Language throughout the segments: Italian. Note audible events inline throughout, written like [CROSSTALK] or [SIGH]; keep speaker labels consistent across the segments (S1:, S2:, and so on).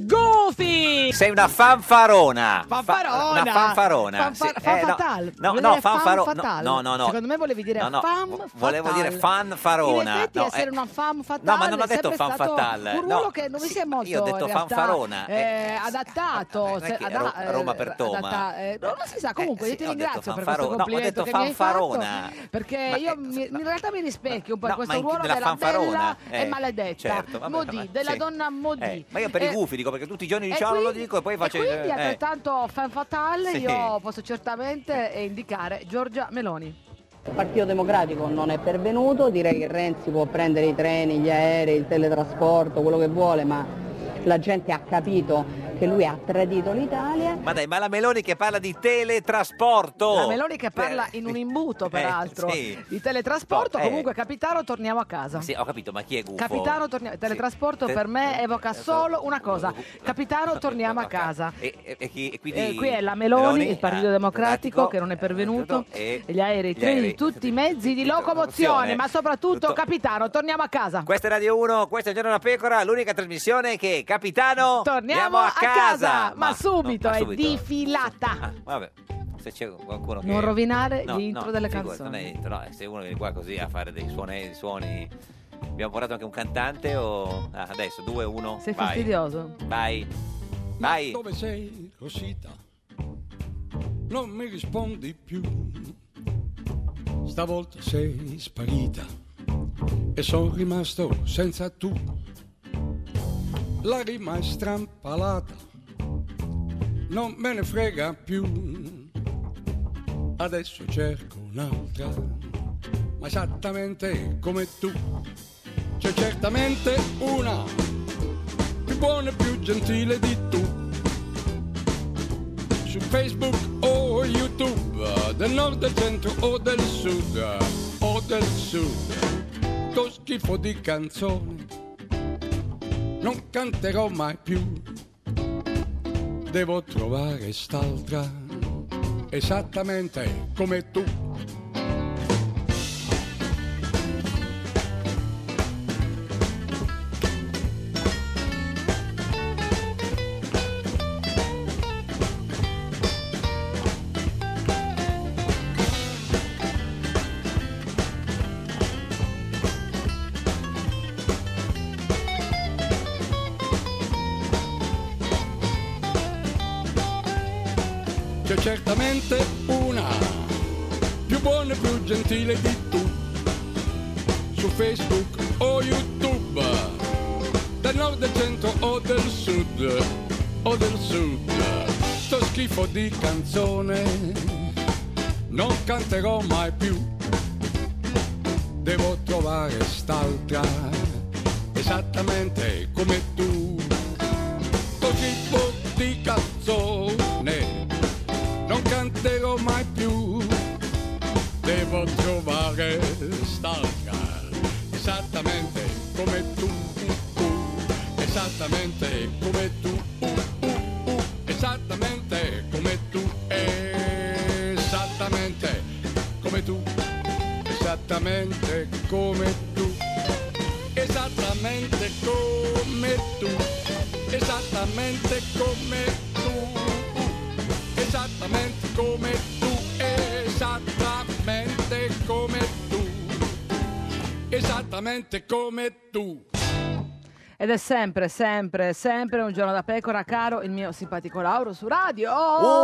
S1: Goofy!
S2: Sei una fanfarona. Fa-
S1: Fanfarona.
S2: una fanfarona.
S1: Fanfa-
S2: sì.
S1: fan
S2: Eh, no.
S1: fatale.
S2: No,
S1: Vuol
S2: no,
S1: dire fan
S2: fanfaro-
S1: fatale.
S2: no, no, no.
S1: Secondo me volevi dire
S2: No, no,
S1: fan
S2: vo- volevo
S1: fatale.
S2: dire fanfarona.
S1: In effetti
S2: No,
S1: essere
S2: eh,
S1: una fan fatale
S2: no, ma non ho
S1: è
S2: detto
S1: sempre
S2: fan
S1: stato
S2: fatale,
S1: Un ruolo
S2: no.
S1: che non mi si è molto
S2: io ho detto
S1: in realtà,
S2: fanfarona, eh,
S1: eh, adattato,
S2: non è
S1: se-
S2: che
S1: ada-
S2: Ro-
S1: eh,
S2: Roma per Toma.
S1: adatta- eh, no, non si sa, comunque
S2: Eh,
S1: io ti
S2: sì, ho detto
S1: ringrazio per questo
S2: fanfarona. No, ho
S1: complimento
S2: detto
S1: che mi hai fatto
S2: fanfarona.
S1: perché
S2: Ma,
S1: io
S2: eh,
S1: mi- in realtà mi rispecchio un po' in
S2: No,
S1: questo
S2: ma in chi-
S1: ruolo
S2: nella
S1: della bella
S2: fanfarona,
S1: e
S2: eh,
S1: maledetta
S2: certo, vabbè,
S1: Modì,
S2: ma-
S1: della
S2: sì.
S1: donna Modì.
S2: Eh, ma io per i
S1: Eh,
S2: gufi dico perché tutti i giorni
S1: e
S2: diciamo lo
S1: quindi-
S2: dico e poi faccio
S1: e quindi
S2: eh,
S1: altrettanto fan fatale
S2: Sì.
S1: io posso certamente eh, indicare Giorgia Meloni.
S3: Il Partito Democratico non è pervenuto, direi che Renzi può prendere i treni, gli aerei, il teletrasporto, quello che vuole, ma la gente ha capito che lui ha tradito l'Italia.
S2: Ma dai, ma la Meloni che parla di teletrasporto.
S1: La Meloni che parla in un imbuto peraltro
S2: Eh, sì.
S1: di teletrasporto,
S2: Eh.
S1: comunque capitano torniamo a casa.
S2: Sì, ho capito, ma chi è gufo?
S1: Capitano torniamo teletrasporto
S2: Te-
S1: per me
S2: Eh,
S1: evoca solo una cosa. Capitano torniamo a casa.
S2: E, e- e chi- e quindi
S1: Eh, qui è la Meloni, il Partito Democratico che non è pervenuto,
S2: e
S1: gli aerei, i
S2: gli
S1: treni,
S2: aerei,
S1: tutti i mezzi di locomozione,
S2: locomozione.
S1: ma soprattutto capitano, torniamo a casa.
S2: Questa è Radio 1, questa è Giorno da Pecora, l'unica trasmissione che Capitano
S1: Torniamo
S2: andiamo
S1: a casa,
S2: casa.
S1: ma subito,
S2: no, ma
S1: è
S2: subito.
S1: difilata.
S2: Ah, vabbè. Se c'è qualcuno che...
S1: Non rovinare
S2: No,
S1: gli intro
S2: no,
S1: delle
S2: figurati,
S1: canzoni.
S2: non è intro, no, se uno viene qua così a fare dei suoni, suoni... Abbiamo portato anche un cantante o... Ah, adesso, 2, 1,
S1: Sei
S2: vai.
S1: fastidioso.
S2: Vai. Vai.
S4: Dove sei, Rosita? Non mi rispondi più. Stavolta sei sparita e sono rimasto senza tu. La rima è strampalata, non me ne frega più. Adesso cerco un'altra, ma esattamente come tu. C'è certamente una più buona e più gentile di tu. Su Facebook o YouTube, del nord, del centro o del sud, o del sud, to schifo di canzoni, non canterò mai più. Devo trovare st'altra, esattamente come tu. C'è certamente una più buona e più gentile di tu su Facebook o YouTube del nord, del centro o del sud o del sud sto schifo di canzone non canterò mai più devo trovare st'altra esattamente come tu sto schifo di canzone non canterò mai più. Devo trovare st'altra, esattamente come tu, esattamente come tu, esattamente come tu, esattamente come tu, esattamente come tu, esattamente come tu, esattamente come tu esattamente come tu, esattamente come tu, esattamente come tu.
S1: Ed è sempre, sempre, sempre un giorno da pecora, caro il mio simpatico Lauro su radio.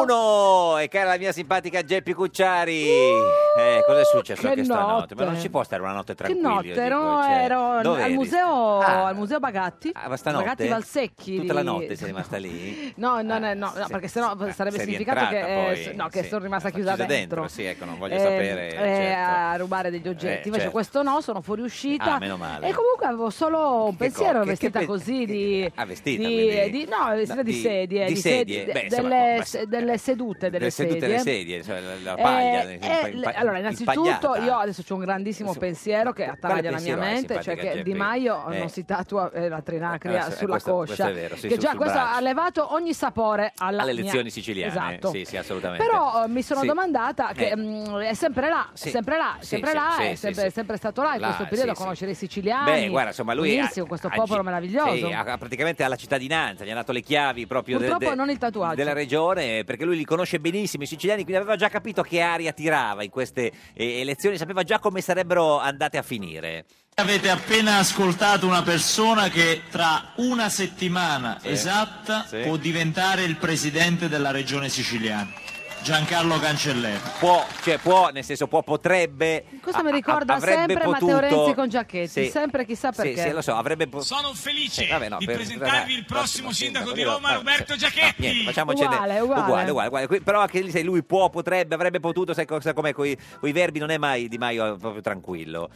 S2: Uno! E cara la mia simpatica Geppi Cucciari! eh, cosa è successo
S1: Uh, che
S2: anche stanotte?
S1: notte.
S2: Ma non ci può stare una notte
S1: Che
S2: tranquilla.
S1: notte,
S2: io dico,
S1: no?
S2: cioè,
S1: ero
S2: dove
S1: al
S2: eri?
S1: museo,
S2: Ah,
S1: al museo Bagatti,
S2: ah, ma stanotte?
S1: Bagatti Valsecchi.
S2: Tutta la
S1: di-
S2: notte sei Ah, rimasta lì?
S1: No, no, no, no, no, perché sennò [LAUGHS] sarebbe
S2: sei
S1: significato che,
S2: rientrata
S1: eh,
S2: poi,
S1: s- no, che
S2: sì.
S1: sono rimasta
S2: Sta
S1: chiusa
S2: chiusa
S1: dentro.
S2: dentro, sì, ecco, non voglio
S1: Eh,
S2: sapere,
S1: eh,
S2: certo.
S1: a rubare degli oggetti.
S2: Eh,
S1: Invece
S2: certo.
S1: questo no, sono fuoriuscita.
S2: Ah, meno male.
S1: E comunque avevo solo un
S2: Che co-
S1: pensiero
S2: che- che
S1: vestita così di...
S2: Ah, vestita,
S1: eh, di-
S2: quindi-
S1: di- no, è vestita
S2: no,
S1: di,
S2: di-
S1: sedie,
S2: di sedie.
S1: de-
S2: Beh, insomma,
S1: delle,
S2: ma-
S1: se- delle sedute delle
S2: le sedute
S1: sedie.
S2: le sedie, cioè la, la
S1: Eh,
S2: paglia.
S1: eh,
S2: impa-
S1: le-
S2: impa-
S1: allora, innanzitutto
S2: impagliata.
S1: io adesso ho un grandissimo
S2: Insomma,
S1: pensiero che attanaglia la mia
S2: pensiero hai,
S1: mente, cioè
S2: simpatica
S1: che Di
S2: Geppi?
S1: Maio
S2: Eh.
S1: non si tatua eh, la trinacria
S2: Adesso, eh,
S1: sulla
S2: questo-
S1: coscia,
S2: questo è vero, sì,
S1: che
S2: sul-
S1: già
S2: sul
S1: questo
S2: braccio.
S1: ha levato ogni sapore alla
S2: alle
S1: mia-
S2: lezioni siciliane,
S1: Esatto.
S2: sì, sì, assolutamente.
S1: Però eh, mi sono
S2: Sì.
S1: domandata che
S2: Eh.
S1: mm, è sempre là,
S2: Sì.
S1: sempre là,
S2: Sì,
S1: sempre
S2: sì,
S1: là,
S2: sì,
S1: è
S2: sì,
S1: sempre,
S2: sì.
S1: è sempre stato là in
S2: Là,
S1: questo periodo
S2: sì,
S1: a
S2: sì.
S1: conoscere i siciliani.
S2: Beh, guarda, insomma, lui ha-
S1: Benissimo, questo
S2: ha
S1: popolo
S2: gi-
S1: meraviglioso.
S2: Sì, ha, ha praticamente alla cittadinanza, gli ha dato le chiavi proprio de-
S1: Purtroppo
S2: de-
S1: non il tatuaggio.
S2: della regione, perché lui li conosce benissimo i siciliani, quindi aveva già capito che aria tirava in queste eh, elezioni, sapeva già come sarebbero andate a finire.
S5: Avete appena ascoltato una persona che tra una settimana
S2: Sì.
S5: esatta
S2: Sì.
S5: può diventare il presidente della regione siciliana, Giancarlo Cancelleri.
S2: Può, cioè può, nel senso può, potrebbe.
S1: Questo mi
S2: a- a-
S1: ricorda
S2: Ah, avrebbe
S1: sempre
S2: potuto,
S1: Matteo Renzi con Giacchetti,
S2: Sì.
S1: sempre chissà
S2: Sì,
S1: perché.
S2: Sì, lo so, avrebbe po-
S6: Sono felice
S2: Eh, vabbè, no,
S6: di
S2: per-
S6: presentarvi il prossimo sindaco di Roma,
S2: vabbè,
S6: Roberto
S2: sì.
S6: Giachetti.
S2: No, niente, facamocene-
S1: Uguale, uguale.
S2: uguale, uguale, uguale. Qui- Però anche lì se lui può, potrebbe, avrebbe potuto, sai cosa come coi, coi verbi non è mai Di Maio proprio tranquillo.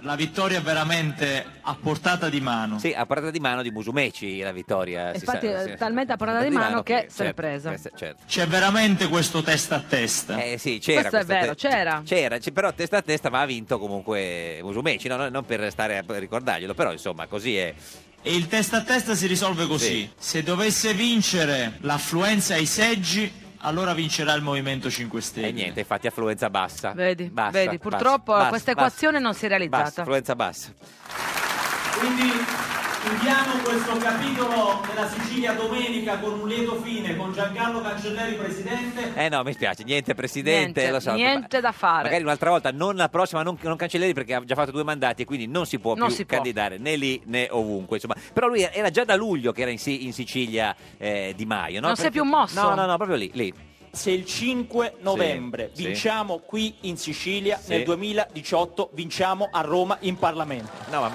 S5: La vittoria è veramente a portata di mano.
S2: Sì, a portata di mano di Musumeci la vittoria. si
S1: Infatti,
S2: sa-
S1: eh,
S2: sì,
S1: talmente a portata di mano che se l'è
S2: certo,
S1: presa.
S2: questa- certo.
S5: C'è veramente questo testa a testa.
S2: Eh sì, c'era.
S1: Questo è
S2: questa
S1: vero, c'era.
S2: C'era, c- però testa a testa, ma ha vinto comunque Musumeci, no, no, non per stare a ricordarglielo, però insomma così è.
S5: E il testa a testa si risolve così.
S2: Sì.
S5: Se dovesse vincere l'affluenza ai seggi, allora vincerà il Movimento 5 Stelle.
S2: E niente, infatti affluenza bassa.
S1: Vedi,
S2: Bassa,
S1: vedi,
S2: bassa,
S1: purtroppo
S2: bassa,
S1: questa
S2: bassa.
S1: equazione non si è realizzata.
S2: Bassa, affluenza bassa.
S5: Quindi chiudiamo questo capitolo della Sicilia domenica con un lieto fine, con Giancarlo Cancelleri presidente.
S2: Eh no, mi spiace, niente presidente,
S1: Niente,
S2: lo so.
S1: niente da fare.
S2: Magari un'altra volta, non la prossima, non, non cancelleri perché ha già fatto due mandati e quindi non si può
S1: Non
S2: più
S1: si può.
S2: candidare né lì né ovunque. Insomma, però lui era già da luglio che era in, Si- in Sicilia eh, Di Maio, no?
S1: Non si è
S2: Perché-
S1: più mosso.
S2: No, no, no, proprio lì, lì.
S7: Se il 5 novembre
S2: sì.
S7: vinciamo qui in Sicilia,
S2: Sì.
S7: nel 2018 vinciamo a Roma in Parlamento.
S2: No, ma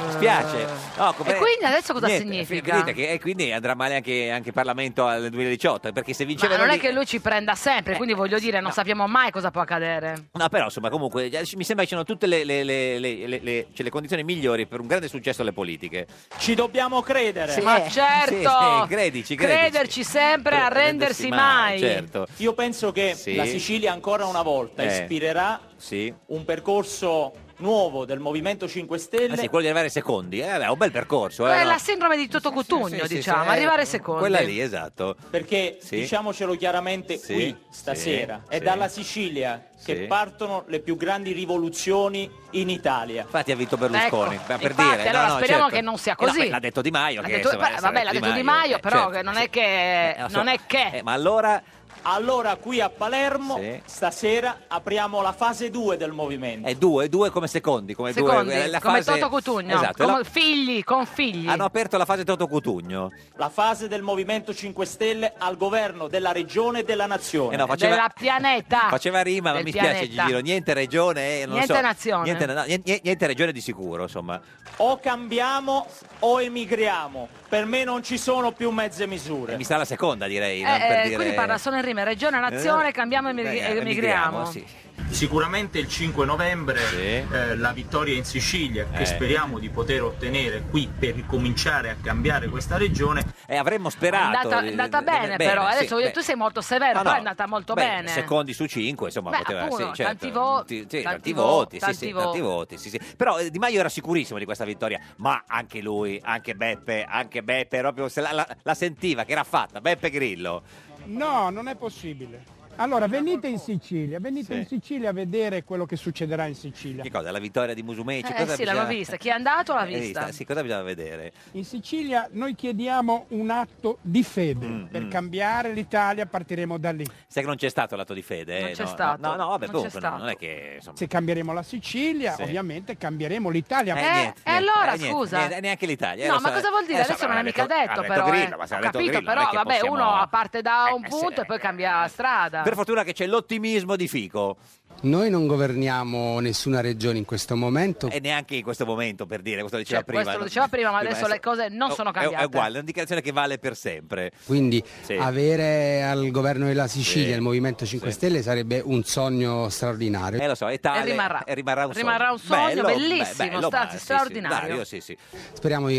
S2: Mi spiace. No, come-
S1: E Eh, quindi adesso cosa
S2: Niente,
S1: significa?
S2: finita che- e quindi andrà male anche, anche il Parlamento al 2018, perché se
S1: Ma
S2: vinceva
S1: non è
S2: lì-
S1: che lui ci prenda sempre, quindi voglio dire, non
S2: Eh, no.
S1: sappiamo mai cosa può accadere.
S2: No, però insomma, comunque eh, mi sembra che ci siano tutte le, le- le- le- le- le- cioè, le condizioni migliori per un grande successo alle politiche.
S7: Ci dobbiamo credere.
S2: Sì.
S1: Ma
S2: Eh,
S1: certo,
S2: sì, sì, credici, credici.
S1: crederci sempre,
S2: Per-
S1: arrendersi mai.
S2: Certo.
S7: Io penso che
S2: Sì.
S7: la Sicilia ancora una volta
S2: Eh.
S7: ispirerà
S2: Sì.
S7: un percorso nuovo del Movimento 5 Stelle.
S2: Ah, sì, quello di arrivare secondi, eh, beh, è un bel percorso. eh,
S1: È
S2: no?
S1: la sindrome di Toto Cutugno,
S2: Sì, sì,
S1: diciamo,
S2: sì, eh,
S1: arrivare secondo.
S2: Quella lì, esatto.
S7: Perché
S2: Sì.
S7: diciamocelo chiaramente
S2: Sì,
S7: qui
S2: sì,
S7: stasera è
S2: sì.
S7: dalla Sicilia che
S2: Sì.
S7: partono le più grandi rivoluzioni in Italia.
S2: Infatti ha vinto Berlusconi,
S1: Ecco,
S2: per
S1: infatti,
S2: dire. no,
S1: allora
S2: no,
S1: speriamo
S2: certo.
S1: che non sia
S2: Eh, no,
S1: così.
S2: beh, l'ha detto Di Maio.
S1: L'ha
S2: che,
S1: detto-
S2: insomma,
S1: beh,
S2: eh,
S1: vabbè, l'ha detto Di Maio,
S2: eh,
S1: però
S2: certo.
S1: che non è che-
S2: Eh, lo
S1: non è che.
S2: Eh, ma allora...
S7: Allora qui a Palermo
S2: Sì.
S7: stasera apriamo la fase 2 del movimento.
S2: È due, due come secondi, come
S1: Secondi,
S2: due, eh, la
S1: come
S2: fase-
S1: Toto Cutugno,
S2: Esatto,
S1: come
S2: la-
S1: figli, con figli.
S2: hanno aperto la fase Toto Cutugno.
S7: La fase del Movimento 5 Stelle al governo della regione e della nazione.
S2: Eh no, faceva,
S1: Della pianeta.
S2: Ah, Faceva rima, ma
S1: Ah, Del
S2: mi spiace
S1: pianeta.
S2: Gigino, niente regione, eh, non
S1: Niente
S2: so,
S1: nazione.
S2: Niente, no, niente- niente regione di sicuro, insomma.
S7: O cambiamo o emigriamo. Per me non ci sono più mezze misure.
S2: E mi sta la seconda, direi.
S1: Eh,
S2: no? [LAUGHS] Per
S1: eh,
S2: dire-
S1: Quindi parla solo in rima, regione, nazione,
S2: Eh,
S1: cambiamo e emigri-
S2: eh,
S1: emigriamo.
S2: sì.
S5: Sicuramente il 5 novembre
S2: Sì.
S5: eh, la vittoria in Sicilia che
S2: Eh.
S5: speriamo di poter ottenere qui per ricominciare a cambiare questa regione.
S2: Eh, avremmo sperato.
S1: È andata-
S2: eh,
S1: è andata bene, però. Adesso voglio- tu sei molto severo, però è andata molto
S2: Ah, Beh,
S1: bene.
S2: Secondi su cinque, insomma,
S1: Beh,
S2: poteva
S1: appunto,
S2: sì, certo.
S1: tanti vo-
S2: Sì, sì,
S1: tanti
S2: tanti
S1: vo-
S2: voti, sì,
S1: tanti
S2: sì,
S1: vo-
S2: tanti voti, sì, sì. Però eh, Di Maio era sicurissimo di questa vittoria, ma anche lui, anche Beppe, anche Beppe proprio se la, la- la sentiva che era fatta, Beppe Grillo.
S8: No, non è possibile. Allora, venite in Sicilia, venite
S2: Sì.
S8: in Sicilia a vedere quello che succederà in Sicilia.
S2: Che cosa? La vittoria di Musumeci?
S1: Eh,
S2: cosa
S1: sì, l'hanno
S2: bisogna-
S1: vista. Chi è andato l'ha
S2: Eh,
S1: vista.
S2: Sì, cosa bisogna vedere?
S8: In Sicilia noi chiediamo un atto di fede
S2: Mm,
S8: per cambiare l'Italia, partiremo da lì.
S2: Sai che non c'è stato l'atto di fede? eh,
S1: Non c'è
S2: no?
S1: stato.
S2: No, no, vabbè,
S1: Non
S2: comunque
S1: c'è
S2: no, non è
S1: stato.
S2: che... Insomma,
S8: Se cambieremo la Sicilia,
S2: Sì.
S8: ovviamente cambieremo l'Italia.
S1: Eh, e allora,
S2: niente,
S1: scusa?
S2: niente, neanche l'Italia. eh,
S1: No,
S2: lo
S1: ma
S2: so,
S1: cosa vuol
S2: eh,
S1: dire?
S2: lo so,
S1: Adesso non è
S2: l'ha
S1: mica
S2: detto-
S1: detto,
S2: l'ha
S1: però. eh.
S2: Grillo, ma se l'ha
S1: Ho
S2: detto
S1: capito,
S2: Grillo, non è
S1: però,
S2: che
S1: vabbè,
S2: possiamo-
S1: uno parte da un
S2: Eh, sì,
S1: punto e poi
S2: eh,
S1: cambia
S2: eh.
S1: strada.
S2: Per fortuna che c'è l'ottimismo di Fico.
S9: Noi non governiamo nessuna regione in questo momento.
S2: E neanche in questo momento, per dire, questo lo diceva prima.
S1: Cioè, Questo lo
S2: no?
S1: diceva prima, ma adesso
S2: è-
S1: le cose non
S2: è-
S1: sono
S2: È
S1: cambiate.
S2: uguale, è una dichiarazione che vale per sempre.
S9: Quindi ah,
S2: Sì.
S9: avere al governo della Sicilia
S2: Sì.
S9: il Movimento 5
S2: Sì.
S9: Stelle sarebbe un sogno straordinario.
S2: Eh, lo so, è tale,
S1: E rimarrà.
S2: e rimarrà un
S1: Rimarrà un sogno
S2: Bello,
S1: bellissimo,
S2: bello,
S1: stasi,
S2: ma- sì, sì,
S1: straordinario.
S2: Dario, sì, sì.
S9: Speriamo di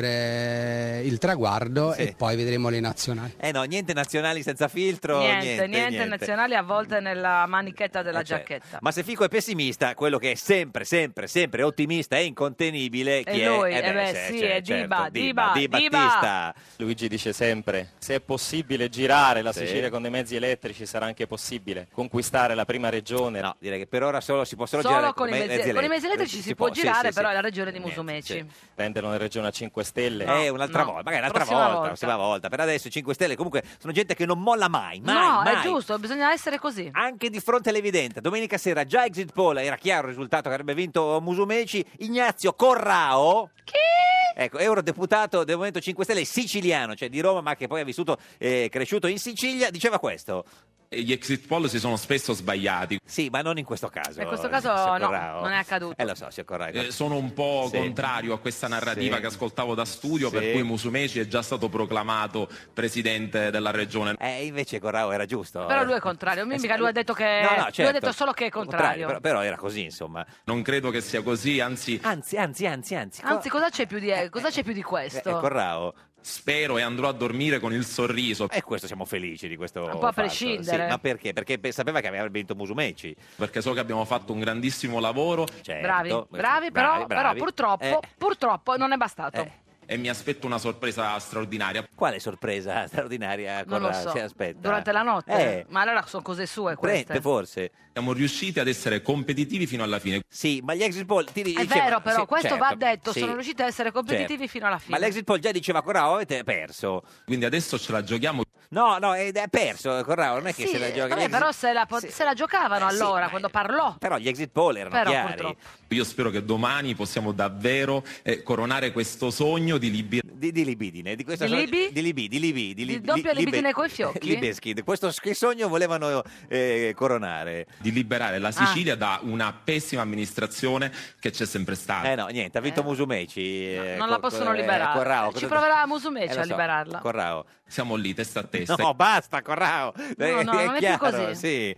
S9: raggiungere eh, il traguardo
S2: Sì.
S9: e poi vedremo le nazionali.
S2: Eh no, niente nazionali senza filtro, niente,
S1: niente, niente, nazionali a volte nella manichetta della
S2: Eh, certo.
S1: giacchetta.
S2: Ma se Fico è pessimista, quello che è sempre, sempre, sempre ottimista e incontenibile, chi è?
S1: lui, eh beh,
S2: se-
S1: sì,
S2: cioè,
S1: è Diba,
S2: Diba,
S1: Diba,
S2: Di
S1: Diba.
S2: Battista.
S7: Luigi dice sempre, se è possibile girare la
S2: Sì.
S7: Sicilia con dei mezzi elettrici sarà anche possibile conquistare la prima regione.
S2: No, direi che per ora solo si possono
S1: Solo
S2: girare
S1: con i mezzi, con i mezzi elettrici si, può
S2: sì,
S1: girare,
S2: sì,
S1: però
S2: sì.
S1: è la regione di
S2: Niente,
S1: Musumeci.
S2: sì.
S7: Rendere una regione a 5 stelle.
S1: No.
S2: Eh, un'altra volta, magari un'altra
S1: Prossima
S2: volta,
S1: volta.
S2: la prossima volta. Per adesso i 5 Stelle comunque sono gente che non molla mai, mai,
S1: no,
S2: mai.
S1: è giusto, bisogna essere così.
S2: Anche di fronte all'evidente, domenica sera già exit poll era chiaro il risultato che avrebbe vinto Musumeci, Ignazio Corrao. Ecco, eurodeputato del Movimento 5 Stelle siciliano, cioè di Roma, ma che poi è vissuto e cresciuto in Sicilia, diceva questo.
S10: E Gli exit poll si sono spesso sbagliati.
S2: Sì, ma non in questo caso.
S1: In questo caso
S2: signor
S1: no,
S2: Corrao.
S1: non è accaduto.
S2: Eh, lo so, signor Corrao.
S10: Eh, sono un po'
S2: Sì.
S10: contrario a questa narrativa
S2: Sì.
S10: che ascoltavo da studio,
S2: Sì.
S10: per cui Musumeci è già stato proclamato presidente della regione.
S2: Eh, invece Corrao era giusto.
S1: Però lui è contrario, mi-
S2: Eh,
S1: mica
S2: sì,
S1: lui ha detto che-
S2: No, no,
S1: lui ha
S2: certo.
S1: detto solo che è contrario.
S2: però, però era così, insomma.
S10: Non credo che sia così, anzi
S2: Anzi, anzi, anzi, anzi. Cor-
S1: Anzi, cosa c'è più di, cosa c'è più di questo?
S2: Eh, Corrao.
S10: spero e andrò a dormire con il sorriso,
S2: E questo siamo felici di questo.
S1: Un po' a
S2: fatto.
S1: prescindere.
S2: Sì, ma perché? Perché pe- sapeva che avrebbe vinto Musumeci.
S10: perché so che abbiamo fatto un grandissimo lavoro
S2: Certo.
S1: bravi, bravi, però, però
S2: bravi.
S1: purtroppo,
S2: Eh,
S1: purtroppo non è bastato.
S2: eh,
S10: e mi aspetto una sorpresa straordinaria.
S2: Quale sorpresa straordinaria
S1: non lo
S2: Corrao
S1: so.
S2: si aspetta?
S1: Durante la notte?
S2: Eh,
S1: Ma allora sono cose sue queste.
S2: prende forse.
S10: Siamo riusciti ad essere competitivi fino alla fine.
S2: Sì, ma gli exit poll ti
S1: È
S2: diceva-
S1: vero, però,
S2: sì,
S1: questo
S2: certo,
S1: va detto.
S2: sì,
S1: Sono riusciti a essere competitivi
S2: certo.
S1: fino alla
S2: Ma
S1: fine.
S2: l'exit poll già diceva Corrao avete perso.
S10: Quindi adesso ce la giochiamo
S2: No, no, ed è perso Corrao, non è che
S1: Sì,
S2: se la gioca.
S1: vabbè,
S2: gli exit-
S1: però se la, po-
S2: Sì.
S1: se la giocavano
S2: Eh, sì,
S1: allora,
S2: ma-
S1: quando parlò.
S2: Però gli exit poll erano
S1: Però,
S2: chiari.
S1: purtroppo.
S10: Io spero che domani possiamo davvero eh, coronare questo sogno di libertà.
S2: Di, di libidine, di questa
S1: Di
S2: sorta-
S1: libi?
S2: Di libi, di libi, di
S1: Di
S2: libi.
S1: doppia
S2: libe-
S1: libidine coi fiocchi?
S2: Libeschi, questo s- che sogno volevano eh, coronare.
S10: di liberare
S1: Ah.
S10: la Sicilia da una pessima amministrazione che c'è sempre stata.
S2: Eh no, niente, ha vinto
S1: Eh.
S2: Musumeci.
S1: No,
S2: eh,
S1: non la
S2: co-
S1: possono
S2: eh,
S1: liberare.
S2: Corrao,
S1: Ci
S2: cosa- Eh,
S1: proverà
S10: Eh,
S1: Musumeci
S2: lo
S1: cioè, a liberarla.
S2: Corrao.
S10: Siamo lì testa a testa.
S2: No, basta Corrao. Eh,
S1: no, non è più
S2: chiaro,
S1: così.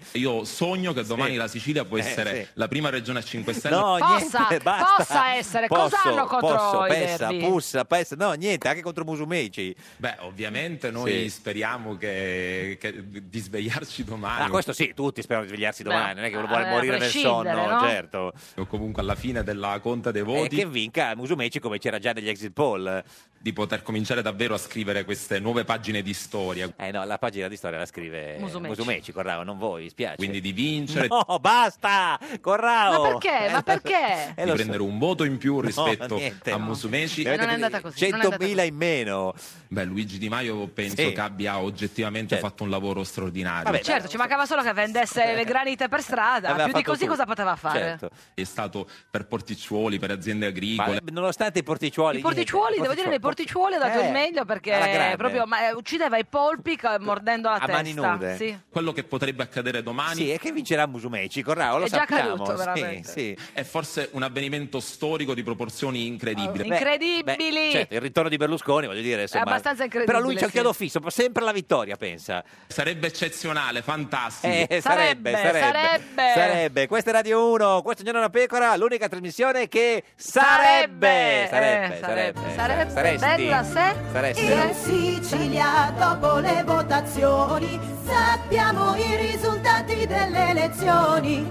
S2: Sì.
S10: Io sogno che domani
S2: Sì.
S10: la Sicilia può
S2: Eh,
S10: essere
S2: sì.
S10: la prima regione a 5 Stelle.
S2: No,
S1: Possa-
S2: niente, [LAUGHS] basta.
S1: possa essere, cosa hanno contro
S2: posso,
S1: i
S2: pessa,
S1: verdi?
S2: pussa, pessa, no, niente, anche contro Musumeci.
S10: Beh, ovviamente noi
S2: Sì.
S10: speriamo che, che- di svegliarci domani.
S2: Ah, questo sì, tutti sperano di svegliarsi
S1: Beh,
S2: domani, non è che uno vuole
S1: a
S2: morire nel
S1: prescindere,
S2: sonno,
S1: no?
S2: certo.
S10: O comunque alla fine della conta dei
S2: E
S10: voti
S2: che vinca Musumeci come c'era già negli exit poll.
S10: di poter cominciare davvero a scrivere queste nuove pagine di storia.
S2: Eh no, la pagina di storia la scrive
S1: Musumeci.
S2: Musumeci, Corrao, non voi, mi spiace.
S10: Quindi di vincere,
S2: No, basta! Corrao!
S1: Ma perché? Ma perché?
S10: di
S2: Eh, lo so.
S10: prendere un voto in più rispetto
S2: niente,
S10: a
S2: no.
S10: Musumeci.
S1: Eh, non è andata così, non è andata
S2: 100.000 in meno.
S10: Beh, Luigi Di Maio penso
S2: Sì.
S10: che abbia oggettivamente
S2: Certo.
S10: fatto un lavoro straordinario.
S2: Vabbè,
S1: Certo, ci mancava solo che [LAUGHS] vendesse le granite per strada.
S2: Aveva
S1: Più di
S2: fatto
S1: così
S2: tutto.
S1: cosa poteva fare?
S2: Certo.
S10: È stato per porticciuoli, per aziende
S2: Ma,
S10: agricole.
S2: eh, nonostante i porticiuoli
S1: I porticiuoli, devo dire, nei porticioli ha dato il
S2: Eh,
S1: meglio
S2: alla
S1: perché
S2: grande.
S1: proprio ma, eh, uccideva i polpi ca- mordendo la
S2: A
S1: testa.
S2: mani nude.
S1: Sì.
S10: Quello che potrebbe accadere domani
S2: Sì, e che vincerà Musumeci, Corrao, lo
S1: È già
S2: sappiamo.
S1: caduto,
S2: sì,
S1: veramente.
S2: sì.
S10: è forse un avvenimento storico di proporzioni incredibili.
S1: Ah, Incredibili!
S2: beh, certo, il ritorno di Berlusconi, voglio dire, insomma,
S1: abbastanza incredibile,
S2: Però lui c'ha il
S1: sì.
S2: chiodo fisso, ma sempre la vittoria, pensa.
S10: Sarebbe eccezionale, fantastico.
S2: Eh,
S1: Sarebbe,
S2: sarebbe, sarebbe,
S1: sarebbe.
S2: sarebbe. Questa è Radio 1, questo è Giorno da Pecora, l'unica trasmissione che
S1: Sarebbe,
S2: sarebbe,
S1: eh,
S2: sarebbe, sarebbe,
S1: sarebbe.
S2: saresti.
S1: Bella se-
S2: saresti.
S11: In Sicilia, dopo le votazioni, sappiamo i risultati delle elezioni.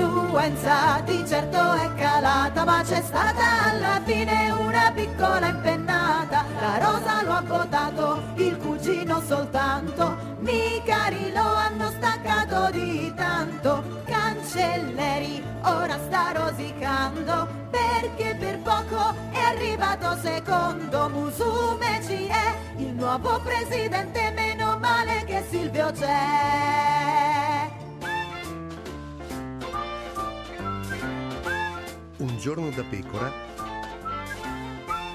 S11: L'affluenza di certo è calata, ma c'è stata alla fine una piccola impennata. La Rosa lo ha votato, il cugino soltanto. Micari lo hanno staccato di tanto. Cancelleri, ora sta rosicando, perché per poco è arrivato secondo Musumeci è il nuovo presidente, meno male che Silvio c'è.
S12: Un giorno da pecora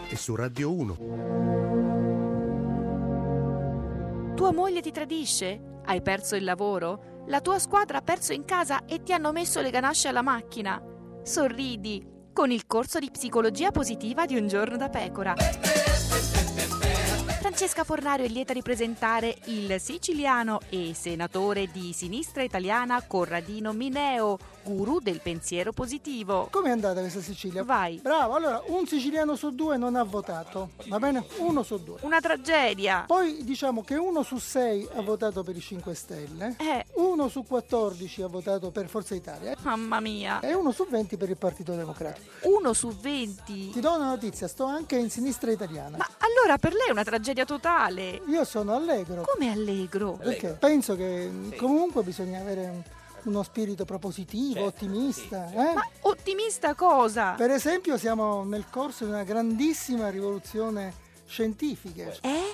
S12: e su Radio 1.
S13: Tua moglie ti tradisce? Hai perso il lavoro? La tua squadra ha perso in casa e ti hanno messo le ganasce alla macchina. Sorridi con il corso di psicologia positiva di un giorno da pecora. Francesca Fornario è lieta di presentare il siciliano e senatore di sinistra italiana Corradino Mineo, guru del pensiero positivo.
S14: Come è andata questa Sicilia?
S13: Vai.
S14: Bravo, allora un siciliano su due non ha votato, va bene? Uno su due.
S13: Una tragedia.
S14: Poi diciamo che uno su sei ha votato per i 5 Stelle,
S13: Eh.
S14: uno su 14 ha votato per Forza Italia
S13: Mamma mia.
S14: e uno su 20 per il Partito Democratico.
S13: Uno su 20.
S14: Ti do una notizia, sto anche in sinistra italiana.
S13: Allora per lei è una tragedia totale.
S14: Io sono allegro.
S13: Come allegro?
S14: Perché penso che mh, comunque bisogna avere un- uno spirito propositivo, ottimista. eh?
S13: Ottimista cosa?
S14: Per esempio siamo nel corso di una grandissima rivoluzione scientifica.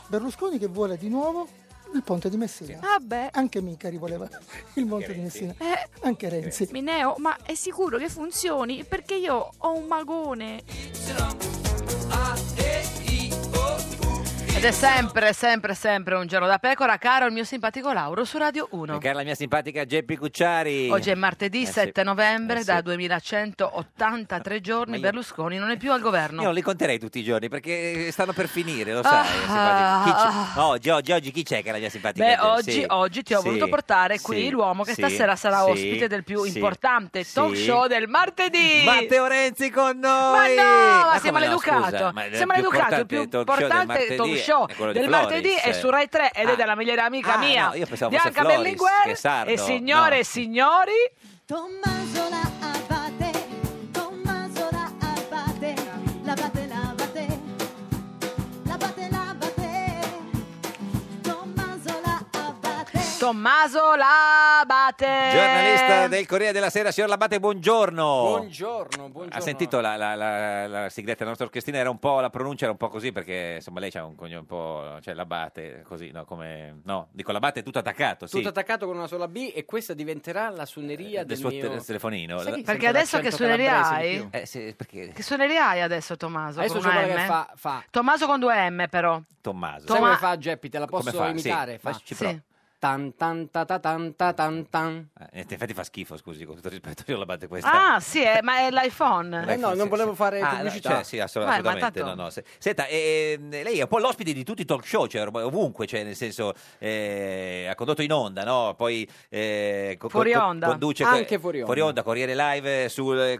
S14: Berlusconi che vuole di nuovo il ponte di Messina.
S13: Vabbè.
S14: Anche Micari voleva il ponte di Messina. Anche Renzi.
S13: Eh, Mineo, ma è sicuro che funzioni? Perché io ho un magone.
S1: Ed è sempre, sempre, sempre un giorno da pecora, caro il mio simpatico Lauro su Radio 1.
S2: E cara la mia simpatica Geppi Cucciari.
S1: Oggi è martedì
S2: Eh, sì.
S1: 7 novembre,
S2: Eh, sì.
S1: da 2183 giorni Berlusconi non è più al
S2: Io non
S1: governo.
S2: li conterei tutti i giorni perché eh, stanno per finire, lo
S1: Ah.
S2: sai. simpatica. Chi c'è- no, oggi, oggi, oggi chi c'è che è la mia simpatica?
S1: Beh,
S2: Geppi?
S1: oggi,
S2: Sì.
S1: oggi ti ho
S2: Sì.
S1: voluto portare qui
S2: Sì.
S1: l'uomo che
S2: Sì.
S1: stasera sarà
S2: Sì.
S1: ospite del più
S2: Sì.
S1: importante talk
S2: Sì.
S1: show del martedì.
S2: Matteo Renzi con
S1: Ma
S2: noi!
S1: no, ma,
S2: Ma
S1: sei
S2: come no, scusa,
S1: maleducato.
S2: ma il
S1: sei
S2: più
S1: maleducato. Il più importante talk show
S2: è quello di
S1: del
S2: Floris.
S1: martedì è su Rai 3 ed è della migliore amica
S2: Ah,
S1: mia,
S2: no, io pensavo fosse
S1: Bianca
S2: Floris, che è
S1: Berlinguer.
S2: sardo.
S1: E signore
S2: No.
S1: e signori,
S11: Tommaso la abate, Tommaso la abate, lavate, lavate, lavate, lavate, Tommaso la abate.
S1: Tommaso Labate.
S2: Giornalista del Corriere della Sera, signor Labate, buongiorno.
S9: Buongiorno, buongiorno.
S2: Ha sentito la, la, la, la sigletta della nostra orchestrina? Era un po' la pronuncia, era un po' così perché insomma lei ha un cognome un po'. cioè l'abate, così, no? Come. No, dico l'abate è tutto attaccato, sì. Eh,
S9: Tutto attaccato con una sola B e questa diventerà la suoneria
S2: del
S9: del,
S2: suo
S9: mio...
S2: te- telefonino.
S9: Sai che
S1: Perché
S9: sento
S1: adesso che
S9: l'accento
S1: suoneria
S9: calabrese di
S1: hai?
S9: più?
S2: Eh, sì, perché
S1: Che suoneria hai adesso Tommaso?
S9: Adesso
S1: con
S9: c'è
S1: una
S9: quello
S1: M?
S9: che fa- fa-
S1: Tommaso con due M però.
S2: Tommaso.
S9: Sai
S1: Toma-
S9: come Ah, fa Geppi? Te la
S2: Come
S9: posso
S2: fa? Sì,
S9: imitare? fa.
S2: vai, ci provo. Sì.
S9: Tan tan ta ta tan ta tan tan.
S2: Eh, in effetti fa schifo, scusi, con tutto il rispetto, io l'abate questa.
S1: Ah sì, eh, ma è l'iPhone.
S2: Eh, no, non
S9: volevo fare
S2: Ah, no, cioè, sì, assol-
S1: Vai, ma
S2: assolutamente.
S1: tanto-
S2: no, no, se- Senta, ehm, lei è un po' l'ospite di tutti i talk show, cioè ormai ovunque, cioè, nel senso, eh, ha condotto in onda, no? Poi eh, co-
S1: Fuori
S2: co-
S1: onda.
S2: conduce
S1: Anche fuori onda.
S2: Corriere Live eh, sul eh,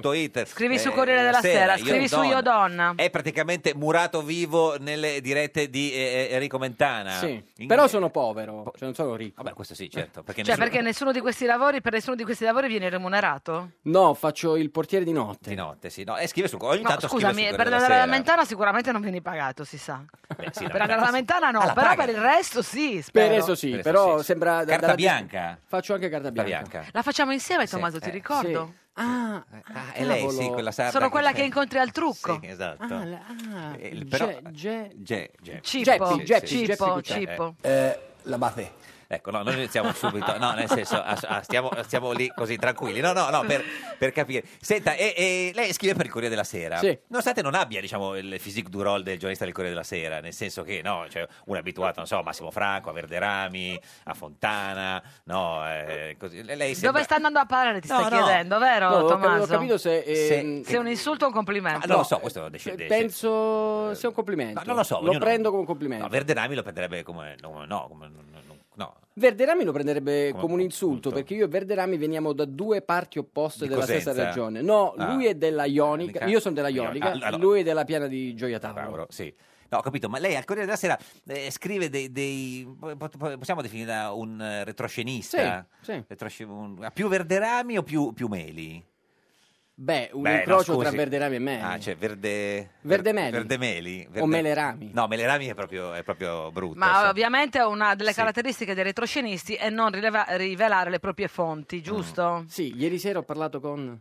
S2: Corriere.it.
S1: Scrivi
S2: eh,
S1: su Corriere della Sera, scrivi su Io Donna.
S2: È praticamente murato vivo nelle dirette di eh, eh, Enrico Mentana.
S9: Sì,
S2: In-
S9: però sono povero, cioè non sono ricco. Eh.
S2: Vabbè, questo sì, certo. Perché
S1: Cioè
S2: nessuno-
S1: perché nessuno di questi lavori, per nessuno di questi lavori viene remunerato?
S9: No, faccio il portiere di notte.
S2: Di notte, sì. No, e scrive su ogni
S1: No,
S2: tanto scrive su
S1: scusami, eh,
S2: Corriere
S1: per
S2: della
S1: andare alla
S2: Sera.
S1: Mentana sicuramente non vieni pagato, si sa.
S2: Beh, sì, no,
S1: per andare
S2: beh,
S1: alla Mentana no,
S2: Ah, la
S1: però
S2: paga.
S1: per il resto sì, spero.
S9: Per eso sì,
S2: Per eso
S9: però
S2: sì.
S9: sembra... da-
S2: Carta
S9: dalla-
S2: bianca.
S9: Faccio anche carta bianca.
S1: La facciamo insieme Tommaso,
S9: eh,
S1: ti ricordo?
S9: sì. Ah,
S2: Ah, è lei, sì, quella sarda.
S1: Sono quella che
S2: c'è.
S1: incontri al trucco.
S2: Sì, esatto.
S9: Ah, la- ah,
S2: Eh,
S9: Ge-
S2: però-
S9: Ge-
S2: Ge- Ge-
S1: Cippo,
S2: Sì, sì, sì,
S1: Cippo,
S2: Geppi Cucciari.
S1: Cippo.
S9: la base.
S2: Ecco, no, noi iniziamo subito, no, nel senso, ah, ah, stiamo, stiamo lì così tranquilli, no, no, no, per, per capire. Senta, e, e lei scrive per il Corriere della Sera,
S9: Sì.
S2: nonostante non abbia, diciamo, il physique du rôle del giornalista del Corriere della Sera, nel senso che, no, cioè, un abituato, non so, a Massimo Franco, a Verderami, a Fontana, no, eh, così. lei sembra-
S1: Dove sta andando a parlare ti
S2: No,
S1: stai
S2: no.
S1: chiedendo, vero
S9: No, ho cap- ho
S1: Tommaso?
S9: capito se, ehm,
S1: è un insulto o un complimento.
S2: Ah, non lo so, questo lo decide.
S9: Penso sia un complimento.
S2: Ma non lo so,
S9: Lo
S2: ognuno-
S9: prendo come un complimento.
S2: No, Verderami lo prenderebbe come, no, no, come, no, no, no.
S9: Verderami lo prenderebbe
S2: Come-
S9: come un insulto perché io e Verderami veniamo da due parti opposte
S2: Di
S9: della
S2: Cosenza?
S9: stessa regione. No,
S2: Ah.
S9: lui è della Ionica,
S2: Ionica?
S9: io sono della
S2: Ionica.
S9: Ionica,
S2: Ah, Eh. allora-
S9: lui è della piana di Gioia Tauro.
S2: Tauro, sì. No, ho capito, ma lei al Corriere della Sera eh, scrive dei, dei- po- po- possiamo definirla un eh, retroscenista?
S9: Sì, sì.
S2: Retrosci- un- ha più Verderami o più, più Meli?
S9: Beh, un
S2: Beh, no,
S9: incrocio
S2: scusi.
S9: tra Verderami e me.
S2: Ah, cioè Verde...
S9: Verdemeli.
S2: Verdemeli.
S9: O Melerami.
S2: No, Melerami è proprio, è proprio brutto.
S1: Ma
S2: sì.
S1: ovviamente una delle
S2: Sì.
S1: caratteristiche dei retroscenisti è non rileva- rivelare le proprie
S2: Mm.
S1: fonti, giusto?
S9: Sì, ieri sera ho parlato con...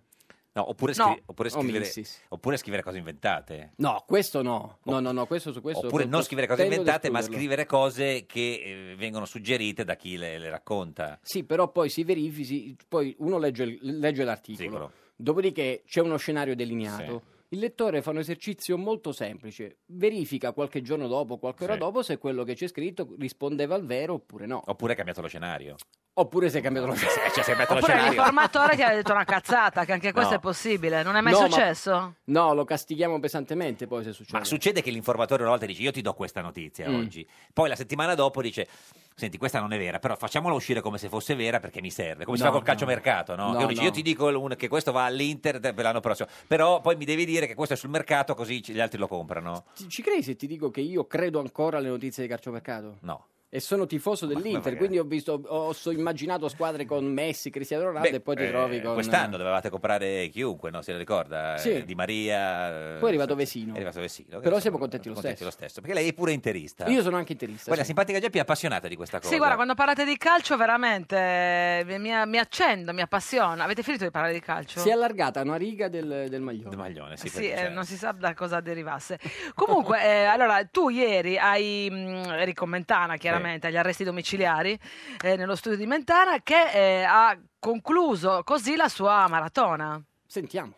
S2: No, oppure,
S1: No.
S2: scri- oppure
S9: O
S2: scrivere,
S9: Missis.
S2: oppure scrivere cose inventate.
S9: No, questo no. No, no, no, questo su questo...
S2: Oppure
S9: to-
S2: non
S9: to-
S2: scrivere cose
S9: tendo ad
S2: inventate, ma
S9: escluderlo.
S2: scrivere cose che eh, vengono suggerite da chi le, le racconta.
S9: Sì, però poi si verifichi, poi uno legge, il- legge l'articolo, dopodiché c'è uno scenario delineato.
S15: Il lettore fa un esercizio molto semplice, verifica qualche giorno dopo, qualche ora
S2: Sì.
S15: dopo se quello che c'è scritto rispondeva al vero oppure no.
S2: Oppure è cambiato lo scenario.
S15: Oppure se è cambiato lo scenario.
S2: [LAUGHS] Cioè, se è cambiato lo
S1: Oppure
S2: scenario.
S1: l'informatore ti ha detto una cazzata, che anche questo
S15: No.
S1: è possibile. Non è mai
S15: No, ma-
S1: successo?
S15: No, lo castighiamo pesantemente poi se succede.
S2: Ma succede che l'informatore una volta dice io ti do questa notizia
S15: Mm.
S2: oggi, poi la settimana dopo dice senti questa non è vera, però facciamola uscire come se fosse vera perché mi serve, come si
S15: No,
S2: fa col calciomercato, no?
S15: No,
S2: Che uno dice,
S15: no.
S2: Io ti dico un- che questo va all'Inter per l'anno prossimo, però poi mi devi dire che questo è sul mercato così ci- gli altri lo comprano.
S15: Ci- Ci credi se ti dico che io credo ancora alle notizie di calciomercato?
S2: No.
S15: E sono tifoso dell'Inter,
S2: magari.
S15: quindi ho visto, ho so- immaginato squadre con Messi, Cristiano Ronaldo
S2: Beh,
S15: e poi ti
S2: eh,
S15: trovi con...
S2: Quest'anno dovevate comprare chiunque, no? Se lo ricorda? eh,
S15: Sì.
S2: Di Maria... eh,
S15: Poi è arrivato Vesino.
S2: È arrivato Vesino. che
S15: Però
S2: insomma,
S15: siamo contenti lo
S2: contenti
S15: stesso.
S2: lo stesso. Perché lei è pure interista.
S15: Io sono anche interista.
S2: Poi la
S15: sì.
S2: simpatica Geppi è appassionata di questa cosa.
S1: Sì, guarda, quando parlate di calcio veramente eh, mi, mi- mi accendo, mi appassiona. Avete finito di parlare di calcio?
S15: Si è allargata una riga del, del maglione. Del
S2: maglione,
S1: Sì, Cioè. eh, non si sa da cosa
S2: [LAUGHS]
S1: derivasse. Comunque, eh, allora, tu ieri hai, mh, eri con Mentana, chiaramente, agli arresti domiciliari, eh, nello studio di Mentana, che eh, ha concluso così la sua maratona.
S15: Sentiamo.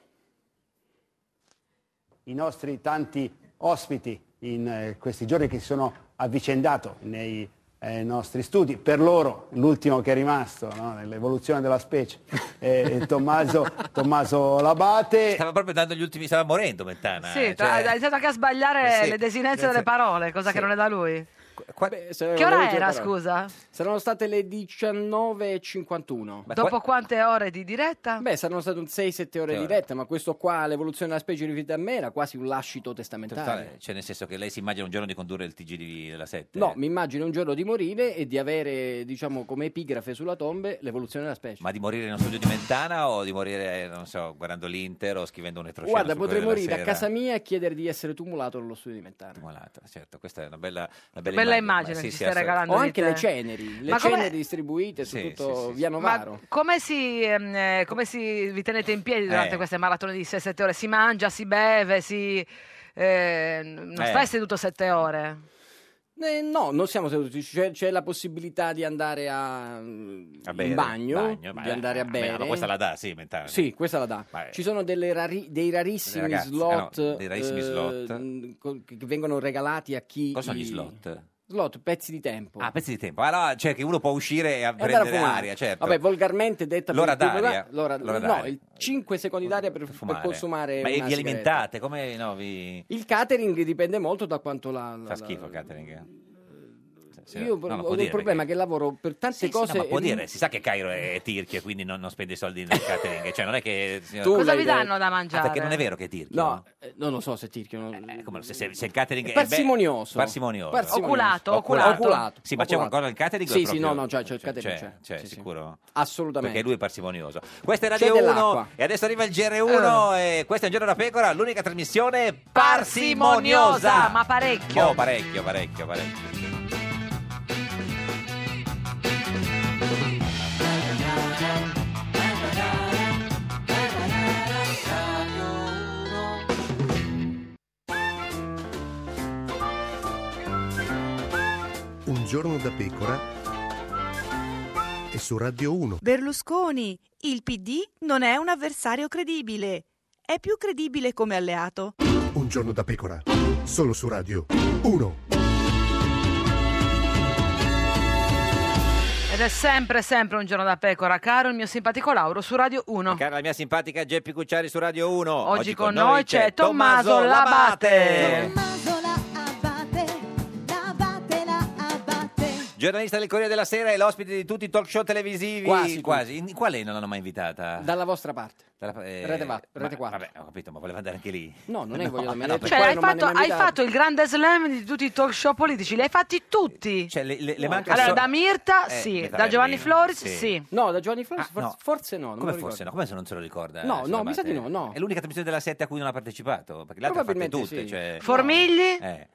S16: i nostri tanti ospiti in eh, questi giorni che si sono avvicendato nei eh, nostri studi. Per loro, l'ultimo che è rimasto no, nell'evoluzione della specie, è Tommaso, Tommaso Labate.
S2: Stava proprio dando gli ultimi, stava morendo Mentana. eh,
S1: Sì, tra-
S2: cioè- eh,
S1: ha iniziato anche a sbagliare
S2: Sì.
S1: le desinenze delle parole, cosa che non è da lui.
S15: Beh, se
S1: Che
S15: avevo
S1: ora
S15: leggere
S1: era,
S15: parole.
S1: scusa?
S15: Saranno state le 19.51.
S1: Dopo quante ore di diretta?
S15: Beh, saranno state un 6-7 ore
S2: Che
S15: di
S2: ora?
S15: diretta, ma questo qua, l'evoluzione della specie riferita a me, era quasi un lascito testamentale.
S2: Cioè, nel senso che lei si immagina un giorno di condurre il TG di- della 7.
S15: No, mi immagino un giorno di morire e di avere, diciamo, come epigrafe sulla tombe l'evoluzione della specie.
S2: Ma di morire in uno studio di Mentana o di morire, eh, non so, guardando l'Inter o scrivendo un retroscena
S15: Guarda,
S2: sul Corriere
S15: potrei
S2: della
S15: morire a
S2: Sera?
S15: casa mia e chiedere di essere tumulato nello studio di Mentana.
S2: Tumulato, certo, questa è una bella, una bella,
S1: Bella
S2: immagine.
S1: immagine
S2: ma
S1: che
S2: sì,
S1: ci
S2: sì,
S1: stai
S2: assolut-
S1: regalando
S15: Ho
S1: di
S15: anche
S1: te.
S15: le ceneri, le
S1: Ma come-
S15: ceneri distribuite su
S2: Sì,
S15: tutto
S2: sì, sì, sì.
S15: Via Novaro.
S1: Ma come si, ehm, eh, come si vi tenete in piedi durante
S15: Eh.
S1: queste maratone di 6-7 ore? Si mangia, si beve, si... eh, non
S15: Eh.
S1: stai seduto 7 ore?
S15: Eh, no, non siamo seduti, c'è, c'è la possibilità di andare a,
S2: A bere,
S15: in bagno,
S2: bagno, ma-
S15: di andare a
S2: ma- ma
S15: bere.
S2: questa la dà, sì, Mentana.
S15: Sì, questa la dà.
S2: Ma- eh.
S15: Ci sono delle rari- dei rarissimi
S2: Ragazzi,
S15: slot,
S2: ah no, dei rarissimi slot.
S15: mh, co- che che vengono regalati a chi...
S2: Cosa sono gli
S15: i-
S2: slot?
S15: Slot, pezzi di tempo.
S2: Ah, pezzi di tempo. Ah, no, cioè che uno può uscire e a
S15: E andare a
S2: prendere
S15: fumare.
S2: aria, certo.
S15: Vabbè, volgarmente detta
S2: L'ora
S15: per il primo
S2: d'aria.
S15: da- l'ora- no,
S2: L'ora d'aria.
S15: il 5 secondi d'aria per, per
S2: Fumare.
S15: consumare
S2: Ma
S15: una
S2: vi
S15: sigaretta.
S2: alimentate? Come no, vi...
S15: Il catering dipende molto da quanto la... la-
S2: Fa schifo il catering. Se-
S15: Io
S2: no, lo può
S15: ho
S2: dire,
S15: il problema che lavoro per tante
S2: Sì, sì, no,
S15: cose...
S2: ma può
S15: e-
S2: dire, si sa che Cairo è tirchio e quindi non, non spende i soldi nel catering, cioè non è che...
S15: Tu
S1: Cosa
S15: l'hai
S1: vi
S15: detto.
S1: danno da mangiare?
S2: Ah, perché non è vero che è tirchio,
S15: No, eh, non lo so se tirchio. non-
S2: Eh, Come, se, se- se il catering è... be-
S15: Parsimonioso.
S2: parsimonioso.
S15: Parsimonioso.
S1: Oculato, oculato.
S15: Oculato.
S2: Sì, ma c'è
S15: Oculato.
S2: qualcosa nel catering? o
S15: Sì,
S2: è
S15: sì, no,
S2: proprio-
S15: no, cioè, c'è, c'è il catering,
S2: Cioè, C'è,
S15: c'è.
S2: c'è, sicuro?
S15: Assolutamente.
S2: Perché lui è parsimonioso. Questa è
S15: C'è
S2: Radio 1
S15: dell'acqua. Eh.
S2: e adesso arriva il GR1 e questo è un giorno da pecora, l'unica trasmissione parsimoniosa.
S1: Parsimoniosa, ma parecchio.
S2: Oh, parecchio, parecchio, parecchio.
S12: Un giorno da pecora e su Radio 1.
S13: Berlusconi, il PD non è un avversario credibile, è più credibile come alleato.
S12: Un giorno da pecora. Solo su Radio 1.
S1: Ed è sempre, sempre un giorno da pecora, caro il mio simpatico Lauro su Radio 1.
S2: Cara la mia simpatica Geppi Cucciari su Radio 1.
S1: Oggi con noi c'è Tommaso Labate.
S2: Giornalista del Corriere della Sera e l'ospite di tutti i talk show televisivi.
S15: Quasi
S2: In quale non l'hanno mai invitata?
S15: Dalla vostra parte.
S2: Dalla- eh,
S15: Rete va- Rete
S2: ma-
S15: quattro.
S2: Vabbè, ho capito, ma voleva andare anche lì.
S15: No, non è che voglio
S2: Eh, no,
S15: andare
S2: per
S1: Cioè,
S2: quello
S1: hai
S2: non mi hanno
S1: fatto, hai
S2: invitato.
S1: fatto il grande slam di tutti i talk show politici, li hai fatti tutti.
S2: Cioè, le, manca
S1: allora,
S2: solo-
S1: da Mirta,
S2: Eh,
S1: sì.
S2: Mirta
S1: Da Giovanni
S2: Bernini,
S1: Floris,
S2: sì.
S1: sì.
S15: No, da Giovanni Flores
S2: Ah,
S15: forse,
S2: no.
S15: forse no. non me
S2: Come
S15: lo
S2: forse no?
S15: ricordo.
S2: Come se non se lo ricorda?
S15: No,
S2: eh,
S15: no, mi sa
S2: Labate?
S15: di no, no.
S2: È l'unica trasmissione della 7 a cui non ha partecipato, perché le altre ha fatte
S15: Probabilmente
S2: tutte.
S15: sì.
S2: cioè-
S1: Formigli?
S2: Eh.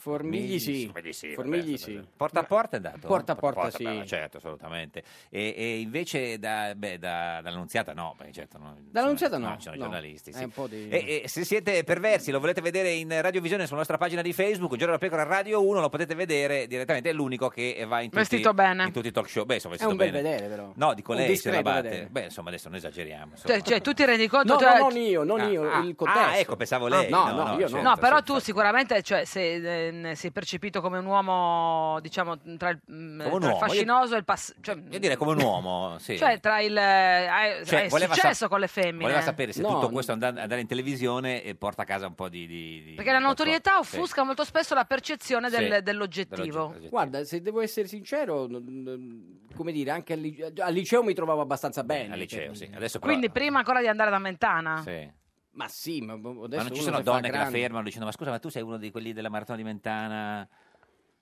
S15: Formigli sì.
S2: Formigli sì.
S15: Formigli
S2: vabbè,
S15: sì.
S2: vabbè. Porta a porta è andato?
S15: Porta a porta, sì.
S2: beh, certo, assolutamente. E, e invece da, beh, da- dall'Annunziata no, perché certo no, cioè,
S15: Dall'annunciata no.
S2: No, ci sono i giornalisti, sì.
S15: È Eh, un po' di...
S2: E, e se siete perversi, lo volete vedere in radiovisione sulla nostra pagina di Facebook, Giorno della Pecora Radio 1, lo potete vedere direttamente, è l'unico che va in tutti,
S1: Vestito bene.
S2: in tutti i talk show. Beh, insomma,
S15: È
S2: vestito
S15: un bel
S2: bene.
S15: vedere, però.
S2: No, dico
S15: Un
S2: lei, se la
S15: discreto
S2: batte.
S15: vedere.
S2: Beh, insomma, adesso non esageriamo. insomma.
S1: Cioè, cioè, tu ti rendi conto?
S15: No,
S1: cioè-
S15: no, non io, non
S2: Ah,
S15: io,
S2: ah,
S15: il contesto.
S2: ah, ecco, pensavo lei.
S15: no,
S2: No,
S15: no,
S2: no,
S15: io
S2: certo.
S15: no.
S1: No, però tu sicuramente cioè, se, eh, ne sei percepito come un uomo, diciamo, tra il, mm,
S2: Come un
S1: tra il
S2: uomo, io-
S1: fascinoso e il pass- cioè,
S2: Io direi come un uomo, sì.
S1: Cioè, tra il. eh, hai-
S2: Cioè,
S1: hai
S2: voleva
S1: successo
S2: sap-
S1: con le femmine.
S2: Voleva sapere se tutto questo andare, andare in televisione e porta a casa un po' di... di- di-
S1: Perché la notorietà
S2: sì.
S1: offusca molto spesso la percezione del-
S15: Sì,
S1: dell'oggettivo.
S15: Guarda, se devo essere sincero, n- n- come dire, anche al, lice- al liceo mi trovavo abbastanza bene. cioè,
S2: Al liceo, sì. Adesso però... eh.
S1: Quindi, prima ancora di andare da Mentana.
S2: Sì.
S15: Ma sì, ma adesso
S2: Ma non ci
S15: uno
S2: sono
S15: si fa
S2: donne che la
S15: grande.
S2: fermano dicendo ma scusa ma tu sei uno di quelli della maratona di Mentana?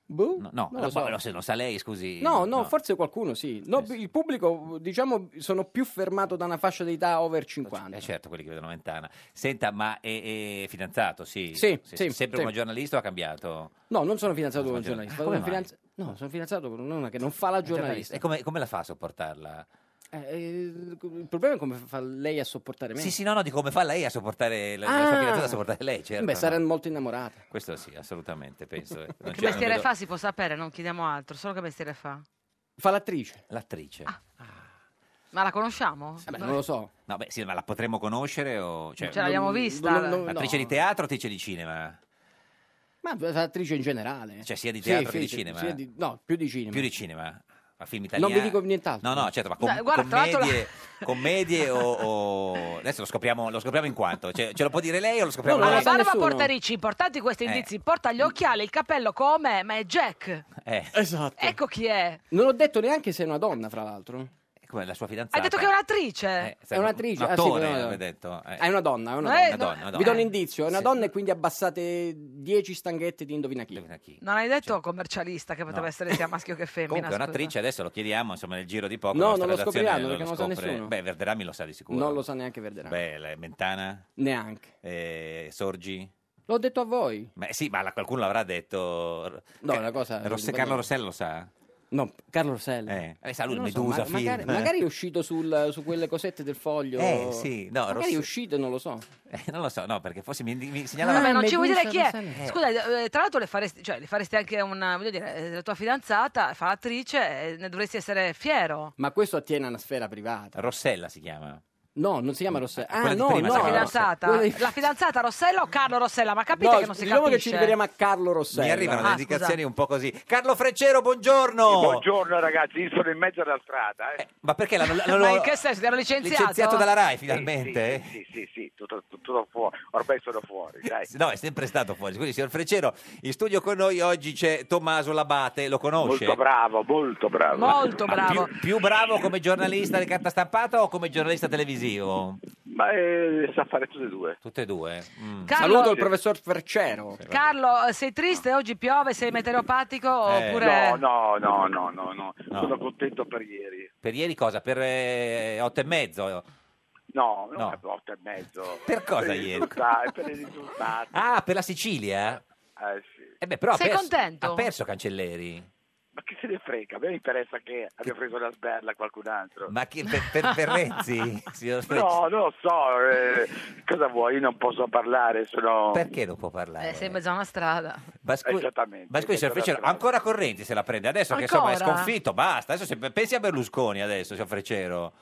S15: Boh,
S2: No, no,
S15: non
S2: no,
S15: lo so.
S2: poi, no, se lo sa lei scusi.
S15: No, no, forse qualcuno sì. No,
S2: Eh,
S15: Il pubblico, diciamo, sono più fermato da una fascia di età over 50.
S2: Eh, certo, quelli che vedono Mentana. Senta, ma è, è fidanzato, sì?
S15: Sì, sì,
S2: sempre
S15: sì.
S2: come giornalista o ha cambiato?
S15: No, non sono fidanzato con
S2: sono
S15: un giornalista. sono
S2: giornalista. Ah, come mai? Eh,
S15: fidanz- No, sono fidanzato con una che non fa la giornalista.
S2: E come, come la fa a sopportarla?
S15: Eh, eh, il problema è come fa lei a sopportare me.
S2: Sì, sì, no, no, di come fa lei a sopportare la, la
S15: Ah.
S2: sua fidanzata a sopportare lei, certo.
S15: Beh,
S2: no.
S15: saranno molto innamorate.
S2: Questo sì, assolutamente,
S15: [LAUGHS]
S2: penso. eh. Non
S1: Che
S2: c'è- non
S1: mestiere
S2: vedo-
S1: fa si può sapere, non chiediamo altro, solo che mestiere fa.
S15: Fa l'attrice. Ah,
S2: L'attrice.
S1: Ma la conosciamo?
S15: so.
S2: No, beh, sì, ma la potremmo conoscere o... Cioè,
S1: Ce l'abbiamo Non- vista, non- non-
S2: Attrice
S15: no.
S2: di teatro o attrice di cinema?
S15: Ma l'attrice in generale.
S2: Cioè sia di
S15: Sì,
S2: teatro
S15: sì,
S2: che di
S15: sì,
S2: cinema?
S15: sia di- no, più di cinema.
S2: Più di cinema? Ma film
S15: Non
S2: italiani?
S15: vi dico nient'altro.
S2: No, no, certo, ma com-
S15: Dai, guarda, tra l'altro
S2: commedie, commedie o, o- Adesso lo scopriamo, lo scopriamo in quanto? Cioè, ce lo può dire lei o lo scopriamo
S1: Allora,
S2: noi?
S1: barba porta ricci, importanti questi
S2: Eh.
S1: indizi. Porta gli occhiali, il capello come? Ma è Jack.
S2: Eh,
S15: Esatto.
S1: Ecco chi è.
S15: Non ho detto neanche se è una donna, fra l'altro.
S2: Eh, come la sua fidanzata?
S1: Hai detto che è un'attrice.
S2: Eh.
S15: È un'attrice.
S2: Un
S15: ah, sì,
S2: attore,
S15: no, no, no.
S2: aveva detto. Eh.
S15: Ah, È una donna, è una
S1: Eh,
S15: donna.
S1: no.
S2: Madonna, madonna.
S15: Vi do un
S2: Eh.
S15: indizio, è una
S2: Sì.
S15: donna e quindi abbassate 10 stanghette di indovina chi.
S1: Non hai detto commercialista che poteva
S2: No.
S1: essere sia
S2: [LAUGHS]
S1: maschio che femmina.
S2: Comunque è
S1: scusa.
S2: un'attrice, adesso lo chiediamo, insomma, nel giro di poco.
S15: No,
S2: la nostra
S15: non lo
S2: redazione
S15: scopriranno, perché non lo sa
S2: scopre.
S15: nessuno.
S2: Beh, Verderami lo sa di sicuro.
S15: Non lo sa neanche Verderà.
S2: Beh, la- Mentana?
S15: Neanche.
S2: Eh, Sorgi?
S15: L'ho detto a voi.
S2: Beh, sì, ma la- qualcuno l'avrà detto.
S15: No,
S2: Ca-
S15: una cosa-
S2: Rosse- Carlo Rossella lo sa?
S15: No, Carlo Rossella.
S2: Eh, lei sa lui,
S15: Non lo so,
S2: Medusa,
S15: ma- magari,
S2: film.
S15: magari è uscito sul- su quelle cosette del foglio.
S2: Eh, sì, no,
S15: magari
S2: Ross-
S15: è uscito, non lo so.
S2: Eh, [LAUGHS] non lo so, no, perché forse mi, mi segnalava.
S1: Eh, Vabbè, non ci vuoi dire chi
S15: Medusa,
S1: è.
S15: Rossella.
S1: Scusa, eh, tra l'altro le faresti, cioè, le faresti anche una, voglio dire, eh, la tua fidanzata fa l'attrice, eh, ne dovresti essere fiero.
S15: Ma questo attiene a una sfera privata.
S2: Rossella si chiama. Eh,
S15: No, non si chiama Rossella. Ah,
S2: quella di
S15: no,
S2: prima
S15: no.
S2: si
S1: La
S2: chiama
S1: fidanzata,
S15: Quella di-
S1: la fidanzata Rossella o Carlo Rossella? Ma capite
S15: No,
S1: che non si
S15: diciamo
S1: capisce.
S15: che ci rivediamo a Carlo Rossella.
S2: Mi arrivano
S15: Ah,
S2: le indicazioni un po' così. Carlo Freccero, buongiorno!
S17: Buongiorno ragazzi, io sono in mezzo alla strada. eh.
S2: Ma perché l'hanno, l'hanno-
S1: [LAUGHS] Ma in che senso? Ti hanno licenziato?
S2: licenziato dalla RAI
S17: Sì,
S2: finalmente?
S17: Sì, sì, sì, sì, tutto, tutto fuori, ormai sono fuori. Dai.
S2: No, è sempre stato fuori. Quindi, signor Freccero, in studio con noi oggi c'è Tommaso Labate, lo conosce?
S17: Molto bravo, molto bravo.
S1: Molto
S2: Ma
S1: bravo.
S2: Più, più bravo come giornalista di carta stampata o come giornalista televisivo?
S17: Ma eh, sa fare tutte e due.
S2: Tutte e due. mm.
S1: Carlo- Saluto il
S15: professor Fercero.
S1: Carlo, eh, sei triste? Oggi piove? Sei meteoropatico?
S2: Eh,
S1: oppure...
S17: No, Eh, no, no, no, no, no, sono contento per ieri.
S2: Per ieri cosa? Per eh, otto e mezzo?
S17: No, non
S2: No.
S17: per otto e mezzo.
S2: Per cosa
S17: i
S2: ieri?
S17: risultati- per i risultati.
S2: Ah, per la Sicilia?
S17: Eh, sì.
S2: Eh beh, però
S17: Sei
S2: ha perso,
S17: contento?
S2: Ha perso Cancelleri.
S17: Ma chi se ne frega? A me interessa che abbia preso la sberla qualcun altro.
S2: Ma che, per, per-
S17: [LAUGHS]
S2: per [LAUGHS] Renzi? signor Freccero?
S17: No, non lo so, eh, cosa vuoi? Io non posso parlare, sono...
S2: Perché non può parlare?
S1: Eh, sei in mezzo a una strada.
S2: Ma scu-
S17: Esattamente.
S2: ma scusi, signor Freccero, ancora Correnti se la prende adesso che
S1: Ancora?
S2: insomma è sconfitto, basta. Adesso se- pensi a Berlusconi adesso, signor Freccero.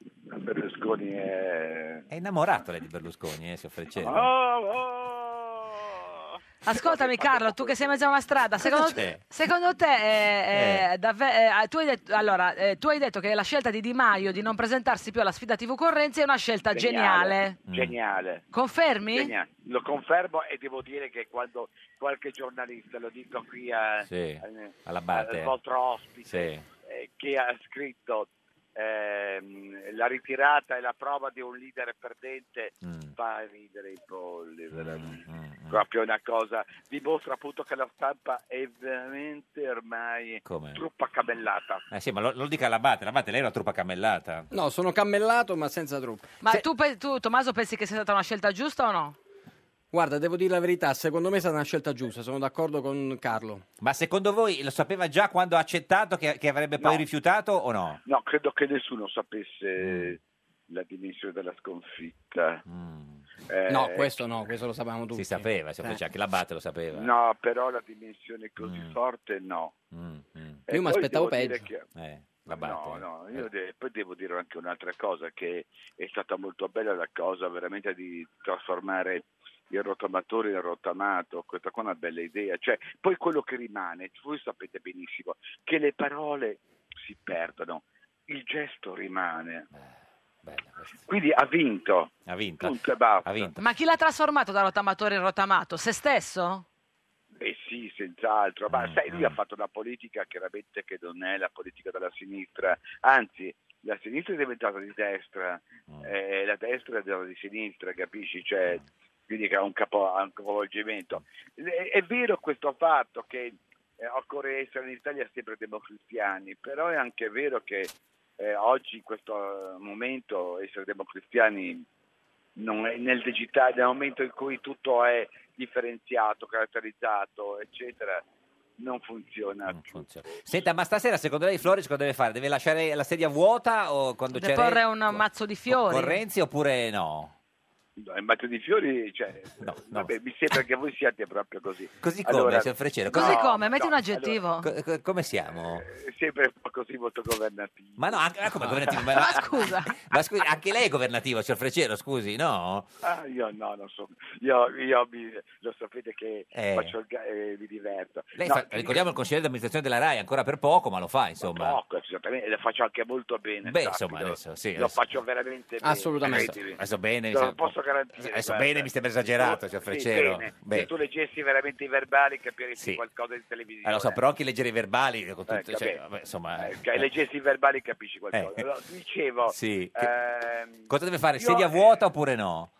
S17: Berlusconi è... Oh,
S2: È innamorato lei di Berlusconi, eh, signor Freccero.
S1: Ascoltami Carlo, tu che sei in mezzo a una strada, secondo,
S2: c'è?
S1: secondo te, eh, eh, davve- eh, tu, hai detto, allora, eh, tu hai detto che la scelta di Di Maio di non presentarsi più alla sfida TV con Renzi è una scelta geniale.
S17: Mm.
S1: Mm.
S17: Geniale.
S1: Confermi?
S17: Geniale. Lo confermo e devo dire che quando qualche giornalista, lo dico qui a,
S2: Sì,
S17: a-
S2: alla Bate.
S17: al vostro ospite,
S2: Sì.
S17: eh, che ha scritto ehm, la ritirata è la prova di un leader perdente, fa ridere i polli, veramente. Proprio una cosa, dimostra appunto che la stampa è veramente ormai
S2: Come?
S17: truppa cabellata.
S2: Eh sì, ma lo, lo dica l'abate, l'abate lei è una truppa cammellata.
S15: No, sono cammellato ma senza troppo.
S1: Ma tu, pe- tu, Tommaso pensi che sia stata una scelta giusta o no?
S15: Guarda, devo dire la verità, secondo me è stata una scelta giusta, sono d'accordo con Carlo.
S2: Ma secondo voi lo sapeva già quando ha accettato che, che avrebbe poi
S17: No.
S2: rifiutato o no?
S17: No, credo che nessuno sapesse la dimensione della sconfitta. Eh,
S15: No, questo no, questo lo sapevamo tutti.
S2: Si sapeva, si
S15: Eh.
S2: sapeva, anche l'abate lo sapeva.
S17: No, però la dimensione così forte no. E
S15: Io mi
S17: poi
S15: aspettavo
S17: devo dire
S15: peggio.
S17: che-
S2: Eh,
S17: No, no, io de- poi devo dire anche un'altra cosa, che è stata molto bella la cosa veramente di trasformare il rottamatore in rottamato, questa qua è una bella idea, cioè poi quello che rimane, voi sapete benissimo, che le parole si perdono, il gesto rimane. Quindi ha vinto.
S2: Eh, Ha vinto.
S17: Punto e basta.
S1: Ma chi l'ha trasformato da rottamatore in rottamato? Se stesso?
S17: Eh sì, senz'altro, ma sai, lui ha fatto una politica chiaramente che non è la politica della sinistra, anzi la sinistra è diventata di destra, eh, la destra è diventata di sinistra, capisci? Cioè, quindi che ha un, capo- ha un capovolgimento. È,
S2: Eh,
S17: è vero questo fatto che eh, occorre essere in Italia sempre democristiani, però è anche vero che eh, oggi in questo momento essere democristiani non è nel digitale, nel momento in cui tutto è differenziato, caratterizzato, eccetera, non funziona più.
S2: Senta, ma stasera secondo lei Floris cosa deve fare? Deve lasciare la sedia vuota o quando c'è
S1: Deporre un mazzo di fiori?
S2: con Renzi oppure no?
S17: No, Il mazzo di fiori, cioè, vabbè, mi sembra che voi siate proprio così.
S2: Così come, signor Freccero?
S1: Così
S2: No,
S1: come? Metti
S17: no,
S1: un aggettivo.
S2: Co- co- come siamo?
S17: È sempre un po' così molto governativo.
S2: Ma no, anche, ah,
S17: [LAUGHS] Eh.
S2: come governativo? Ma, [LAUGHS] ma
S1: scusa.
S2: scusi, anche lei è governativo, signor Freccero, scusi, no?
S17: Ah, io no, non so. Io, io mi- lo sapete che
S2: Eh.
S17: faccio il ga- eh, mi diverto.
S2: Lei
S17: No, eh,
S2: fa-
S17: ti-
S2: ricordiamo il consigliere d'amministrazione della RAI, ancora per poco, ma lo fa, insomma.
S17: Poco, esattamente, lo faccio anche molto bene.
S2: Beh,
S17: sa,
S2: insomma,
S17: lo-
S2: adesso, sì,
S17: Lo
S2: adesso.
S17: faccio veramente bene.
S2: Assolutamente.
S17: credimi.
S2: Adesso bene, mi
S17: Te lo
S2: sembra-
S17: posso garantire.
S2: Adesso
S17: guarda.
S2: bene, mi sembra esagerato,
S17: Tu-
S2: signor
S17: sì,
S2: Freccero. Eh,
S17: bene.
S2: Beh.
S17: Se tu leggessi veramente i verbali capiresti
S2: Sì.
S17: qualcosa di televisione.
S2: Eh, lo so, però anche leggere i verbali, con tutto-
S17: Eh,
S2: cioè,
S17: capì.
S2: vabbè, insomma...
S17: Che
S2: eh.
S17: leggessi i verbali capisci qualcosa.
S2: Eh.
S17: Allora, dicevo,
S2: Sì, che-
S17: ehm,
S2: Cosa deve fare?
S17: io-
S2: Sedia vuota oppure no?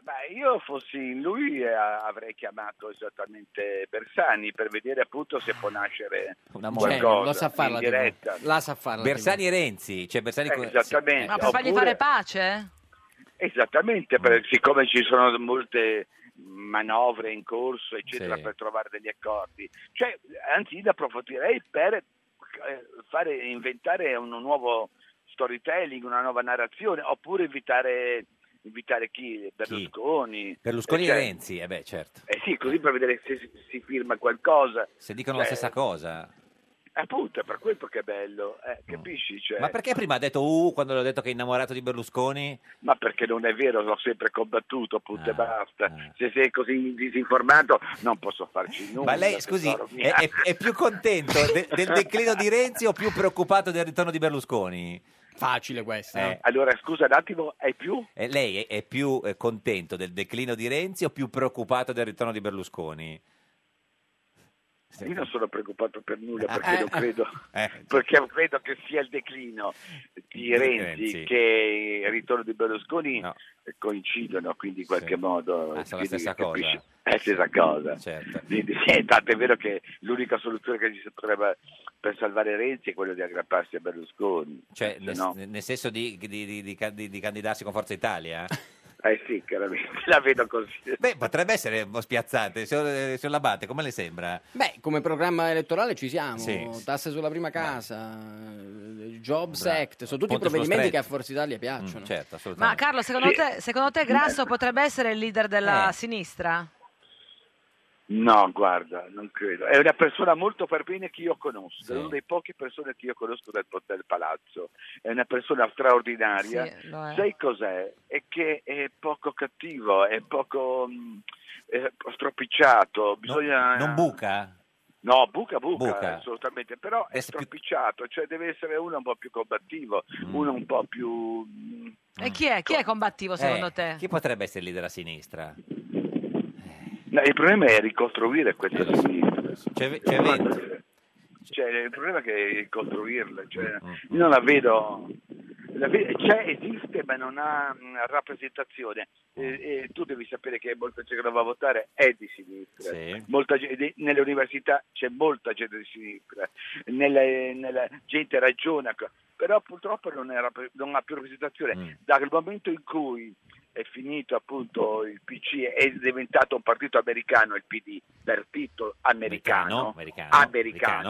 S17: Beh, io fossi in lui eh, avrei chiamato esattamente Bersani per vedere appunto se può nascere
S2: Una mo-
S17: qualcosa
S15: lo sa fare
S17: in
S15: la
S17: diretta.
S15: TV. La sa fare la
S2: Bersani e Renzi, cioè Bersani
S17: Eh,
S2: con-
S17: esattamente.
S2: sì,
S1: Ma per fargli
S17: Oppure-
S1: fare pace?
S17: Esattamente,
S2: Mm.
S17: per- siccome ci sono molte manovre in corso, eccetera,
S2: Sì.
S17: per trovare degli accordi, cioè, anzi, io approfondirei per eh, fare, inventare un nuovo storytelling, una nuova narrazione, oppure invitare, invitare chi? Berlusconi.
S2: Berlusconi
S17: Cioè,
S2: e Renzi, eh beh, certo.
S17: Eh sì, così per vedere se si- si firma qualcosa.
S2: Se dicono la
S17: Cioè,
S2: stessa cosa.
S17: Appunto, è per questo che è bello, eh, capisci? Cioè,
S2: Mm. Ma perché prima ha detto uh quando le ho detto che è innamorato di Berlusconi?
S17: Ma perché non è vero, l'ho sempre combattuto, punto
S2: Ah,
S17: e basta. Se sei così disinformato non posso farci nulla.
S2: Ma lei, scusi,
S17: tesoro
S2: è,
S17: mio.
S2: è- è più contento de- del declino di Renzi o più preoccupato del ritorno di Berlusconi? Eh, Facile questo.
S17: Allora, scusa un attimo, è più?
S2: lei è, è più eh, contento del declino di Renzi o più preoccupato del ritorno di Berlusconi?
S17: Io non sono preoccupato per nulla
S2: Ah,
S17: perché,
S2: eh,
S17: non credo,
S2: eh.
S17: [LAUGHS] perché credo che sia il declino di
S2: Di
S17: Renzi,
S2: Renzi.
S17: che il ritorno di Berlusconi coincidono, quindi in qualche modo
S2: Ah, sono la
S17: quindi
S2: stessa
S17: capisci?
S2: cosa.
S17: È la stessa cosa.
S2: Certo.
S17: Quindi, eh, tanto è vero che l'unica soluzione che ci si potrebbe per salvare Renzi è quella di aggrapparsi a Berlusconi.
S2: Cioè,
S17: Se
S2: nel,
S17: Eh, no-
S2: nel senso di, di- di- di can- di- di candidarsi con Forza Italia?
S17: [LAUGHS] Eh sì, chiaramente, la vedo [LAUGHS] così.
S2: Beh, potrebbe essere un po' spiazzante. Signor, eh, signor Labate, come le sembra?
S15: Beh, come programma elettorale ci siamo,
S2: Sì, sì.
S15: tasse sulla prima casa, eh, Jobs
S2: Bravo.
S15: Act, sono tutti
S2: Ponte sullo
S15: provvedimenti
S2: stretto.
S15: che a Forza Italia piacciono.
S2: certo,
S1: Ma
S2: assolutamente.
S1: Carlo, secondo,
S15: Sì.
S1: te, secondo te Grasso potrebbe essere il leader della
S17: Eh.
S1: sinistra?
S17: No, guarda, non credo. È una persona molto per bene che io conosco, è una delle poche persone che io conosco del, del palazzo. È una persona straordinaria.
S2: eh.
S1: Sì, lo è.
S17: Sai cos'è? È che è poco cattivo, è poco mh, è stropicciato. Bisogna...
S2: Non buca?
S17: No, buca, buca,
S2: Buca.
S17: assolutamente, però è stropicciato, cioè deve essere uno un po' più combattivo,
S2: Mm.
S17: uno un po' più... mh,
S1: E chi è? Chi è combattivo secondo
S2: Eh,
S1: te?
S2: Chi potrebbe essere il leader a sinistra?
S17: No, il problema è ricostruire questa
S2: Eh,
S17: sinistra.
S2: C'è,
S17: Cioè, il problema è che è costruirla, cioè, io non la vedo, la ve- c'è, esiste ma non ha mh, rappresentazione. E, e tu devi sapere che molta gente che non va a votare è di sinistra,
S2: Sì.
S17: Molta ge- de- nelle università c'è molta gente di sinistra, nella, nella- gente
S2: Mm.
S17: ragiona, co- però purtroppo non, è rappre- non ha più rappresentazione. Dal momento in cui è finito appunto il PC, è diventato un partito americano, il PD, partito americano,
S2: Americano,
S17: americano,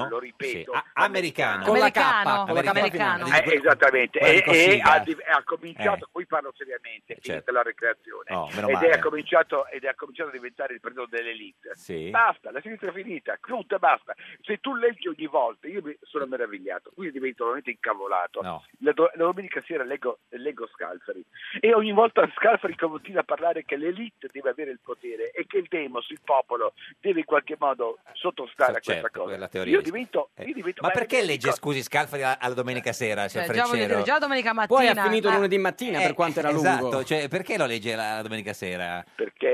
S2: americano,
S17: lo ripeto,
S2: sì. A- americano.
S17: Con la K,
S2: Americano.
S17: con la K
S2: Americano.
S17: finale. Eh, esattamente,
S2: Quello
S17: e,
S2: di
S17: e
S2: Cossiga.
S17: ha, div- ha cominciato,
S2: Eh.
S17: qui parlo seriamente, finita
S2: certo.
S17: la recreazione,
S2: Oh, meno
S17: ed,
S2: male.
S17: è cominciato, ed è cominciato a diventare il partito dell'elite.
S2: Sì.
S17: Basta, la sinistra è finita, chiude, basta. Se tu leggi ogni volta, io mi sono meravigliato, qui divento veramente incavolato.
S2: No.
S17: La, do- la domenica sera leggo, leggo Scalfari e ogni volta Scalfari continua a parlare che l'elite deve avere il potere e che il demos, il popolo, deve in qualche modo sottostare
S2: Certo,
S17: a questa cosa.
S2: quella teoria
S17: Io
S2: di-
S17: divento,
S2: eh.
S17: io divento
S2: Ma perché
S17: io
S2: legge,
S17: dico- Eh,
S2: scusi, Scalfari alla, alla domenica sera,
S1: Cioè,
S2: signor
S1: già, voglio
S2: Freccero?
S1: dire, già domenica mattina.
S15: Poi ha finito
S1: eh,
S15: lunedì mattina, per quanto era lungo.
S2: Esatto, cioè, perché lo legge la, la domenica sera?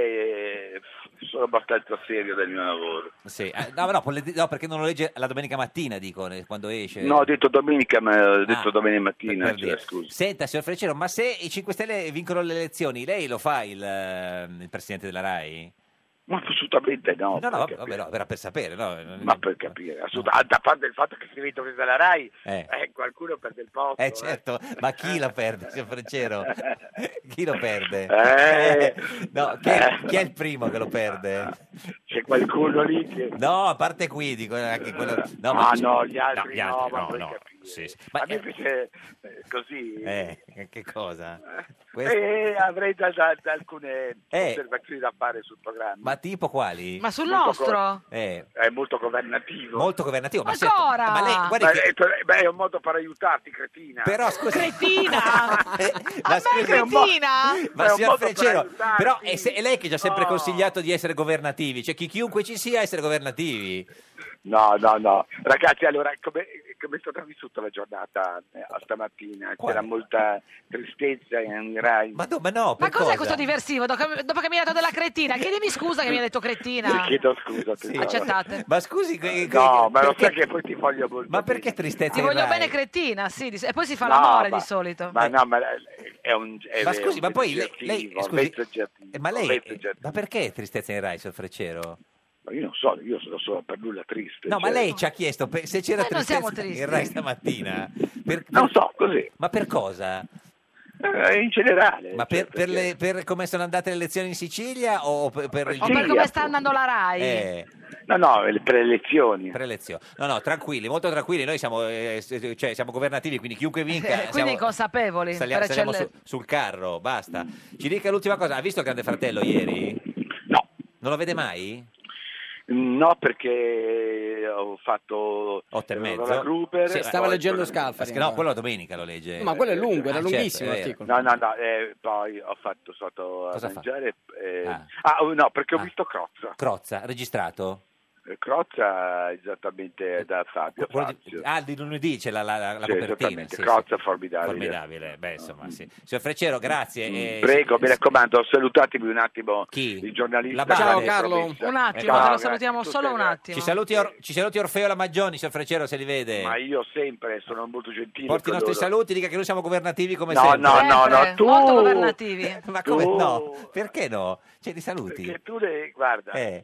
S17: Perché eh, sono abbastanza serio del mio lavoro.
S2: Sì, eh, no, no, pole- no, perché non lo legge la domenica mattina, dico, ne- quando esce.
S17: No, ho detto domenica, ma ho detto
S2: Ah,
S17: domenica mattina,
S2: per
S17: cioè,
S2: dire.
S17: scusi.
S2: Senta, signor Freccero, ma se i 5 Stelle vincono le elezioni, lei lo fa il, eh, il presidente della RAI?
S17: Ma assolutamente no.
S2: No, no, vabbè,
S17: per capire.
S2: no, era per sapere, no?
S17: Ma per capire, assolutamente, a parte il fatto che si vinto questa la RAI,
S2: Eh.
S17: eh, qualcuno perde il posto. [LAUGHS]
S2: Eh certo, ma chi la perde, signor Freccero? Chi lo perde?
S17: Eh.
S2: [LAUGHS] No, chi è, chi è il primo che lo perde?
S17: C'è qualcuno lì che...
S2: No, a parte qui, dico anche quello...
S17: No,
S2: ma-
S17: no, gli altri no, ma
S2: no,
S17: puoi
S2: no,
S17: capire.
S2: sì, sì.
S17: a me invece eh, così
S2: Eh, che cosa? Questo-
S17: eh, avrei da, da- da alcune
S2: Eh.
S17: osservazioni da fare sul programma.
S2: Ma tipo quali?
S1: Ma sul
S17: Molto
S1: nostro?
S2: Eh,
S17: È molto governativo.
S2: molto governativo. Ma, se-
S1: Ancora?
S2: ma lei, guardi
S17: Ma
S2: che-
S17: è- beh, è un modo per aiutarti, cretina.
S2: Però,
S10: Pues
S2: scusi-
S1: Cretina!
S2: ma scusi-
S1: cretina!
S2: Ma
S17: È un
S2: signor
S17: modo per
S2: Freccero,
S17: aiutarti.
S2: però è, se- è lei che ci ha sempre
S17: No.
S2: consigliato di essere governativi, cioè chi, chiunque ci sia essere governativi.
S17: No, no, no. Ragazzi, allora, come, Eh, come è stata vissuta la giornata eh, stamattina? C'era molta tristezza in Rai.
S2: Ma, no,
S1: Ma cos'è questo diversivo? Do- Dopo che mi hai dato della cretina, chiedimi scusa che mi hai detto cretina.
S17: Chiedo scusa. tesoro.
S1: Accettate.
S2: Ma scusi, que- que-
S17: No, ma lo
S2: perché-
S17: sai che poi ti voglio molto.
S2: ma perché tristezza?
S1: Ti
S2: in
S1: voglio
S2: Rai?
S1: bene cretina, sì, di- e poi si fa
S17: No,
S1: l'amore
S17: ma-
S1: di solito.
S17: Ma no, ma è un... È
S2: Ma
S17: è
S2: scusi,
S17: un
S2: ma poi lei-
S17: vezzeggiativo,
S2: lei- scusi,
S17: un vezzeggiativo,
S2: Eh, Ma
S17: un
S2: lei,
S17: vezzeggiativo.
S2: ma perché tristezza in Rai, signor Freccero?
S17: Ma io non so, io sono solo per nulla triste.
S2: No, ma
S17: cioè-
S2: lei ci ha chiesto per- se c'era
S1: Eh, non
S2: tristezza
S1: siamo tristi.
S2: in Rai stamattina. Per-
S17: Non so, così.
S2: Ma per cosa?
S17: Eh, in generale. cioè,
S2: Ma per, per le- per come sono andate le elezioni in Sicilia o per, per il...
S1: O per come sta andando la Rai?
S2: Eh,
S17: No, no, le prelezioni.
S2: prelezione. No, no, tranquilli, molto tranquilli. Noi siamo, eh, s- cioè, siamo governativi, quindi chiunque vinca...
S1: Eh, [LAUGHS] quindi
S2: siamo-
S1: consapevoli.
S2: saliamo,
S1: per
S2: saliamo
S1: eccelle-
S2: su- sul carro, basta. Ci dica l'ultima cosa. Ha visto il Grande Fratello ieri?
S17: No.
S2: Non lo vede mai?
S17: No, perché ho fatto
S2: Otto e mezzo.
S17: la Gruber.
S2: Sì,
S15: Stava
S17: poi- Eh,
S15: leggendo Scalfari.
S2: No, quello la domenica lo legge.
S15: Ma quello è lungo, era
S2: Ah, certo,
S15: lunghissimo
S2: è vero.
S15: l'articolo.
S17: No, no, no, eh, poi ho fatto sotto a
S2: Cosa fa?
S17: mangiare. eh,
S2: Ah.
S17: ah. oh, no, perché ho visto Crozza.
S2: Crozza, registrato?
S17: Eh, Crozza esattamente da Fabio
S2: Quello di-
S17: Fazio.
S2: Eh, ah, di lunedì c'è la, la- la- la
S17: Sì,
S2: copertina.
S17: esattamente.
S2: sì,
S17: Crozza
S2: sì.
S17: formidabile. Mm.
S2: Formidabile, beh, insomma, sì. Signor Freccero, grazie. eh,
S17: Prego,
S2: sì,
S17: mi
S2: sì.
S17: raccomando, salutatemi un attimo il
S2: La
S17: giornalista.
S2: Bari.
S17: che
S2: Ciao,
S17: mi
S2: Carlo.
S17: promessa.
S1: Un attimo,
S17: Ciao,
S1: te lo
S17: grazie,
S1: salutiamo
S17: tutte,
S1: solo un
S17: grazie.
S1: attimo.
S2: Ci saluti, Or- ci saluti Orfeo Lamaggioni, signor Freccero, se li vede.
S17: Ma io sempre sono molto gentile.
S2: Porti i
S17: con
S2: nostri
S17: loro.
S2: saluti, dica che noi siamo governativi come
S17: No,
S2: sempre.
S17: no, no, no, tu...
S1: Molto governativi.
S2: [LAUGHS] Ma come
S17: Tu-
S2: no? Perché no? Cioè, li saluti.
S17: Perché tu le... Guarda,
S2: Eh.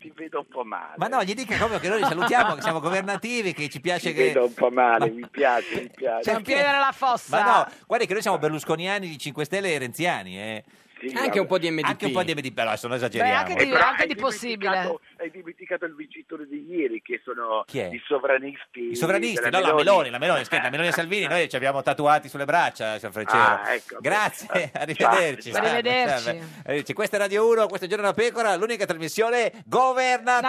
S17: ti vedo un po' male.
S2: Ma no, gli dica proprio che noi li salutiamo, che
S17: [LAUGHS]
S2: siamo governativi, che ci piace
S17: Ti
S2: che...
S17: vedo un po' male,
S2: Ma-
S17: mi piace, mi piace.
S2: [LAUGHS] Cioè,
S1: Non piedere la fossa.
S2: Ma no, guarda che noi siamo berlusconiani di 5 Stelle e renziani, eh.
S17: Sì,
S15: Anche un po' di MDP.
S2: Anche un po' di MDP, però adesso non
S1: Beh,
S2: esageriamo.
S1: anche di,
S17: Eh, però
S1: anche
S17: hai
S1: di possibile.
S17: dimenticato- Hai dimenticato il vincitore di ieri che sono
S2: Chi è?
S17: i sovranisti.
S2: I sovranisti,
S17: della
S2: no, la Meloni, la Meloni, scherza, la Meloni e Salvini, noi ci abbiamo tatuati sulle braccia, signor Freccero.
S17: Ah, ecco.
S2: Grazie, [LAUGHS] arrivederci.
S1: Ciao. Arrivederci.
S2: Arrivederci. Questa è Radio 1, questo è Giorno da Pecora, l'unica trasmissione governativa.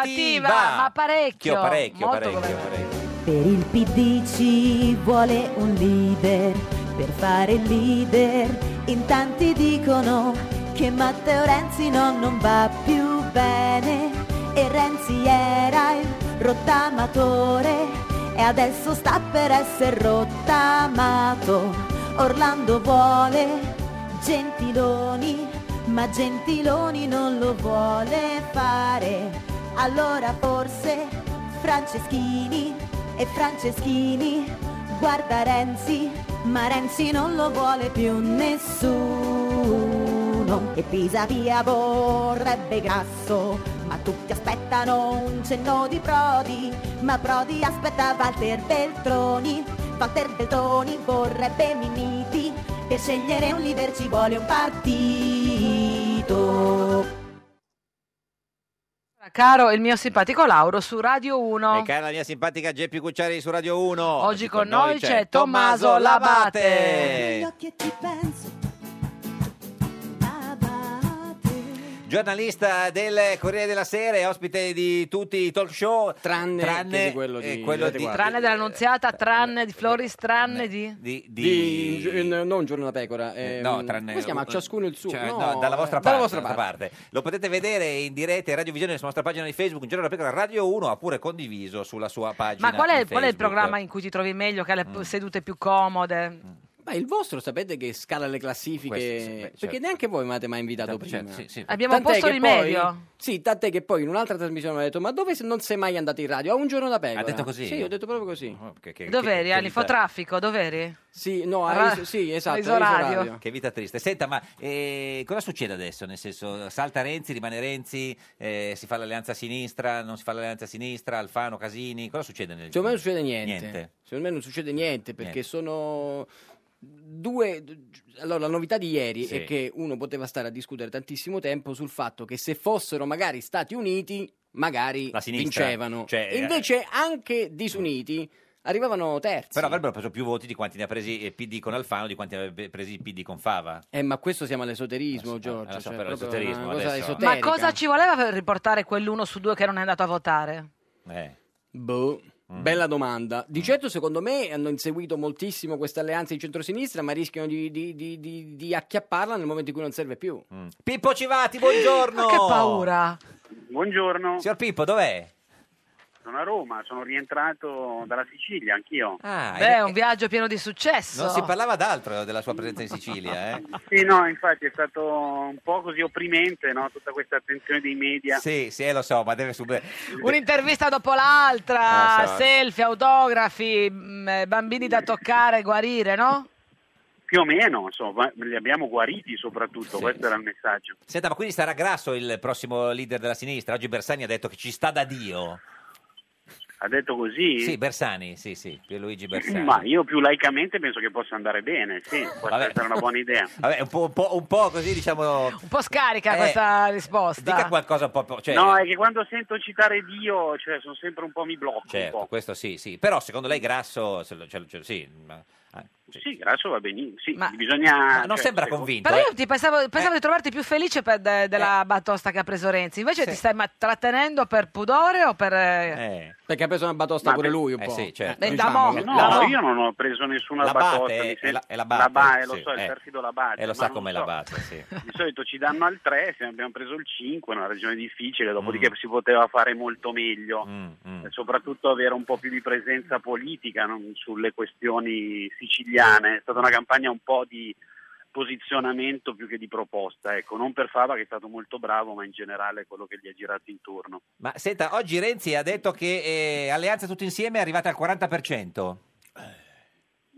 S1: Nativa, ma parecchio,
S2: Chio, parecchio,
S1: molto
S2: parecchio,
S1: governativa.
S2: parecchio.
S11: Per il PD ci vuole un leader, per fare il leader. In tanti dicono che Matteo Renzi no, non va più bene. E Renzi era il rottamatore e adesso sta per essere rottamato. Orlando vuole Gentiloni, ma Gentiloni non lo vuole fare. Allora forse Franceschini e Franceschini guarda Renzi, ma Renzi non lo vuole più nessuno. E Pisapia vorrebbe grasso, ma tutti aspettano un cenno di Prodi, ma Prodi aspetta Walter Beltroni. Walter Beltroni vorrebbe Minniti Per scegliere un leader ci vuole un partito.
S1: Caro il mio simpatico Lauro su Radio 1.
S2: E cara la mia simpatica Geppi Cucciari su Radio 1. Oggi
S1: con noi c'è Tommaso Labate.
S11: Gli occhi e ti penso.
S2: Giornalista del Corriere della Sera e ospite di tutti i talk show. Tranne,
S15: che di quello di-
S2: eh, quello di-
S1: Tranne
S2: eh,
S1: dell'annunziata, tranne di Floris, tranne di...
S2: di- di- Eh,
S15: Di, gi- eh, non giorno da pecora, ehm,
S2: no, tranne,
S15: come si chiama? Ciascuno il suo.
S2: Cioè,
S15: no,
S2: no, dalla, vostra
S15: eh,
S2: parte,
S15: dalla vostra
S2: dalla
S15: parte.
S2: parte. Lo potete vedere in diretta in radiovisione sulla nostra pagina di Facebook, un giorno della piccola Radio 1, oppure condiviso sulla sua pagina.
S1: Ma qual è,
S2: di
S1: qual è
S2: Facebook.
S1: il
S2: Mm.
S1: programma in cui ti trovi meglio, che ha le p- sedute più comode?
S15: Ma il vostro sapete che scala le classifiche?
S1: Questo sì, beh,
S15: Perché
S1: certo.
S15: neanche voi mi avete mai invitato prima.
S1: certo, sì, sì. Abbiamo un posto
S15: che
S1: rimedio.
S15: poi- sì, tant'è che poi in un'altra trasmissione mi ha detto: Ma dove se- non sei mai andato in radio? A un giorno da pecora.
S2: Ha detto così? Oh,
S15: Sì, ho detto proprio così.
S1: Dov'eri? All'infotraffico, dov'eri?
S15: Sì, no, a
S1: Ra-
S15: Is- sì, esatto, a
S1: Isoradio.
S15: Isoradio.
S2: Che vita triste. Senta, ma eh, cosa succede adesso? Nel senso, salta Renzi, rimane Renzi, eh, si fa l'alleanza a sinistra, non si fa l'alleanza a sinistra, Alfano, Casini, cosa succede? Nel...
S15: Secondo me non succede niente.
S2: Niente.
S15: Secondo me non succede niente perché
S2: Niente.
S15: sono due. Allora, la novità di ieri
S2: Sì.
S15: è che uno poteva stare a discutere tantissimo tempo sul fatto che se fossero magari Stati Uniti, magari
S2: La sinistra,
S15: vincevano.
S2: cioè, eh,
S15: Invece, anche disuniti arrivavano terzi.
S2: Però avrebbero preso più voti di quanti ne ha presi il PD con Alfano, di quanti ne avrebbe presi il PD con Fava.
S15: Eh, ma questo siamo
S2: Eh,
S15: all'esoterismo, Giorgio.
S2: lo so,
S15: cioè,
S2: però
S15: proprio
S2: l'esoterismo
S15: una cosa
S2: adesso-
S15: esoterica.
S1: Ma cosa ci voleva per riportare quell'uno su due che non è andato a votare?
S2: Eh. Mm.
S15: Boh. Bella domanda. Di certo, secondo me, hanno inseguito moltissimo questa alleanza di centrosinistra, ma rischiano di, di- di- di- di acchiapparla nel momento in cui non serve più.
S2: Pippo Civati, buongiorno!
S15: Ma che paura!
S18: Buongiorno,
S2: Signor Pippo, dov'è?
S18: sono a Roma, sono rientrato dalla Sicilia, anch'io.
S2: Ah,
S1: Beh, è un viaggio pieno di successo.
S2: Non si parlava d'altro della sua presenza in Sicilia,
S15: [LAUGHS]
S2: eh?
S18: Sì, no, infatti è stato un po' così opprimente, no? Tutta questa attenzione dei media.
S2: Sì, sì, eh, lo so, ma deve subire.
S1: Un'intervista dopo l'altra,
S2: Eh, so.
S1: selfie, autografi, mh, bambini da toccare, guarire, no?
S18: Più o meno, insomma, li abbiamo guariti soprattutto, questo era il messaggio.
S2: Senta, ma quindi sarà grasso il prossimo leader della sinistra? Oggi Bersani ha detto che ci sta da Dio.
S18: Ha detto così?
S2: Sì, Bersani, sì, sì, Pierluigi Bersani.
S18: Ma io più laicamente penso che possa andare bene, sì, può
S2: Vabbè.
S18: essere una buona idea.
S2: Vabbè, un po', un po'- un po' così, diciamo...
S1: Un po' scarica
S2: Eh,
S1: questa risposta.
S2: Dica qualcosa un po'... po- [LAUGHS] Cioè,
S18: No, è che quando sento citare Dio, cioè, sono sempre un po' mi blocco un
S2: Certo,
S18: po'.
S2: questo sì, sì. Però secondo lei grasso... se lo- ce lo- ce lo- sì, ma- ah, sì.
S18: Sì, grasso va benissimo, sì, bisogna...
S2: Ma non
S18: cioè,
S2: sembra
S18: secondo-
S2: convinto.
S1: Però
S2: eh.
S1: io ti pensavo, pensavo di trovarti più felice per de- della batosta che ha preso Renzi. Invece ti stai ma- trattenendo per pudore o per... eh,
S2: Eh,
S15: Perché ha preso una batosta
S18: Ma
S15: pure
S18: beh-
S15: lui un po'. Diciamo,
S1: Beh, da mo-
S15: diciamolo.
S18: No, io non ho preso nessuna
S2: certo. La
S18: batosta.
S2: Bate,
S18: mi
S2: è
S18: sembra-
S2: la- è la Bate,
S18: Ba- eh, lo
S2: sì,
S18: so, il
S2: eh.
S18: perfido la Bate.
S2: Eh, lo
S18: ma
S2: sa
S18: non
S2: com'è la Bate, Esatto, sì.
S18: Di solito ci danno al 3, se abbiamo preso il 5, è una ragione difficile,
S2: Mm.
S18: dopodiché si poteva fare molto meglio,
S19: Mm.
S18: E soprattutto avere un po' più di presenza politica non- sulle questioni siciliane. È stata una campagna un po' di posizionamento più che di proposta, ecco, non per Fava che è stato molto bravo, ma in generale quello che gli ha girato intorno.
S2: Ma senta, oggi Renzi ha detto che eh, Alleanza Tutti Insieme è arrivata al 40%.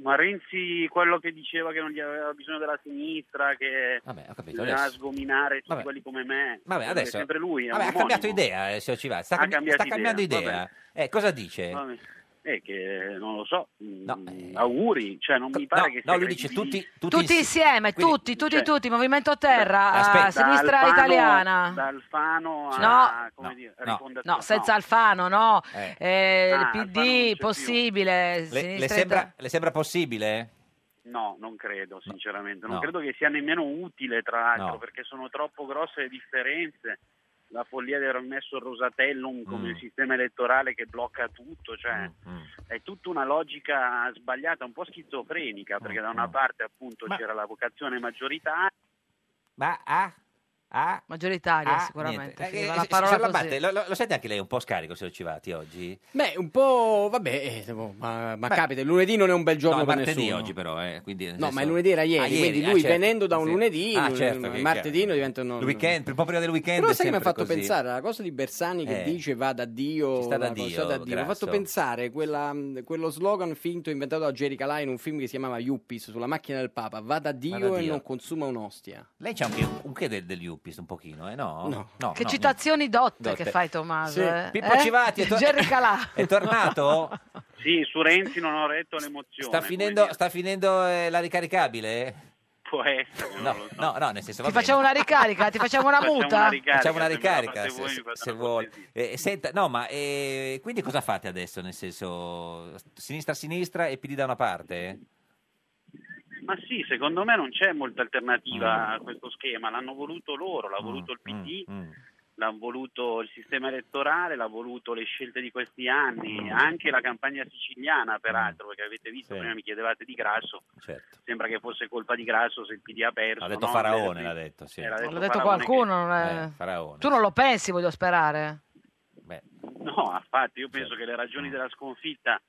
S18: Ma Renzi, quello che diceva che non gli aveva bisogno della sinistra, che
S2: Ah, ho capito,
S18: bisognava
S2: adesso.
S18: sgominare tutti
S2: Vabbè.
S18: quelli come me,
S2: Vabbè, adesso...
S18: è sempre lui. È
S2: Vabbè,
S18: un
S2: ha cambiato idea, eh, signor Civati. Sta,
S18: Ha
S2: cambi-
S18: cambiato
S2: sta cambiando
S18: idea,
S2: idea.
S18: va
S2: Eh, cosa dice? eh,
S18: omonimo. Vabbè. Eh, che non lo so, mm, auguri, cioè non mi pare
S2: no,
S18: che
S2: no,
S18: sia
S2: lui dice
S18: credibile.
S2: tutti, tutti,
S1: Tutti, insieme,
S18: Quindi,
S1: tutti, tutti,
S18: cioè-
S1: tutti, Movimento Terra,
S2: Aspetta, Cioè,
S1: eh, Sinistra
S18: Alfano-
S1: Italiana.
S18: Da Alfano a
S1: No.
S18: come dire,
S2: no.
S18: rifondazione.
S1: No, senza Alfano, no.
S2: Eh.
S1: Eh,
S18: Ah,
S1: PD,
S18: Alfano non c'è più.
S1: possibile.
S2: Le, le
S1: Eh, Sinistra
S2: sembra,
S1: Ita-
S2: le sembra possibile?
S18: No, non credo, sinceramente. Non
S2: No.
S18: credo che sia nemmeno utile, tra l'altro,
S2: No.
S18: perché sono troppo grosse le differenze. La follia di aver messo il Rosatellum come
S2: Mm.
S18: sistema elettorale che blocca tutto, cioè è tutta una logica sbagliata, un po' schizofrenica, perché
S2: Mm,
S18: da una parte appunto c'era la vocazione maggioritaria,
S2: Ma ah, ah,
S1: Maggioritaria,
S2: ah,
S1: sicuramente.
S2: niente. Eh,
S1: finiva
S2: eh,
S1: la
S2: se-
S1: parola
S2: signor
S1: così.
S2: Labate, lo, lo- lo sente anche lei un po' scarico, signor Civati, oggi?
S15: Beh, un po'. Vabbè, eh, boh, ma, ma
S2: Beh.
S15: capita, il lunedì non è un bel giorno
S2: no, è
S15: per
S2: martedì
S15: nessuno.
S2: oggi però, eh, quindi nel
S15: No,
S2: senso-
S15: ma il lunedì era ieri,
S2: Ah,
S15: quindi
S2: ah,
S15: lui
S2: certo,
S15: venendo da un
S2: sì.
S15: lunedì,
S2: Ah,
S15: il-
S2: certo,
S15: il
S2: che-
S15: martedì non diventa un
S2: Il weekend, un po' prima del weekend
S15: Però
S2: è
S15: sai che mi ha
S2: sempre
S15: fatto
S2: così.
S15: pensare alla cosa di Bersani che
S2: Eh.
S15: dice va da Dio,
S2: Ci sta da
S15: la cosa
S2: Dio,
S15: da Dio. Mi ha fatto
S2: grasso.
S15: pensare quella, quello slogan finto inventato da Jerry Calà in un film che si chiamava Yuppies sulla macchina del Papa, va da Dio, e
S2: Dio.
S15: non consuma un'ostia.
S2: Lei c'ha un che, un che del, degli Uppis un pochino, eh? No?
S15: No.
S1: Che
S2: no,
S1: citazioni dotte,
S2: Dotte.
S1: che fai
S2: Sì.
S1: Tommaso. eh?
S2: Pippo
S1: Eh? [LAUGHS]
S2: Civati è to-
S1: Gerry Calà.
S2: no. È tornato?
S1: [LAUGHS]
S18: Sì, su Renzi non ho retto l'emozione.
S2: Sta finendo, sta finendo eh, la ricaricabile?
S18: può essere.
S2: No, no, no, nel senso...
S1: Ti
S2: va bene.
S1: facciamo una ricarica, ti facciamo una muta.
S2: [LAUGHS] Facciamo una ricarica,
S18: se me la
S2: se,
S18: fate
S2: se vuole. Eh, senta, no, ma eh, quindi cosa fate adesso? Nel senso, sinistra a sinistra e PD da una parte?
S18: Ma sì, secondo me non c'è molta alternativa
S2: Mm.
S18: a questo schema, l'hanno voluto loro, l'ha voluto il PD, l'ha voluto il sistema elettorale, l'ha voluto le scelte di questi anni, anche la campagna siciliana peraltro, perché avete visto,
S2: Mm. Sì.
S18: prima mi chiedevate di Grasso,
S2: Certo.
S18: sembra che fosse colpa di Grasso se il PD ha perso.
S2: Ha detto
S18: no?
S2: Faraone,
S18: Eh,
S2: l'ha detto, sì.
S18: eh, l'ha
S1: L'ha detto
S18: Faraone che-
S1: qualcuno, non è-
S2: Faraone.
S1: tu non lo pensi, voglio sperare.
S18: No, affatto, io
S2: Cioè,
S18: penso che le ragioni della sconfitta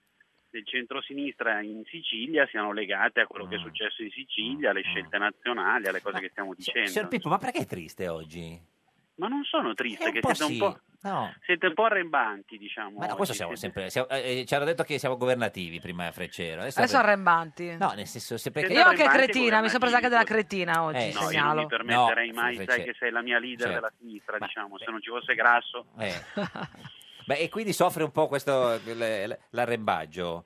S18: del centrosinistra in Sicilia siano legate a quello che è
S2: Mm.
S18: successo in Sicilia, alle scelte nazionali, alle cose che stiamo
S2: Signor
S18: dicendo.
S2: Pippo, ma perché è triste oggi?
S18: Ma non sono
S2: Eh,
S18: triste,
S2: un
S18: che
S2: po'
S18: siete un
S2: sì.
S18: po'...
S2: No.
S18: Siete un po' arrembanti, diciamo.
S2: Ma no, questo
S18: oggi.
S2: siamo sempre... siamo- eh, ci hanno detto che siamo governativi prima a Freccero. Adesso,
S1: Adesso arrembanti.
S2: No, nel senso... Se perché...
S1: Io anche cretina, mi sono presa anche della cretina oggi,
S2: Eh,
S18: No, io non
S1: segnalo.
S18: mi permetterei
S2: No,
S18: mai,
S2: invece-
S18: sai che sei la mia leader
S2: certo.
S18: della sinistra, diciamo, se non ci fosse grasso.
S2: Eh. Beh, e quindi soffre un po' questo l- l'arrembaggio.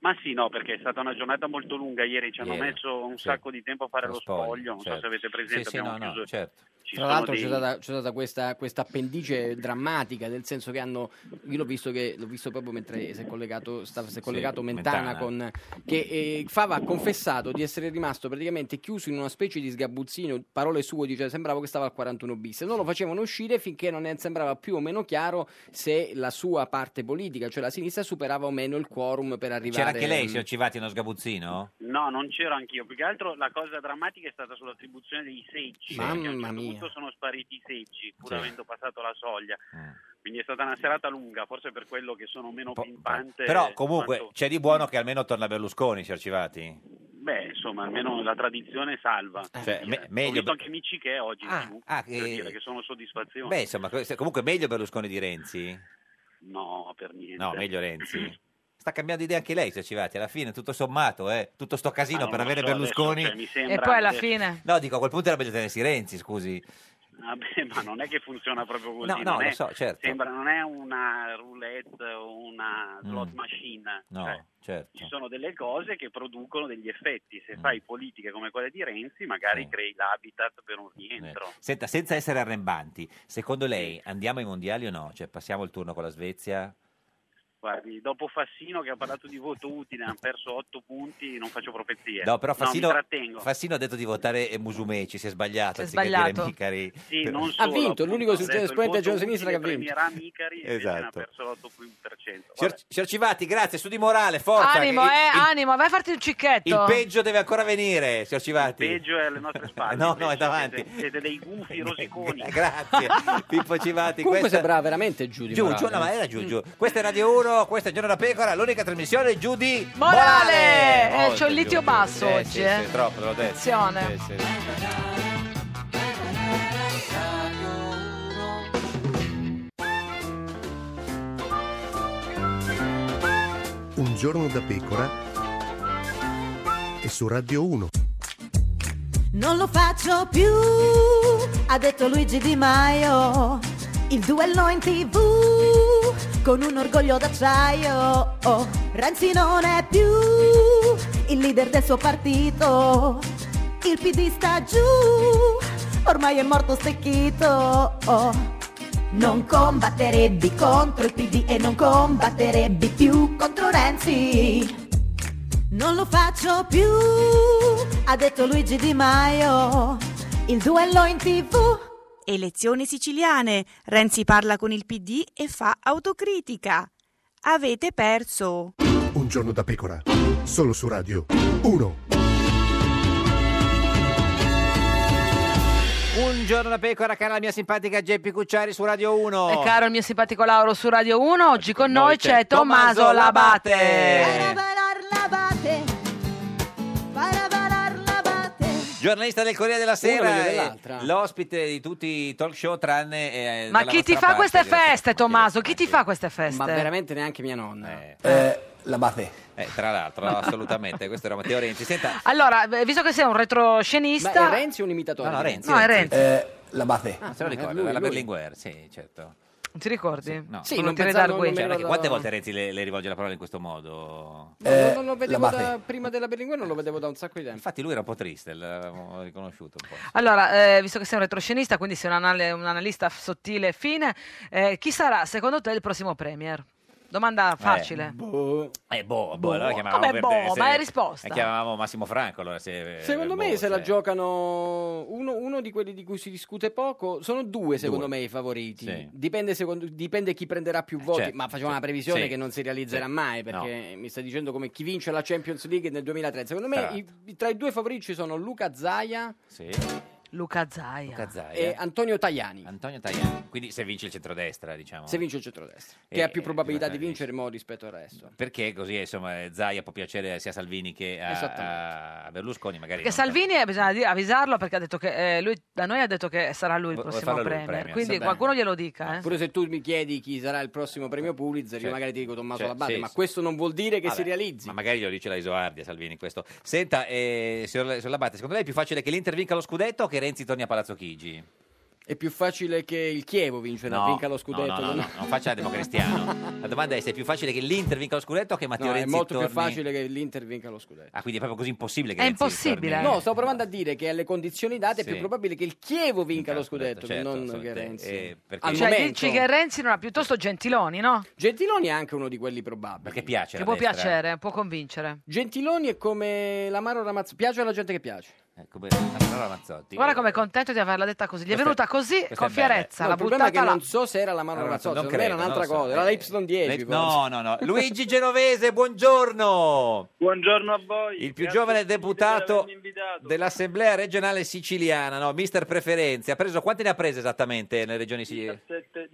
S18: Ma sì, no, perché è stata una giornata molto lunga ieri, ci hanno
S2: Ieri,
S18: messo un sacco di tempo a fare lo, spoglio, non so
S2: certo.
S18: se avete presente,
S2: Sì, sì,
S18: abbiamo
S2: no, no,
S18: chiuso...
S2: certo.
S18: ci
S15: Tra
S18: sono
S15: l'altro
S18: dei-
S15: c'è stata, c'è stata questa, questa appendice drammatica, nel senso che hanno, io l'ho visto, che, l'ho visto proprio mentre si è collegato, stava- si è collegato Mentana,
S2: Mentana.
S15: con, che eh, Fava ha confessato di essere rimasto praticamente chiuso in una specie di sgabuzzino, parole sue, dice, sembrava che stava al 41 bis, non lo facevano uscire finché non ne sembrava più o meno chiaro se la sua parte politica, cioè la sinistra, superava o meno il quorum per arrivare...
S2: C'era anche lei,
S15: mm,
S2: signor Civati, uno sgabuzzino?
S18: No, non c'ero anch'io. Più che altro la cosa drammatica è stata sull'attribuzione dei seggi.
S2: Mamma
S18: perché a un certo
S2: mia.
S18: punto sono spariti i seggi, pur
S2: Sì. Mm.
S18: avendo passato la soglia. Quindi è stata una serata lunga, forse per quello che sono meno pimpante.
S2: Però comunque
S18: quanto-
S2: c'è di buono che almeno torna Berlusconi, signor Civati.
S18: Mm, Beh, insomma, almeno la tradizione salva.
S2: Cioè, me-
S18: Ho
S2: meglio...
S18: visto anche amici che oggi in
S2: Ah,
S18: TV,
S2: ah,
S18: per
S2: eh.
S18: dire che sono soddisfazione.
S2: Beh, insomma, questo- comunque meglio Berlusconi di Renzi?
S18: No, per niente.
S2: No, meglio
S18: [CLEARS THROAT]
S2: Renzi. Sta cambiando idea anche lei, signor Civati, alla fine tutto sommato, eh, tutto sto
S18: Ma
S2: casino
S18: Ah, non
S2: per
S18: lo
S2: avere
S18: so
S2: Berlusconi.
S18: adesso, cioè, mi sembra
S1: E poi alla
S18: adesso-
S1: fine...
S2: No, dico, a quel punto era meglio tenersi Renzi, scusi.
S18: [LAUGHS] Vabbè, ma non è che funziona proprio così.
S2: No, no,
S18: non
S2: lo
S18: è,
S2: so, certo.
S18: Sembra, non è una roulette o una slot
S2: Mm.
S18: machine.
S2: No,
S18: Cioè,
S2: certo. Mm.
S18: ci sono delle cose che producono degli effetti. Se fai politiche come quelle di Renzi, magari crei l'habitat
S2: Eh,
S18: per un rientro.
S2: Senta, senza essere arrembanti, secondo lei andiamo ai mondiali o no? Cioè, passiamo il turno con la Svezia?
S18: Guardi, dopo Fassino che ha parlato di voto utile, hanno perso 8 punti, non faccio profezie.
S2: No, però Fassino,
S18: eh. mi trattengo.
S2: Fassino ha detto di votare eh, Musumeci, si è sbagliato,
S18: Si è
S2: anziché
S18: sbagliato.
S2: dire Micari.
S18: Sì,
S2: Per-
S18: non
S15: Ha
S18: solo,
S15: vinto,
S18: appunto,
S15: l'unico
S18: ha detto il
S15: esponente della
S18: voto
S15: sinistra che ha
S18: utile
S15: vinto.
S18: premierà Micari e invece ne ha
S2: Esatto.
S18: perso l'8%.
S2: Signor, signor Civati, grazie, su di morale, forza.
S1: Animo,
S2: che
S1: eh,
S2: il,
S1: animo, vai a farti un
S2: il- il
S1: cicchetto.
S2: peggio deve ancora venire, signor Civati.
S18: Il peggio è
S2: [LAUGHS]
S18: alle nostre spalle.
S2: no, no, è
S18: Siete-
S2: davanti.
S18: Siete
S2: [LAUGHS]
S18: dei gufi rosiconi.
S2: Grazie,
S18: [LAUGHS]
S2: Pippo Civati.
S15: Comunque
S2: questa...
S15: sembrava veramente giù di
S2: Giù,
S15: morale.
S2: giù, no, ma era giù, giù. Questa è Radio 1, questa è Giorno da Pecora, l'unica trasmissione giù di
S1: Morale! Eh,
S2: Molto
S1: c'ho il
S2: giù,
S1: litio
S2: giù.
S1: basso
S2: Eh,
S1: oggi,
S2: sì,
S1: eh.
S2: sì, troppo, te l'ho detto.
S1: Attenzione.
S2: Sì, sì.
S12: Un giorno da pecora e su Radio 1.
S11: Non lo faccio più, ha detto Luigi Di Maio. Il duello in tv, con un orgoglio d'acciaio. Oh, Renzi non è più il leader del suo partito. Il PD sta giù, ormai è morto stecchito. Oh. Non combatterebbe contro il PD e non combatterebbe più contro Renzi. Non lo faccio più, ha detto Luigi Di Maio. Il duello in tv.
S13: Elezioni siciliane. Renzi parla con il PD e fa autocritica. Avete perso.
S12: Un giorno da pecora. Solo su Radio 1.
S2: Un giorno da Pecora, cara la mia simpatica Geppi Cucciari su Radio 1.
S1: E Eh, caro il mio simpatico Lauro su Radio 1, oggi con noi c'è Tommaso
S2: Tommaso
S1: Labate. Eh,
S2: Labate.
S11: Parabate, parabalar labate.
S2: Giornalista del Corriere della
S1: meglio
S2: Sera,
S1: dell'altra.
S2: eh, l'ospite di tutti i talk show tranne... eh,
S1: Ma
S2: dalla
S1: chi ti
S2: vostra
S1: fa
S2: parte,
S1: queste
S2: direttamente.
S1: feste, Tommaso? Chi ti fa queste feste?
S15: Ma veramente neanche mia nonna.
S2: Eh. la base. Eh, tra l'altro, no, assolutamente, questo era Matteo Renzi. Senta,
S1: Allora, eh, visto che sei un retroscenista...
S15: Ma è Renzi un imitatore?
S2: no, no, Renzi. Eh,
S1: No, è Renzi.
S2: la base. se lo
S15: Ah,
S2: ricordo,
S15: lui,
S2: la
S15: lui.
S2: Berlinguer, sì, certo.
S1: Non ti ricordi?
S2: No.
S1: Con Monterey Dark Wave.
S2: Cioè, perché quante volte Renzi le, le rivolge la parola in questo modo?
S15: non, non lo vedevo da, prima della Berlinguer, non lo vedevo da un sacco di tempo.
S2: Infatti lui era un po' triste, l'avevamo riconosciuto un po'.
S1: Allora, eh, visto che sei un retroscenista, quindi sei un, anal- un analista sottile e fine, eh, chi sarà secondo te il prossimo premier? Domanda facile.
S2: Eh, boh, eh, boh, boh, allora
S1: Boh.
S2: chiamavamo
S1: Come
S2: per
S1: boh?
S2: te, se-
S1: Ma è risposta.
S2: eh, chiamavamo Massimo Franco, allora se...
S15: Secondo me
S2: boh,
S15: se la
S2: cioè.
S15: giocano uno, uno di quelli di cui si discute poco, sono due secondo me i favoriti.
S2: Sì.
S15: Dipende, secondo- dipende chi prenderà più voti,
S2: certo,
S15: ma facciamo una
S2: sì,
S15: previsione
S2: sì,
S15: che non si realizzerà
S2: sì,
S15: mai perché mi stai dicendo come chi vince la Champions League nel 2003. Secondo me
S2: Esatto.
S15: i- i- tra i due favoriti ci sono Luca Zaia
S2: Sì.
S1: Luca Zaia.
S15: e Antonio Tajani.
S2: Antonio Tajani. Quindi se vince il centrodestra, diciamo.
S15: Se vince il centrodestra, che
S2: Eh,
S15: ha più
S2: eh,
S15: probabilità di
S2: Jonathan
S15: vincere mo rispetto al resto.
S2: Perché così, insomma, eh, Zaia può piacere sia a Salvini che a,
S15: Esattamente.
S2: a Berlusconi, magari.
S1: Perché
S2: non-
S1: Salvini eh, bisogna di- avvisarlo perché ha detto che eh, lui da noi ha detto che sarà lui il
S15: Vuole
S1: prossimo
S15: farlo lui il
S1: premier.
S15: premier,
S1: Quindi
S15: sa
S1: qualcuno glielo dica. eh.
S15: Pure se tu mi chiedi chi sarà il prossimo premio Pulitzer,
S2: Certo.
S15: io magari ti dico Tommaso
S2: Cioè,
S15: Labbate,
S2: sì,
S15: ma
S2: sì.
S15: questo non vuol dire che si
S2: Vabbè,
S15: realizzi.
S2: Ma magari glielo dice la Isoardia Salvini questo. Senta, eh, signor, signor Labate, secondo lei è più facile che l'Inter vinca lo scudetto o che Renzi torni a Palazzo Chigi?
S15: È più facile che il Chievo vince, la vinca lo scudetto.
S2: No, no,
S15: [LAUGHS]
S2: no,
S15: non-
S2: no, non faccia la democristiano. La domanda è se è più facile che l'Inter vinca lo scudetto o che Matteo
S15: No, è
S2: Renzi
S15: molto
S2: torni...
S15: più facile che l'Inter vinca lo scudetto.
S2: Ah, quindi è proprio così impossibile che
S15: È
S2: Renzi
S15: impossibile.
S2: torni-
S15: No, sto provando a dire che alle condizioni date
S2: Sì.
S15: è più probabile che il Chievo vinca lo scudetto,
S2: certo,
S15: che non che
S2: assolutamente.
S15: Renzi.
S2: Eh, perché-
S15: Al
S1: Cioè,
S15: momento-
S1: dici che Renzi non ha piuttosto Gentiloni, no?
S15: Gentiloni è anche uno di quelli probabili.
S2: Perché piace
S1: Che
S2: la
S1: può
S2: destra.
S1: piacere, Eh, può convincere.
S15: Gentiloni è come l'amaro Ramazzotti, piace alla gente che piace.
S2: Ecco, beh, allora Mazzotti.
S1: Guarda com'è contento di averla detta così. Gli è
S2: Questa-
S1: venuta così,
S2: questa
S1: con
S2: è bella.
S1: fierezza.
S15: No,
S1: l'ha
S15: il problema è
S1: buttata
S15: che
S1: là.
S15: non so se era l'amaro Ramazzotti, non era un'altra cosa, era la Y10.
S2: Eh, Le-
S15: forse.
S2: No, no, no. Luigi Genovese, buongiorno.
S20: Buongiorno a voi.
S2: Il più giovane deputato dell'Assemblea regionale siciliana, no? Mister Preferenze. Ha preso, quanti ne ha prese esattamente nelle regioni siciliane?
S20: 17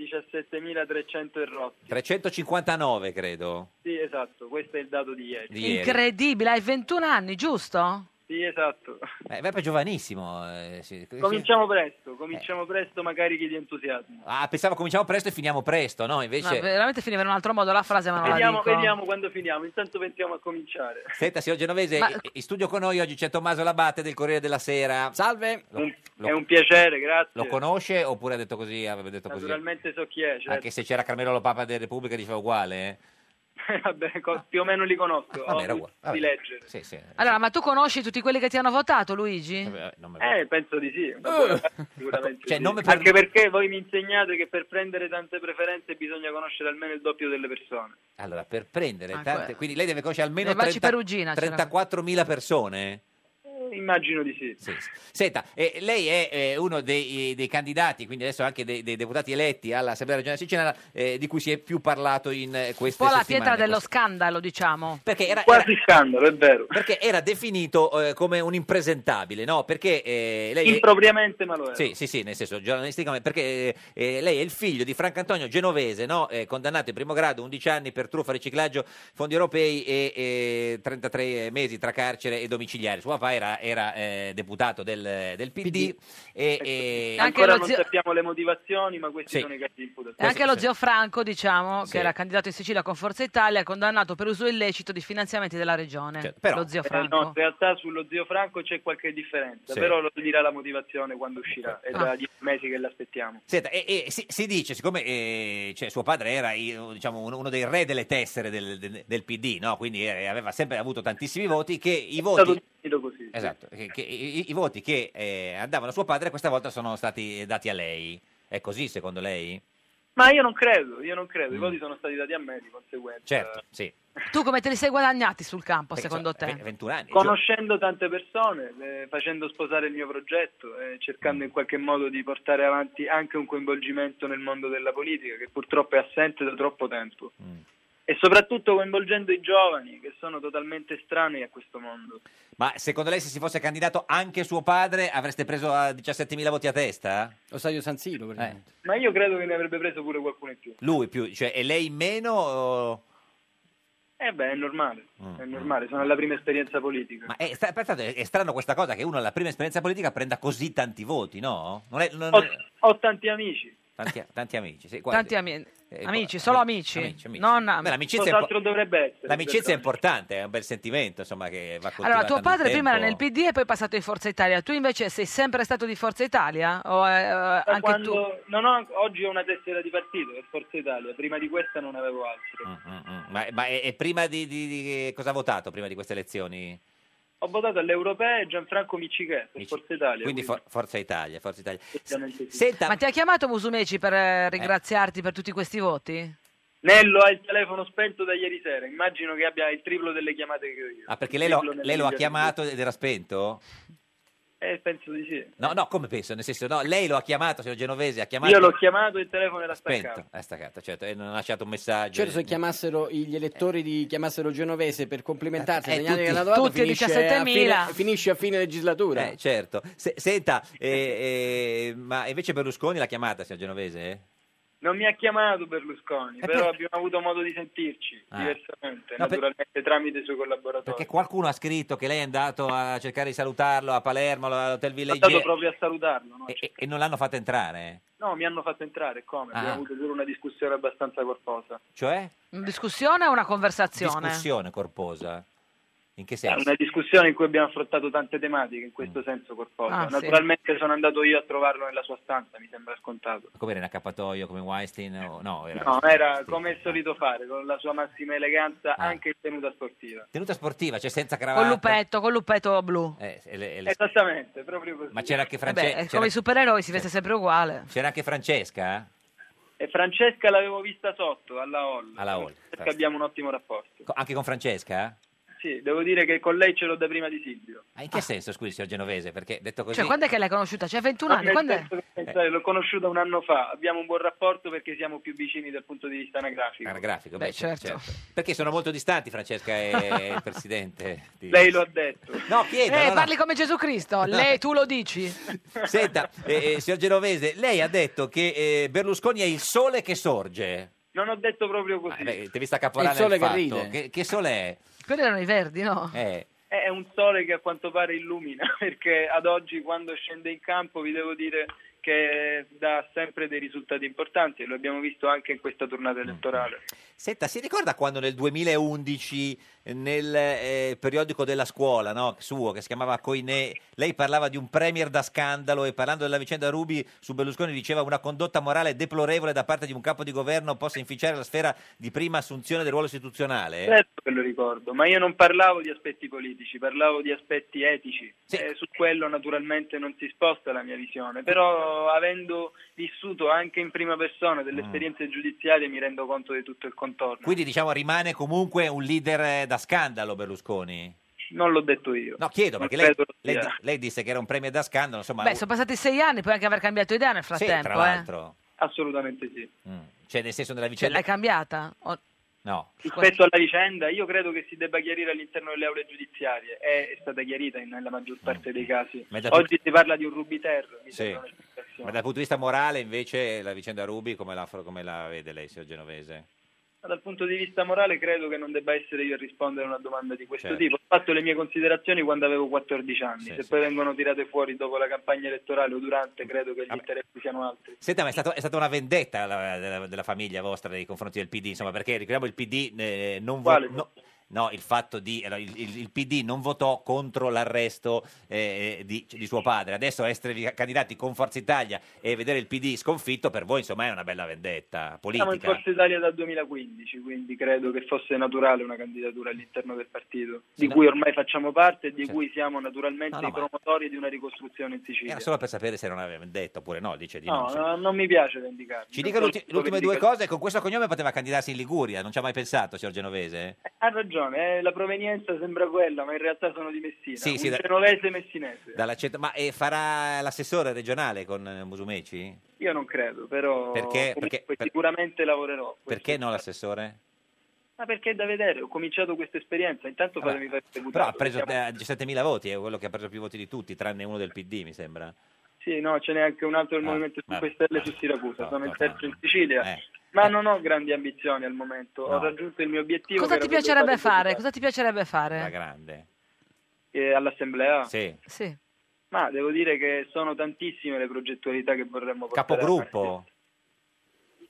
S20: 17.300 e rotti.
S2: 359, credo.
S20: Sì, esatto, questo è il dato di ieri.
S2: Di ieri.
S1: Incredibile, hai 21 anni, giusto?
S20: Sì, esatto.
S2: Eh, Beppe è giovanissimo. eh, sì. Eh.
S20: Cominciamo presto, cominciamo presto magari che di entusiasmo.
S2: Ah, pensavo cominciamo presto e finiamo presto, no?
S1: No,
S2: Invece...
S1: veramente finiva in un altro modo la frase, ma non
S20: Vediamo,
S1: la dico.
S20: vediamo quando finiamo, intanto pensiamo a cominciare.
S2: Senta, signor Genovese,
S20: Ma-
S2: i- in studio con noi oggi c'è Tommaso Labate del Corriere della Sera.
S15: Salve.
S20: È un piacere, grazie.
S2: Lo conosce oppure ha detto così? Aveva detto così?
S20: Naturalmente so chi è, certo.
S2: Anche se c'era Carmelo Lo Papa della Repubblica diceva uguale, eh?
S20: [LAUGHS] Vabbè, co- più o meno li conosco,
S2: Ah. vabbè,
S20: ho
S2: era
S20: modo
S2: uguale, vabbè.
S20: di leggere.
S2: Sì, sì.
S1: Allora, ma tu conosci tutti quelli che ti hanno votato, Luigi?
S20: Eh, penso di sì, una buona parte sicuramente
S2: Uh. Cioè,
S20: sì.
S2: nome per-
S20: Anche perché voi mi insegnate che per prendere tante preferenze bisogna conoscere almeno il doppio delle persone.
S2: Allora, per prendere
S20: Ah,
S2: tante...
S20: quello.
S2: Quindi lei deve conoscere almeno
S20: Nel Baci
S2: 30
S20: Perugina c'era.
S2: 34.000 persone?
S20: Eh, Immagino di sì.
S2: Senta, eh, lei è eh, uno dei, dei candidati, quindi adesso anche dei, dei deputati eletti all'Assemblea regionale siciliana, eh, di cui si è più parlato in eh, queste
S1: Un po' la
S2: settimane.
S1: pietra dello
S2: Queste-
S1: scandalo, diciamo.
S2: Perché era,
S20: Quasi scandalo, è vero.
S2: Perché era definito eh, come un impresentabile, no? Perché eh, lei... è-
S20: Impropriamente ma lo è.
S2: Sì, sì, sì, nel senso giornalisticamente, perché eh, lei è il figlio di Franco Antonio Genovese, no? Eh, condannato in primo grado 11 anni per truffa, riciclaggio, fondi europei e, eh, 33 mesi tra carcere e domiciliare. Suo papà era, era, eh, deputato del, del PD, e, e-
S20: Ecco, Ancora non sappiamo le motivazioni, ma questi
S2: Sì.
S20: sono i casi di
S1: E
S20: imputazione.
S1: anche lo zio Franco, diciamo,
S2: Sì.
S1: che era candidato in Sicilia con Forza Italia, condannato per uso illecito di finanziamenti della regione.
S2: Cioè,
S1: lo zio
S20: Eh,
S1: Franco.
S20: no, in realtà sullo zio Franco c'è qualche differenza,
S2: Sì.
S20: però lo dirà la motivazione quando uscirà, è da
S2: Ah.
S20: dieci mesi che l'aspettiamo.
S2: Senta, e, e si, si dice, siccome eh, cioè, suo padre era eh, diciamo, uno uno dei re delle tessere del, del- del PD, no? quindi eh, aveva sempre avuto tantissimi voti, che i voti...
S20: Dico così.
S2: Esatto, che, che i, i- i voti che eh, andavano a suo padre questa volta sono stati dati a lei. È così secondo lei?
S20: Ma io non credo, io non credo,
S2: Mm.
S20: i voti sono stati dati a me di conseguenza.
S2: Certo, sì.
S1: Tu come te li sei guadagnati sul campo,
S2: Perché
S1: Eh, secondo
S2: sono
S1: te?
S2: ve- 21 anni.
S20: Conoscendo tante persone, eh, facendo sposare il mio progetto, eh, cercando in qualche modo di portare avanti anche un coinvolgimento nel mondo della politica che purtroppo è assente da troppo tempo. E soprattutto coinvolgendo i giovani che sono totalmente estranei a questo mondo.
S2: Ma secondo lei se si fosse candidato anche suo padre avreste preso a 17.000 voti a testa?
S15: Lo stadio San Siro, per
S2: esempio.
S20: Ma io credo che ne avrebbe preso pure qualcuno in più.
S2: Lui più, cioè, e lei meno? o-
S20: Eh beh, è normale, è normale, sono alla prima esperienza politica.
S2: Ma è, stra- pertanto è- è strano questa cosa che uno alla prima esperienza politica prenda così tanti voti, no? Non è, non-
S20: Ho, ho tanti amici.
S2: Tanti, tanti amici, sì, guardi.
S1: Tanti amici.
S2: Eh,
S1: Amici, solo amici,
S2: amici.
S1: non am-
S2: Beh, l'amicizia, è, impo- l'amicizia è importante, è un bel sentimento, insomma, che va
S1: Allora,
S2: coltivato
S1: tuo padre
S2: nel
S1: prima era nel
S2: tempo.
S1: PD e poi è passato in Forza Italia. Tu invece sei sempre stato di Forza Italia? O eh, anche
S20: quando-
S1: tu?
S20: Non ho, oggi ho una tessera di partito per Forza Italia, prima di questa non avevo altro.
S2: Mm, Ma, ma e, e prima di, di- di- cosa ha votato prima di queste elezioni?
S20: Ho votato alle europee Gianfranco Micichè per Forza Italia.
S2: Quindi for- Forza Italia, Forza Italia.
S20: ovviamente sì.
S1: Ma ti ha chiamato Musumeci per eh, ringraziarti per tutti questi voti?
S20: Nello ha il telefono spento da ieri sera, immagino che abbia il triplo delle chiamate che ho io.
S2: Ah, perché lei lo,
S20: Triplo nelle
S2: lei lo ha
S20: migliori.
S2: chiamato ed era spento?
S20: Eh, penso di sì.
S2: No, no, come penso, nel senso, no, lei lo ha chiamato, signor Genovese, ha chiamato...
S20: Io l'ho chiamato e il telefono era staccato.
S2: Spento, è staccato, certo, e non ha lasciato un messaggio. Eh,
S15: Certo, se chiamassero gli elettori di chiamassero Genovese per complimentarsi,
S2: Eh,
S15: segnalare che
S2: tutti- [LAUGHS]
S15: hanno dato,
S2: tutti i
S15: finisce a
S1: 17.000.
S15: fine- finisce a fine legislatura.
S2: Eh, certo. Se- senta, eh, eh, ma invece Berlusconi l'ha chiamata, signor Genovese? eh?
S20: Non mi ha chiamato Berlusconi, però abbiamo avuto modo di sentirci
S2: Ah.
S20: diversamente,
S2: No, per-
S20: naturalmente tramite i suoi collaboratori.
S2: Perché qualcuno ha scritto che lei è andato a cercare di salutarlo a Palermo, all'hotel
S20: Sono
S2: Village
S20: andato proprio a salutarlo, no?
S2: e, e non l'hanno fatto entrare, eh?
S20: No, mi hanno fatto entrare, come? Abbiamo
S2: Ah.
S20: avuto pure una discussione abbastanza corposa.
S2: cioè?
S1: Una discussione o una conversazione?
S2: Discussione corposa. In che
S20: È
S2: senso?
S20: una discussione in cui abbiamo affrontato tante tematiche, in
S2: Mm.
S20: questo senso corposa.
S1: Ah, sì.
S20: Naturalmente sono andato io a trovarlo nella sua stanza, mi sembra scontato.
S2: Come era in accappatoio, come Weinstein? o- No, era...
S20: No, era come è solito fare, con la sua massima eleganza,
S2: Ah.
S20: anche in tenuta sportiva.
S2: Tenuta sportiva, cioè senza cravatta.
S1: Con l'uppetto, con l'uppetto blu.
S2: Eh, e le- e le-
S20: Esattamente, proprio così.
S2: Ma c'era anche
S1: Vabbè,
S2: Eh, Francesca.
S1: è Eh come i supereroi si veste sempre uguale.
S2: C'era anche Francesca eh,
S20: E Francesca l'avevo vista sotto, alla Hall,
S2: alla Hall.
S20: perché abbiamo un ottimo rapporto.
S2: Co- Anche con Francesca?
S20: Sì, devo dire che con lei ce l'ho da prima di Silvio.
S2: Ah, in che senso, scusi, signor Genovese? Perché detto così...
S1: Cioè, quando è che l'hai conosciuta? Cioè, 21
S20: No,
S1: anni?
S20: Ah, nel
S1: Quando è?
S20: senso che,
S2: Eh.
S20: pensate, l'ho conosciuta un anno fa, abbiamo un buon rapporto perché siamo più vicini dal punto di vista anagrafico.
S2: Anagrafico, beh,
S20: Beh,
S2: certo.
S20: certo.
S2: certo. Perché sono molto distanti Francesca e il presidente. di-
S20: Lei lo ha detto.
S2: No, chiedo.
S1: Eh,
S2: no, no.
S1: parli come Gesù Cristo, lei tu lo dici.
S2: Senta, eh, eh, signor Genovese, lei ha detto che eh, Berlusconi è il sole che sorge.
S20: Non ho detto proprio così.
S2: Eh, beh, intervista caporale
S15: È il sole
S2: nel
S15: che
S2: fatto.
S15: ride.
S2: Che, che sole è?
S1: Quelli erano i verdi, no?
S2: Eh,
S20: È un sole che a quanto pare illumina, [LAUGHS] perché ad oggi quando scende in campo vi devo dire che dà sempre dei risultati importanti e lo abbiamo visto anche in questa
S2: Mm.
S20: tornata elettorale.
S2: Senta, si ricorda quando nel 2011 eh, nel eh, periodico della scuola no, suo che si chiamava Coinè lei parlava di un premier da scandalo e parlando della vicenda Rubi su Berlusconi diceva una condotta morale deplorevole da parte di un capo di governo possa inficiare la sfera di prima assunzione del ruolo istituzionale?
S20: Certo che lo ricordo, ma io non parlavo di aspetti politici, parlavo di aspetti etici. E su quello naturalmente non si sposta la mia visione, però avendo vissuto anche in prima persona delle esperienze giudiziarie mi rendo conto di tutto il contorno.
S2: Mm. Quindi diciamo rimane comunque un leader eh, da scandalo Berlusconi?
S20: Non l'ho detto io.
S2: No, chiedo
S20: Non
S2: perché lei,
S20: credo lo
S2: lei
S20: sia.
S2: di- lei disse che era un premier da scandalo, insomma...
S1: Beh, sono passati sei anni, puoi anche aver cambiato idea nel
S2: sì,
S1: frattempo,
S2: tra
S1: eh.
S2: l'altro.
S20: Assolutamente sì.
S2: Cioè nel senso della
S1: Cioè,
S2: vicenda...
S1: l'hai cambiata? O-
S2: No.
S20: Rispetto alla vicenda, io credo che si debba chiarire all'interno delle aule giudiziarie, è, è stata chiarita in- nella maggior parte dei casi.
S2: Ma è da
S20: Oggi si parla di un rubiter, mi
S2: Sì.
S20: sembra un'esplicazione.
S2: Ma dal punto di vista morale, invece, la vicenda Rubi come la, come la vede lei, signor Genovese?
S20: Ma Dal punto di vista morale credo che non debba essere io a rispondere a una domanda di questo
S2: Certo.
S20: tipo. Ho fatto le mie considerazioni quando avevo 14 anni, se poi vengono tirate fuori dopo la campagna elettorale o durante credo che gli interessi siano altri.
S2: Senta, ma è, stato- è stata una vendetta la- della, della famiglia vostra nei confronti del PD, insomma, perché ricordiamo il PD eh, non vo-
S20: Quale?
S2: no, no, il fatto di allora, il, il- il PD non votò contro l'arresto eh, di, di suo padre. Adesso essere candidati con Forza Italia e vedere il PD sconfitto per voi, insomma, è una bella vendetta
S20: Siamo in
S2: politica.
S20: Forza Italia dal 2015, quindi credo che fosse naturale una candidatura all'interno del partito,
S2: Sì,
S20: di
S2: no.
S20: cui ormai facciamo parte e di
S2: Sì.
S20: cui siamo naturalmente
S2: No, no,
S20: i
S2: ma-
S20: promotori di una ricostruzione in Sicilia.
S2: Era solo per sapere se era una vendetta oppure no, dice di no.
S20: No,
S2: insomma.
S20: no, non mi piace vendicarmi.
S2: Ci
S20: Non
S2: dica
S20: so
S2: l'ulti-
S20: se
S2: le ultime due
S20: vendicarmi.
S2: cose, con questo cognome poteva candidarsi in Liguria, non ci ha mai pensato, signor Genovese?
S20: Ha ragione, eh, la provenienza sembra quella, ma in realtà sono di Messina,
S2: Sì,
S20: un
S2: sì, da-
S20: genovese messinese.
S2: Dalla centro- Ma eh, farà l'assessore regionale con eh, Musumeci?
S20: Io non credo, però
S2: Perché-
S20: comunque
S2: perché- per-
S20: sicuramente lavorerò.
S2: Perché no l'assessore?
S20: Ma perché è da vedere, ho cominciato questa esperienza, intanto
S2: Vabbè,
S20: fatemi fare il
S2: Però ha
S20: deputato,
S2: preso eh,
S20: diciamo. siamo-
S2: 17.000 voti, è quello che ha preso più voti di tutti, tranne uno del PD, mi sembra.
S20: Sì, no, ce n'è anche un altro del
S2: Ah,
S20: Movimento
S2: vabbè,
S20: 5 Stelle su Siracusa, sono il terzo in Sicilia. Ma non ho grandi ambizioni al momento, ho
S2: Eh, No.
S20: raggiunto il mio obiettivo.
S1: Cosa
S20: che
S1: ti
S20: era quello
S1: piacerebbe
S20: di fare il
S1: fare? Cosa ti piacerebbe
S2: La
S1: fare?
S2: grande.
S20: deputato, eh, all'Assemblea?
S2: Sì.
S1: Sì.
S20: Ma devo dire che sono tantissime le progettualità che vorremmo portare. avanti.
S2: Capogruppo?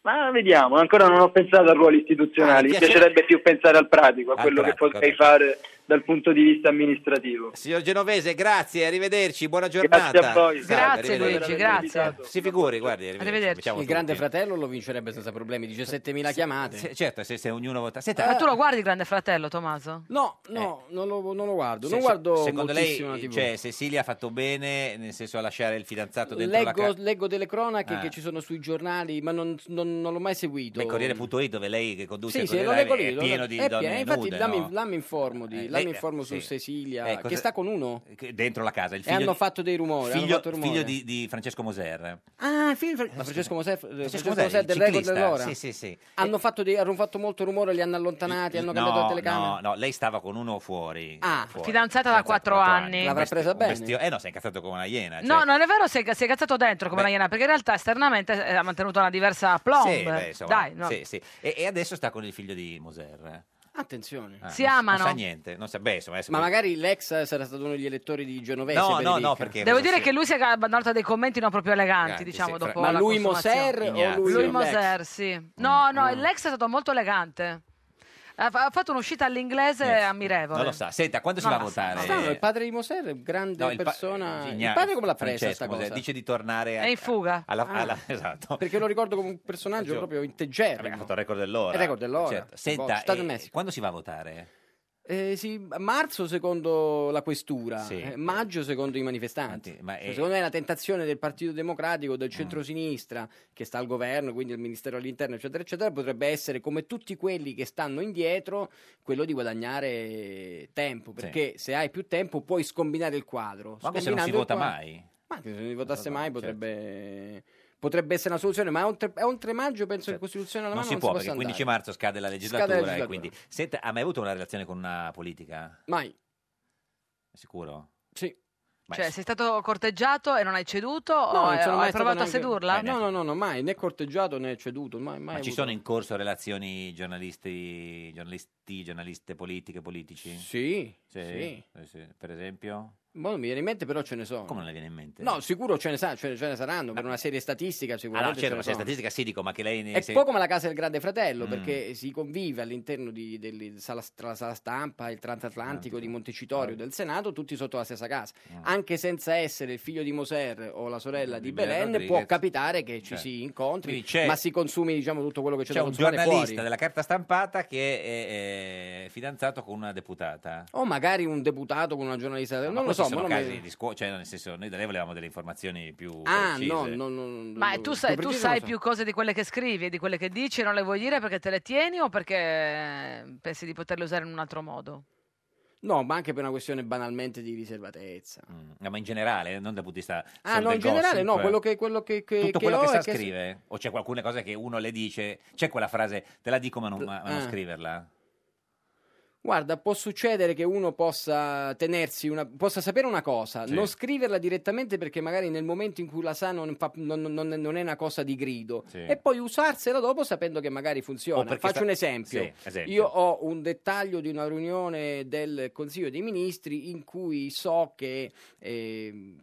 S20: Ma vediamo, ancora non ho pensato a ruoli istituzionali,
S2: Ah,
S20: mi
S2: ti piace-
S20: piacerebbe più pensare al pratico, a
S2: Al
S20: quello
S2: pratico,
S20: che potrei
S2: ok.
S20: fare dal punto di vista amministrativo.
S2: Signor Genovese, grazie, arrivederci, buona giornata.
S20: Grazie a voi.
S2: Salve,
S20: Grazie,
S2: arrivederci.
S20: Luigi, grazie.
S2: Si figuri, guardi, arrivederci. Facciamo
S15: Il grande
S2: tutti.
S15: fratello lo vincerebbe senza problemi, 17.000 chiamate. Ah.
S2: Se- certo, se, se ognuno vota. Senta,
S1: Ma Eh, tu lo guardi il Grande Fratello, Tommaso? Eh.
S15: No, no,
S2: Eh.
S15: non, lo, non lo guardo.
S2: se-
S15: non guardo
S2: secondo lei
S15: moltissimo la TV.
S2: cioè, Cecilia ha fatto bene nel senso a lasciare il fidanzato dentro la
S15: Leggo,
S2: casa
S15: leggo delle cronache
S2: Ah.
S15: che ci sono sui giornali, ma non, non- non l'ho mai seguito.
S2: del Corriere.it dove lei che conduce
S15: Sì,
S2: il
S15: sì, lo
S2: Corriere
S15: leggo lì.
S2: è
S15: lo-
S2: pieno di
S15: è
S2: donne
S15: pieno, Infatti,
S2: nude,
S15: là, mi,
S2: no?
S15: là mi informo, di,
S2: Eh,
S15: là
S2: lei-
S15: mi informo
S2: sì.
S15: su Cecilia,
S2: Eh, cosa-
S15: che sta con uno.
S2: che- dentro la casa il
S15: E
S2: figlio,
S15: hanno fatto dei rumori. hanno
S2: figlio-
S15: fatto rumore.
S2: figlio di, di Francesco Moser
S15: Ah, film fra- ma Francesco Mosè, Francesco
S2: Mosè,
S15: Mosè
S2: il
S15: del record
S2: ciclista,
S15: dell'ora.
S2: sì, sì, sì.
S15: Hanno, fatto dei- hanno fatto molto rumore, li hanno allontanati, hanno cambiato la
S2: no,
S15: telecamera.
S2: no, no, lei stava con uno fuori
S15: Ah,
S2: fuori. Cioè
S1: Fidanzata da 4
S2: Quattro
S1: anni.
S2: Un vesti- un vestio- eh no si è incazzato come una iena cioè-
S1: No, non è vero, si è, si è cazzato dentro come
S2: Beh.
S1: una iena, perché in realtà esternamente eh, ha mantenuto una diversa plomb.
S2: Sì, beh, insomma,
S1: Dai, no.
S2: sì, sì. E, e adesso sta con il figlio di Moser.
S15: Attenzione.
S2: Ah,
S1: Si
S2: non,
S1: amano.
S2: Non sa niente. Non sa, beh, insomma, adesso-
S15: Ma magari l'ex sarà stato uno degli elettori di Genovese.
S2: No, no,
S15: benedica.
S2: no, perché-
S1: Devo dire che lui si è abbandonato a dei commenti non proprio eleganti,
S15: Eleganti,
S1: diciamo,
S15: sì,
S1: dopo
S15: fra- Ma
S1: la
S15: lui
S1: consumazione.
S15: Moser o Ignazio. lui l'ex?
S1: Moser,
S2: Mm,
S1: sì. No, no, l'ex è stato molto elegante. Ha fa- ha fatto un'uscita all'inglese ammirevole.
S2: Non lo sa. Senta, quando si
S1: Non
S2: va a
S1: lo sa,
S2: votare?
S15: Strano, il padre di Moser, grande
S2: No, il pa-
S15: persona.
S2: Igna-
S15: il padre come l'ha presa
S2: Francesco
S15: sta
S2: Moser
S15: cosa?
S2: Dice di tornare a-
S15: È in fuga.
S2: alla-
S15: Ah.
S2: alla- esatto.
S15: Perché lo ricordo come un personaggio
S2: Gio-
S15: proprio integer.
S2: Ha fatto il record dell'ora.
S15: Il record dell'ora.
S2: Certo.
S15: Boh,
S2: Senta,
S15: Stato
S2: e-
S15: del Messico.
S2: quando si va a votare?
S15: Eh, sì, a marzo secondo la questura,
S2: Sì.
S15: eh, maggio secondo i manifestanti.
S2: ma
S15: Cioè,
S2: è- Mm.
S15: Secondo me è una tentazione del Partito Democratico, del centrosinistra, che sta al governo, quindi il Ministero all'interno, eccetera, eccetera, potrebbe essere come tutti quelli che stanno indietro, quello di guadagnare tempo, perché se hai più tempo puoi scombinare il quadro.
S2: Ma anche se non si
S15: Scombinando il
S2: vota
S15: quadro-
S2: mai.
S15: Ma anche se non si votasse mai
S2: certo.
S15: potrebbe... potrebbe essere una soluzione, ma è un tre, è un tre maggio penso che Costituzione alla
S2: Cioè, Non
S15: mano
S2: si può,
S15: possa
S2: perché il 15
S15: andare.
S2: marzo scade la legislatura.
S15: Scade la
S2: e
S15: legislatura.
S2: quindi... Senta, ha mai avuto una relazione con una politica?
S15: Mai.
S2: Sicuro?
S15: Sì.
S2: Ma-
S1: Cioè, sei stato corteggiato e non hai ceduto?
S15: No,
S1: o
S15: non
S1: hai,
S15: sono mai
S1: hai
S15: stato
S1: provato a
S15: neanche-
S1: sedurla?
S15: Eh, No, no, no, no, mai, né corteggiato né ceduto, mai, mai
S2: Ma ci
S15: avuto-
S2: sono in corso relazioni giornalisti, giornalisti, giornaliste politiche, politici?
S15: Sì, sì.
S2: Sì, eh sì. Per esempio?
S15: Boh, non mi viene in mente, però ce ne sono.
S2: Come non le viene in mente? Eh.
S15: No, sicuro ce ne, sa- ce ne- ce ne saranno, per una serie statistica
S2: Ah no,
S15: sicuramente
S2: certo, ma
S15: ce
S2: se
S15: ne sono.
S2: statistica sì dico, ma che lei... ne-
S15: È
S2: se-
S15: un po' come la casa del grande fratello,
S2: Mm.
S15: perché si convive all'interno di, del- sala, tra la sala stampa, il transatlantico di Montecitorio,
S2: certo.
S15: del Senato, tutti sotto la stessa casa.
S2: Mm.
S15: Anche senza essere il figlio di Moser o la sorella di,
S2: Di Belen
S15: Belen,
S2: Rodriguez.
S15: può capitare che ci
S2: Certo.
S15: si
S2: Quindi
S15: incontri,
S2: c'è-
S15: ma si consumi diciamo, tutto quello che c'è,
S2: C'è
S15: da
S2: un
S15: consumare
S2: giornalista
S15: fuori.
S2: della carta stampata che è, è fidanzato con una deputata.
S15: O magari un deputato con una giornalista, Oh,
S2: Ma
S15: non lo
S2: questi
S15: so, ma
S2: sono
S15: non me-
S2: casi di scuola, cioè nel senso noi da lei volevamo delle informazioni più
S15: Ah,
S2: precise.
S15: no, no, no, no,
S1: Ma
S15: no,
S1: tu
S15: no,
S1: sai, tu
S15: precise
S1: sai
S15: non so.
S1: più cose di quelle che scrivi e di quelle che dici e non le vuoi dire perché te le tieni o perché pensi di poterle usare in un altro modo?
S15: No, ma anche per una questione banalmente di riservatezza.
S2: No, ma in generale, non dal punto di vista
S15: Ah,
S2: solo
S15: no,
S2: del
S15: in generale
S2: Mm. gossip. eh. cioè.
S15: no, quello che, quello che, che-
S2: tutto quello
S15: ho
S2: che
S15: è
S2: sa
S15: se-
S2: scrive o c'è qualcuna cosa che uno le dice c'è quella frase te la dico ma non, ma- ma non
S15: Ah.
S2: scriverla
S15: Guarda, può succedere che uno possa tenersi una, possa sapere una cosa,
S2: Sì.
S15: non scriverla direttamente perché magari nel momento in cui la sa non, fa- non- non- non è una cosa di grido
S2: Sì.
S15: e poi usarsela dopo sapendo che magari
S2: O
S15: funziona.
S2: perché
S15: Faccio
S2: sta-
S15: un esempio.
S2: Sì, esempio.
S15: Io ho un dettaglio di una riunione del Consiglio dei Ministri in cui so che, eh,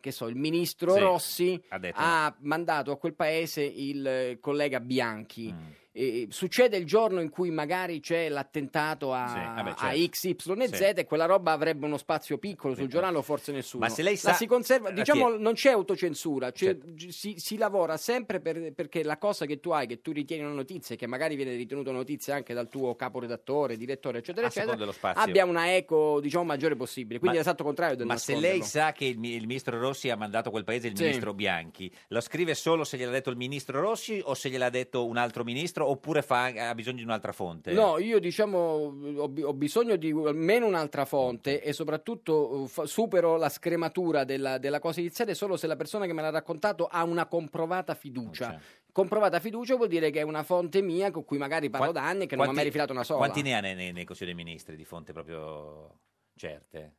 S15: che so, il ministro
S2: Sì,
S15: Rossi
S2: ha detto.
S15: mandato a quel paese il eh, collega Bianchi.
S2: Mm.
S15: E succede il giorno in cui magari c'è l'attentato a,
S2: Sì, vabbè,
S15: a
S2: certo.
S15: X, Y e Z
S2: Sì. Eh,
S15: e quella roba avrebbe uno spazio piccolo sul giornale o forse nessuno.
S2: Ma se lei
S15: La
S2: sa-
S15: si conserva,
S2: la
S15: diciamo,
S2: tiene.
S15: non c'è autocensura, c'è-
S2: Certo.
S15: gi- si, si lavora sempre per- perché la cosa che tu hai, che tu ritieni una notizia, e che magari viene ritenuta una notizia anche dal tuo caporedattore, direttore, eccetera,
S2: A seconda dello
S15: eccetera,
S2: spazio.
S15: abbia una eco, diciamo, maggiore possibile. Quindi
S2: Ma-
S15: è l'esatto contrario del
S2: ma se
S15: nasconderlo.
S2: lei sa che il, mi- il ministro Rossi ha mandato a quel paese il
S15: Sì.
S2: ministro Bianchi lo scrive solo se gliel'ha detto il ministro Rossi o se gliel'ha detto un altro ministro oppure fa- ha bisogno di un'altra fonte
S15: No, io diciamo ho, bi- ho bisogno di almeno un'altra fonte e soprattutto eh, fa- supero la scrematura della, della cosa iniziale solo se la persona che me l'ha raccontato ha una comprovata fiducia.
S2: Certo.
S15: Comprovata fiducia vuol dire che è una fonte mia con cui magari parlo da anni e che non mi ha mai rifilato una sola.
S2: quanti ne ha nei, nei, nei consigli dei ministri di fonte proprio certe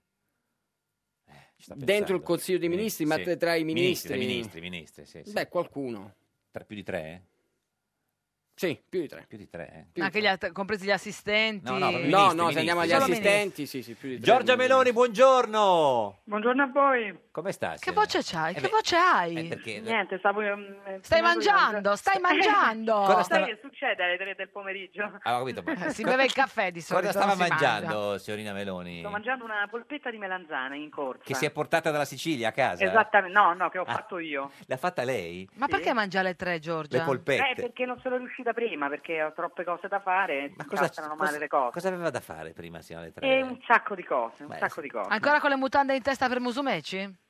S2: Eh, ci sta
S15: Dentro il
S2: pensando. Eh,
S15: Consiglio dei Ministri, ma
S2: Sì.
S15: tra i ministri...
S2: ministri ministri, ministri, sì, sì.
S15: Beh, qualcuno.
S2: Tra più di tre?
S15: Sì, più di tre.
S2: Più di tre. eh.
S15: Più di
S1: Anche gli att- compresi gli assistenti?
S2: No, no,
S15: No,
S2: proprio ministri,
S15: no, se
S2: ministri.
S15: andiamo agli
S1: Solo
S15: assistenti, sì, sì, più di tre.
S2: Giorgia Meloni, buongiorno.
S21: Buongiorno a voi.
S2: Come stai?
S1: Che voce c'hai?
S2: Eh
S1: che
S2: beh,
S1: voce hai?
S2: perché-
S21: Niente, stavo. ehm,
S1: Stai
S21: finendo di
S1: mangiando,
S21: mangiare.
S1: stai
S21: [LAUGHS]
S1: mangiando.
S2: Cosa stava-
S21: Sai che succede alle 3 del pomeriggio?
S2: Ah, ho capito, ma-
S1: Eh, Si beve il caffè di solito.
S2: Cosa stava
S1: non si mangia.
S2: mangiando, signorina Meloni?
S21: Sto mangiando una polpetta di melanzane in corsa.
S2: Che si è portata dalla Sicilia a casa?
S21: Esattamente, no, no, che ho
S2: Ah.
S21: fatto io.
S2: L'ha fatta lei?
S1: Ma perché mangia alle tre, Giorgia?
S2: Le polpette.
S21: Eh, perché non sono riuscita prima, perché ho troppe cose da fare, mi
S2: Cosa,
S21: passano male
S2: cosa-
S21: le cose.
S2: cosa aveva da fare prima, signore Tre?
S21: E un sacco di cose, un
S2: Beh,
S21: sacco
S2: sì.
S21: di cose.
S1: Ancora con le mutande in testa per Musumeci?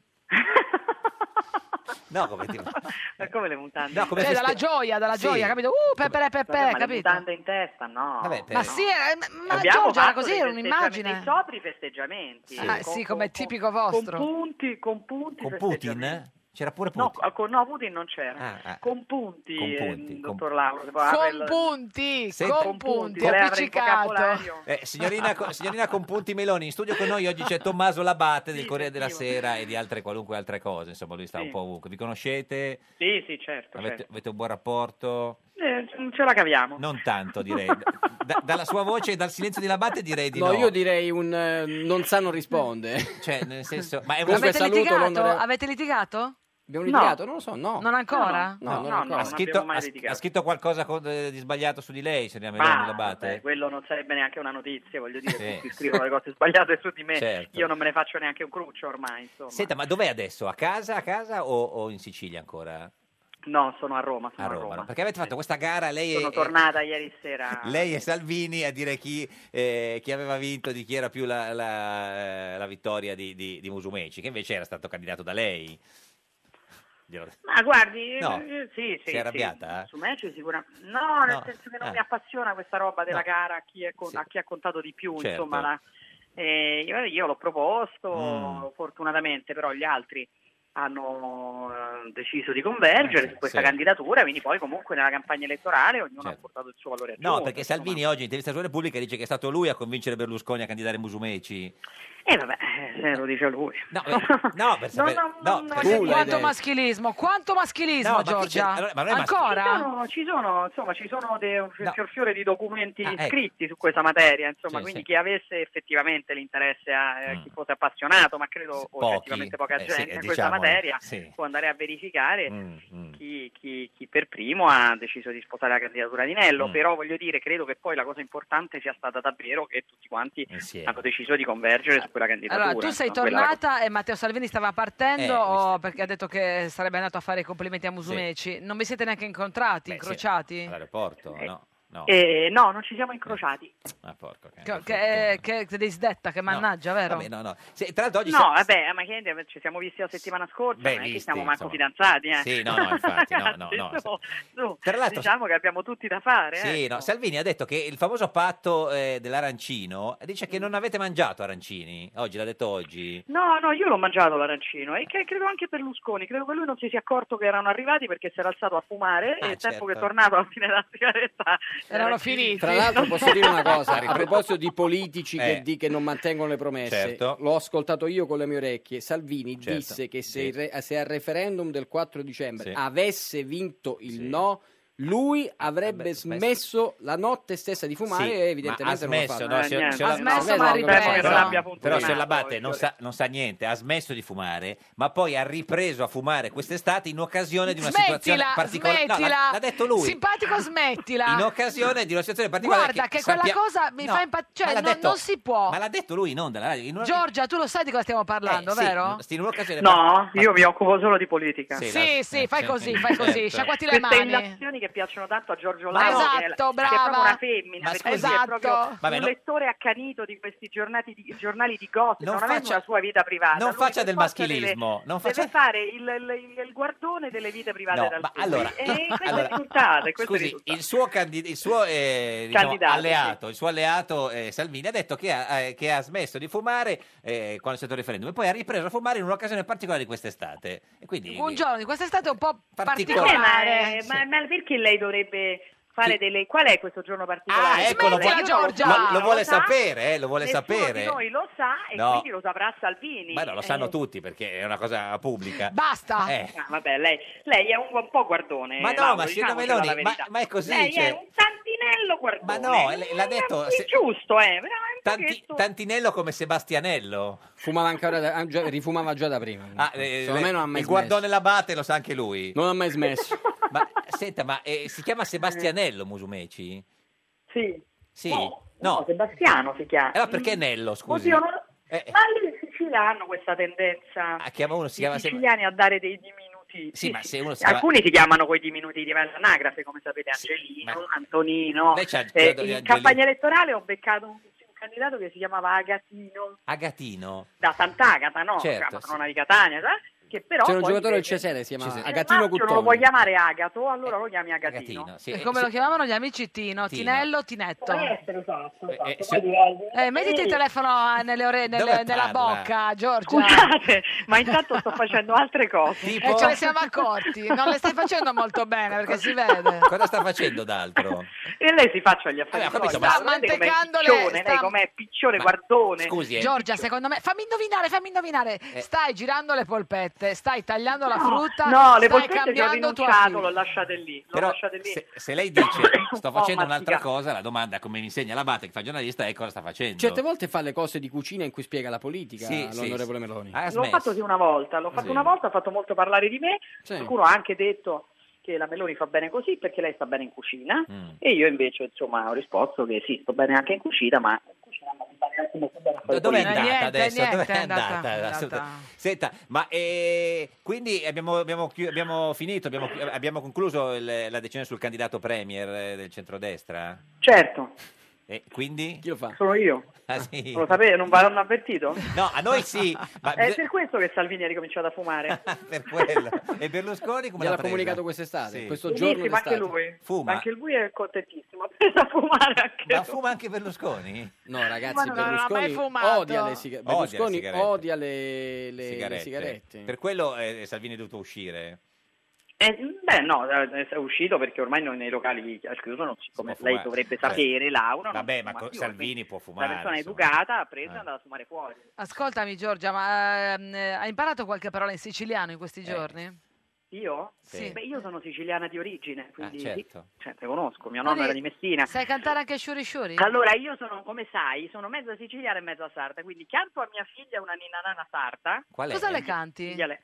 S2: No, come ti...
S21: [LAUGHS] Ma come le mutande?
S2: No, come
S1: Cioè,
S2: feste-
S1: dalla gioia, dalla
S2: Sì.
S1: gioia, capito? Uh, pepere,
S21: Vabbè,
S1: pepere,
S21: ma le
S1: capito?
S21: mutande in testa, no.
S2: Vabbè, per-
S1: Ma sì, eh, ma la
S21: Abbiamo
S1: Giorgia era
S21: fatto
S1: così,
S21: dei
S1: era
S21: festeggiamenti,
S1: un'immagine.
S21: Dei sobri festeggiamenti.
S1: Ah, sì, come è tipico vostro.
S21: Con punti, con punti.
S2: Con
S21: festeggiamenti.
S2: Putin? C'era pure Putin.
S21: No, con, no, Putin non c'era.
S2: Ah, ah.
S21: Con punti,
S2: Con
S21: eh,
S2: punti, con-
S21: dottor Lauro. se può avere
S1: Con
S21: il-
S1: punti,
S2: Senta-
S1: con punti,
S21: lei avrà il
S1: appiccicato.
S21: vocabolario.
S2: Eh, signorina, co- signorina con punti Meloni, in studio con noi oggi c'è Tommaso Labate del Corriere della Sera e di altre qualunque altre cose, insomma lui sta
S21: Sì.
S2: un po' ovunque. Vi conoscete?
S21: Sì, sì, certo.
S2: Avete,
S21: certo.
S2: avete un buon rapporto?
S21: Eh, ce- ce la caviamo.
S2: Non tanto
S21: [LAUGHS]
S2: direi. Da- dalla sua voce e dal silenzio di Labate direi di no.
S15: No, io direi un eh, non sa non risponde.
S2: Cioè, nel senso... Ma è un-
S15: Eh, Comunque
S1: Avete
S15: saluto
S1: litigato?
S15: l'onore-
S1: Avete litigato?
S15: Abbiamo litigato? Non lo so, no. Eh,
S1: Non ancora?
S15: No, non ancora.
S2: ha, scritto,
S21: mai
S2: ha-
S21: litigato.
S2: ha scritto qualcosa co- eh, di sbagliato su di lei, signorina Meloni
S21: Ma
S2: Labate?
S21: vabbè, quello non sarebbe neanche una notizia, voglio dire,
S2: Sì.
S21: tutti scrivono le cose sbagliate su di me,
S2: Certo.
S21: io non me ne faccio neanche un cruccio ormai, insomma.
S2: Senta, ma dov'è adesso? A casa, a casa o, o in Sicilia ancora?
S21: No, sono a Roma, sono
S2: A
S21: a
S2: Roma.
S21: Roma.
S2: no? Perché avete fatto questa gara, lei
S21: Sono
S2: e-
S21: tornata ieri
S2: [LAUGHS]
S21: sera.
S2: Lei e Salvini a dire chi, eh, chi aveva vinto, di chi era più la, la- la vittoria di, di, di Musumeci, che invece era stato candidato da lei. Glielo-
S21: Ma guardi,
S2: No.
S21: eh, sì, sì.
S2: Si è arrabbiata? eh?
S21: Sì. Su Match sicuramente. No, nel
S2: No.
S21: senso che non
S2: Ah.
S21: mi appassiona questa roba della
S2: No.
S21: gara a chi, è con-
S2: Sì.
S21: a chi ha contato di più,
S2: Certo.
S21: insomma. la- eh, io, io l'ho
S2: Mm.
S21: proposto, fortunatamente, però gli altri hanno eh, deciso di convergere
S2: Eh,
S21: su questa
S2: sì.
S21: candidatura, quindi poi comunque nella campagna elettorale ognuno ha
S2: Certo.
S21: portato il suo valore aggiunto.
S2: No, perché Salvini oggi in intervista sulla Repubblica dice che è stato lui a convincere Berlusconi a candidare Musumeci.
S21: E vabbè, eh, se lo dice lui. [LAUGHS]
S2: No, eh, no, per sapere-
S21: no,
S2: no, per
S21: no, no,
S2: sapere-
S21: no,
S1: Quanto maschilismo, quanto
S2: No,
S1: maschilismo,
S2: ma chi
S1: Giorgia?
S2: c'è? Allora, ma non è maschil-
S21: Ci
S1: Ancora?
S21: sono, ci sono, insomma, ci sono de- un
S2: No.
S21: fiorfiore di documenti
S2: Ah, ecco.
S21: scritti su questa materia, insomma,
S2: Sì,
S21: quindi
S2: sì. Mm.
S21: chi avesse effettivamente l'interesse a eh, chi fosse appassionato, ma credo
S2: Pochi,
S21: oggettivamente poca
S2: eh, sì,
S21: gente
S2: eh,
S21: in
S2: diciamo,
S21: questa materia,
S2: sì.
S21: può andare a verificare
S2: Mm, mm.
S21: chi, chi- chi per primo ha deciso di sposare la candidatura di Nello,
S2: Mm.
S21: però voglio dire, credo che poi la cosa importante sia stata davvero che tutti quanti
S2: Insieme.
S21: hanno deciso di convergere su quella candidatura.
S1: Allora, tu sei
S21: insomma, quella-
S1: tornata e Matteo Salvini stava partendo
S21: Eh,
S1: o- perché ha detto che sarebbe andato a fare i complimenti a Musumeci. Non vi siete neanche incontrati,
S2: Beh, sì,
S1: incrociati?
S2: All'aeroporto, no? No,
S21: Eh, no, non ci siamo incrociati.
S2: ah, porco. cane.
S1: Che, che, che, che disdetta, che mannaggia, vero?
S2: Vabbè, no, no. Se- tra l'altro oggi...
S21: No,
S2: sa-
S21: vabbè, ma che ci siamo visti la settimana scorsa,
S2: Beh,
S21: non è che
S2: visti,
S21: siamo manco
S2: insomma.
S21: fidanzati, eh.
S2: Sì, no, no, infatti, no, no,
S21: [LAUGHS]
S2: no.
S21: Ragazzi, su, su,
S2: Tra l'altro-
S21: diciamo che abbiamo tutti da fare, eh.
S2: Sì, no, Salvini ha detto che il famoso patto eh, dell'arancino dice che non avete mangiato arancini. Oggi l'ha detto oggi.
S21: No, no, io l'ho mangiato l'arancino e che- credo anche Berlusconi, credo che lui non si sia accorto che erano arrivati perché si era alzato a fumare
S2: Ah,
S21: e il tempo
S2: certo.
S21: che è tornato alla fine della sigaretta
S1: Erano finiti.
S15: Tra l'altro
S21: [LAUGHS]
S15: posso dire una cosa,
S2: Ripre-
S15: a proposito di politici
S2: Eh.
S15: che, di- che non mantengono le promesse,
S2: Certo.
S15: l'ho ascoltato io con le mie orecchie, Salvini
S2: Certo.
S15: disse che se,
S2: Sì.
S15: il re- se al referendum del 4 dicembre
S2: Sì. Eh
S15: avesse vinto il no, lui avrebbe smesso la notte stessa di fumare
S2: Sì,
S15: e
S2: ma ha
S15: evidentemente non l'ha
S2: smesso,
S15: fatto.
S2: no, signor- signor-
S1: Eh, Ha smesso,
S15: no,
S1: ma ha
S15: no, no,
S1: ripreso.
S15: no,
S21: Spero
S15: no.
S21: l'abbia funzionato.
S2: Però
S21: Però
S2: se Labate non
S21: Fiore.
S2: sa, non sa niente, ha smesso di fumare, ma poi ha ripreso a fumare quest'estate in occasione di una situazione
S1: Smettila,
S2: particolare. No, l'ha-
S1: smettila.
S2: l'ha detto lui.
S1: Simpatico, smettila.
S2: In occasione di una situazione particolare.
S1: Guarda che, quella
S2: sappia-
S1: cosa mi
S2: No,
S1: fa impazzire,
S2: ma
S1: cioè
S2: l'ha
S1: non,
S2: detto-
S1: non si può.
S2: Ma l'ha detto lui in onda. la radio, in una-
S1: Giorgia, tu lo sai di cosa stiamo parlando,
S2: Eh, sì,
S1: vero?
S2: in un'occasione-
S21: No,
S2: ma-
S21: io mi occupo solo di politica.
S2: Sì,
S1: Sì, sì, fai
S2: eh,
S1: così,
S2: sì,
S1: fai così,
S2: certo.
S1: sciacquati le
S21: Queste
S1: mani.
S21: illazioni che piacciono tanto a Giorgio
S1: Ma
S21: Lauro, che è-
S1: esatto,
S21: che, è,
S1: brava.
S21: proprio una femmina,
S2: Ma
S21: perché
S2: scusi,
S21: lui è proprio
S1: esatto.
S2: Vabbè,
S21: un
S2: no-
S21: lettore accanito di questi giornali di, giornali di gossip,
S2: Non
S21: non, avendo
S2: faccia-
S21: la sua vita privata.
S2: non
S21: lui
S2: faccia del
S21: per forza
S2: maschilismo,
S21: deve-
S2: non
S21: deve
S2: faccia-
S21: fare il, il- il guardone delle vite private
S2: No,
S21: dal
S2: ma
S21: pubblico.
S2: allora,
S21: E
S2: allora,
S21: questo è il risultato, e questo è il
S2: Scusi,
S21: risultato.
S2: il suo, candid- il suo, eh, diciamo,
S21: Candidato,
S2: alleato, il suo alleato eh, Salvini ha detto che ha, eh, che ha smesso di fumare eh, quando è stato il referendum e poi ha ripreso a fumare in un'occasione particolare di quest'estate. E quindi,
S1: Un giorno di quest'estate è un po'
S2: Particolare.
S21: Perché, ma,
S1: particolare.
S21: ma- ma perché lei dovrebbe fare delle... Qual è questo giorno particolare?
S2: Ah, ecco, lo,
S21: Smettila,
S2: vuole-
S21: Giorgia!
S2: lo- lo vuole
S21: sa?
S2: sapere, eh, lo vuole
S21: Nessuno
S2: sapere.
S21: di noi lo sa e
S2: No.
S21: quindi lo saprà Salvini. Eh.
S2: Ma no, lo sanno tutti perché è una cosa pubblica.
S21: Basta.
S2: Eh.
S21: Ah, vabbè, lei, lei è un, un po' guardone.
S2: Ma no,
S21: Lauro,
S2: ma signora
S21: diciamocela
S2: Meloni,
S21: la
S2: ma-
S21: verità.
S2: ma è così,
S21: Lei
S2: cioè-
S21: è un tantinello guardone.
S2: Ma no, lei- l'ha detto- se-
S21: È giusto, eh. però è un
S2: Tanti-
S21: pochetto-
S2: Tantinello come Sebastianello.
S15: Fumava ancora da- ah, già- rifumava già da prima.
S2: Ah, eh,
S15: Secondo me non ha mai
S2: il
S15: smesso.
S2: guardone l'abate lo sa anche lui.
S15: Non ha mai smesso.
S2: [LAUGHS] ma senta, ma eh, si chiama Sebastianello Musumeci?
S21: Sì.
S2: Sì.
S21: No,
S2: No.
S21: Sebastiano si chiama.
S2: Allora perché Nello, scusi?
S21: Oddio, non lo-
S2: Eh,
S21: ma lì i siciliani hanno questa tendenza.
S2: ah, chiama uno, si
S21: I
S2: chiama Seb-
S21: siciliani a dare dei diminuti.
S2: Sì, ma se uno si chiama-
S21: Alcuni si chiamano coi diminuti di diversa anagrafe, come sapete, Angelino, Antonino.
S2: Lei c'ha-
S21: Eh,
S2: c'ha degli
S21: in
S2: Angelini.
S21: campagna elettorale ho beccato un, un candidato che si chiamava Agatino
S2: Agatino.
S21: da Sant'Agata, no? Cioè,
S2: Certo,
S21: la
S2: sì.
S21: patrona di Catania, sa? che però
S15: C'era un
S21: poi
S15: giocatore del
S21: invece-
S15: Cesena che si chiama
S21: se
S15: Agatino
S21: il maschio non lo
S15: Cutton.
S21: vuoi chiamare Agato, allora lo chiami Agatino.
S15: Agatino, sì.
S1: E come lo chiamavano gli amici
S15: Tino.
S1: Tino, Tinello, Tinetto.
S21: Può essere, esatto,
S2: esatto. Eh,
S21: Poi
S2: se-
S21: direi-
S1: Eh, mettiti il telefono eh, nelle ore- nelle-
S2: Dove
S1: nella
S2: parla?
S1: bocca,
S2: Eh,
S1: Giorgia.
S21: Scusate, ma intanto sto facendo altre cose.
S1: E Eh, ce
S2: [LAUGHS]
S1: ne siamo accorti. Non le stai facendo molto bene perché si vede.
S2: Cosa sta facendo d'altro?
S21: E lei si faccia gli affari.
S2: Vabbè, ho capito,
S21: suoi.
S2: ma-
S21: Guarda, guardate com'è
S1: Mantecandole,
S21: piccione,
S1: sta-
S21: lei com'è piccione, guardone.
S2: Scusi, eh.
S1: Giorgia, secondo me, fammi indovinare, fammi indovinare.
S2: Eh.
S1: Stai girando le polpette, stai tagliando la
S21: No,
S1: frutta,
S21: No, le
S1: stai
S21: polpette ci ho
S1: cambiando tua
S21: rinunciato,
S1: vita.
S21: l'ho lasciate lì. L'ho
S2: Però
S21: lasciate lì.
S2: se, se lei
S21: [COUGHS]
S2: dice sto
S21: Oh,
S2: facendo
S21: ma
S2: un'altra
S21: sì,
S2: cosa, la domanda come mi insegna l'abate che fa il giornalista è cosa sta facendo.
S15: Certe volte fa le cose di cucina in cui spiega la politica
S2: Sì, sì,
S15: l'onorevole
S2: sì.
S15: Meloni.
S2: Ah,
S21: L'ho fatto sì una volta, l'ho fatto
S15: Sì.
S21: una volta, ha fatto molto parlare di me. Qualcuno ha anche detto che la Meloni fa bene così perché lei sta bene in cucina
S2: Mm.
S21: e io invece insomma ho risposto che sì, sto bene anche in cucina, ma
S2: Do- Dove è
S21: Niente,
S2: andata adesso?
S21: niente,
S2: Dove
S21: è
S2: è andata?
S21: andata, è andata.
S2: Assolutamente. Senta, ma eh, quindi abbiamo, abbiamo chi- abbiamo finito, abbiamo, chi- abbiamo concluso il- la decisione sul candidato premier eh, del centrodestra?
S21: certo,
S2: E quindi?
S15: Chi lo fa?
S21: sono io.
S2: Ah, sì.
S21: Non Lo sapete, non vanno avvertito? Eh,
S2: No, a noi sì, ma
S21: [LAUGHS] È
S2: bisog-
S21: per questo che Salvini ha ricominciato
S2: [LAUGHS]
S21: a fumare.
S2: per quello. E Berlusconi come l'ha
S15: Gliel'ha
S2: presa?
S15: comunicato quest'estate,
S2: Sì.
S15: questo giorno
S21: Benissimo, anche
S15: d'estate.
S21: lui.
S2: Fuma?
S21: Anche lui è contentissimo. Ha preso a fumare anche
S2: Ma
S21: lui.
S2: fuma anche Berlusconi?
S15: No, ragazzi,
S21: Ma non aveva mai
S15: Berlusconi
S21: fumato.
S15: odia le sigarette.
S2: Odia le
S15: Berlusconi
S2: sigarette.
S15: odia le, le- le sigarette.
S2: Per quello eh, Salvini è dovuto uscire.
S21: Eh, beh, no, eh, è uscito perché ormai non- nei locali al chiuso non si, come
S2: può
S21: lei
S2: fumare.
S21: dovrebbe
S2: Eh.
S21: sapere, Laura. non
S2: Vabbè,
S21: si
S2: ma
S21: fuma
S2: co-
S21: più,
S2: Salvini può
S21: quindi La
S2: fumare.
S21: persona
S2: insomma.
S21: educata ha preso
S2: Eh.
S21: e andava a fumare fuori.
S1: Ascoltami, Giorgia, ma ehm, eh, hai imparato qualche parola in siciliano in
S21: Eh,
S1: questi giorni?
S21: Io?
S1: Sì.
S21: Beh, io sono siciliana di
S2: Eh,
S21: origine, quindi
S1: certo.
S21: cioè, te conosco, mio nonno
S1: Quindi
S21: era di Messina.
S1: Sai cantare anche Shuri Shuri?
S21: Allora, io sono, come sai, sono mezza siciliana e mezza sarda, quindi canto a mia figlia una ninna nana sarda.
S2: Qual è?
S1: Cosa le canti?
S21: Figlia le-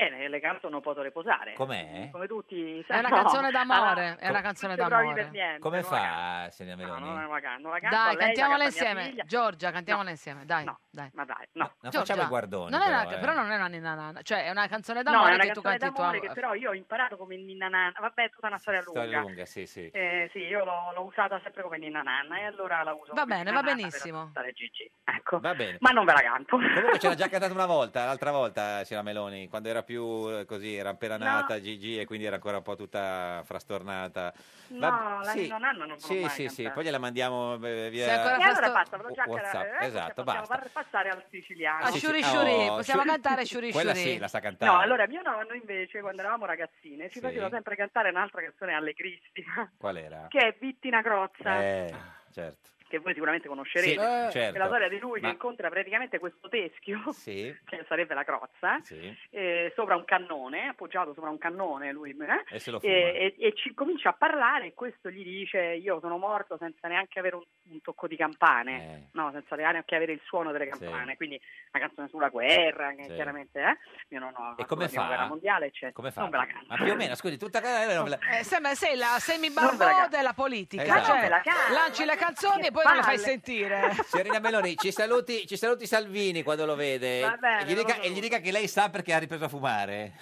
S21: Eh, le, le canto non potrò riposare.
S2: Com'è?
S21: Come tutti
S1: È una
S21: no.
S1: canzone d'amore,
S21: Ah,
S1: è una canzone
S21: non ci provi per
S1: d'amore.
S21: niente,
S2: Come
S21: non la canto.
S2: fa, signora
S21: No,
S2: Meloni?
S21: non la canto, non la canto,
S1: Dai,
S21: lei la
S1: cantiamola
S21: canta mia
S1: insieme.
S21: figlia.
S1: Giorgia, cantiamola insieme, dai, dai.
S21: Ma dai, no. cioè,
S2: Non
S1: Giorgia,
S2: facciamo i guardoni.
S1: non è una-
S2: però, eh.
S1: non è una ninna nanna, cioè è una canzone
S21: No,
S1: d'amore
S21: è una
S1: che tu
S21: canzone
S1: canti
S21: d'amore
S1: tu a-
S21: che però io ho imparato come ninna nanna, vabbè è tutta una storia lunga.
S2: Storia lunga, sì, sì.
S21: Eh, sì, io l'ho, l'ho usata sempre come ninna nanna e allora la uso
S1: Va
S21: come
S1: bene, va
S21: ninna nanna
S1: benissimo.
S21: per Gigi.
S2: Va bene.
S21: ecco. Ma non ve la canto.
S2: Comunque ce l'ha
S21: [LAUGHS]
S2: già cantata una volta, l'altra volta, signora Meloni, quando era più eh, così, era appena nata Gigi e quindi era ancora un po' tutta frastornata.
S21: No, la ninna nanna non
S2: Sì,
S21: mai
S2: sì, sì,
S21: cantata.
S2: poi gliela mandiamo eh, via
S1: Se ancora
S21: E allora
S1: Questo-
S21: basta, l'ho già
S2: WhatsApp.
S21: eh,
S2: Esatto,
S21: possiamo
S2: basta.
S21: par- passare al siciliano.
S1: Ah,
S2: Sì, sì.
S1: Shuri Shuri,
S2: Oh,
S1: possiamo
S2: Shuri-
S1: cantare Shuri
S2: Quella
S1: Shuri?
S2: sì, la sa cantare.
S21: No, allora mio nonno invece quando eravamo ragazzine ci
S2: Sì.
S21: faceva sempre cantare un'altra canzone allegrissima
S2: Qual era?
S21: che è Vittina Crozza.
S2: Ah. Eh, certo.
S21: che voi sicuramente conoscerete,
S2: Sì, eh, certo.
S21: è la storia di lui
S2: Ma-
S21: che incontra praticamente questo teschio,
S2: Sì,
S21: [LAUGHS] che sarebbe la crozza,
S2: sì.
S21: eh, sopra un cannone, appoggiato sopra un cannone lui, eh,
S2: E se lo fuma.
S21: e, e- e ci comincia a parlare e questo gli dice io sono morto senza neanche avere un, un tocco di campane,
S2: Eh.
S21: no, senza neanche avere il suono delle campane, quindi una canzone sulla guerra, che
S2: Sì.
S21: chiaramente eh, mio nonno ha fatto
S2: come
S21: la prima
S2: fa?
S21: guerra mondiale, eccetera.
S2: Come fa?
S21: non ve la canto.
S2: Ma più o meno, scusi, tutta cara- non ve
S21: [LAUGHS]
S2: la-
S1: Eh, sembra- sei la semi
S21: Non ve la canto.
S1: della politica,
S2: Esatto.
S1: cioè,
S2: Ma non ve la
S21: canto,
S1: lanci le canzoni e poi non le fai
S21: [LAUGHS]
S1: sentire.
S2: Signorina Meloni, ci saluti, ci saluti Salvini quando lo vede
S21: Va bene,
S2: e, gli dica,
S21: lo
S2: e gli dica che lei sa perché ha ripreso a fumare.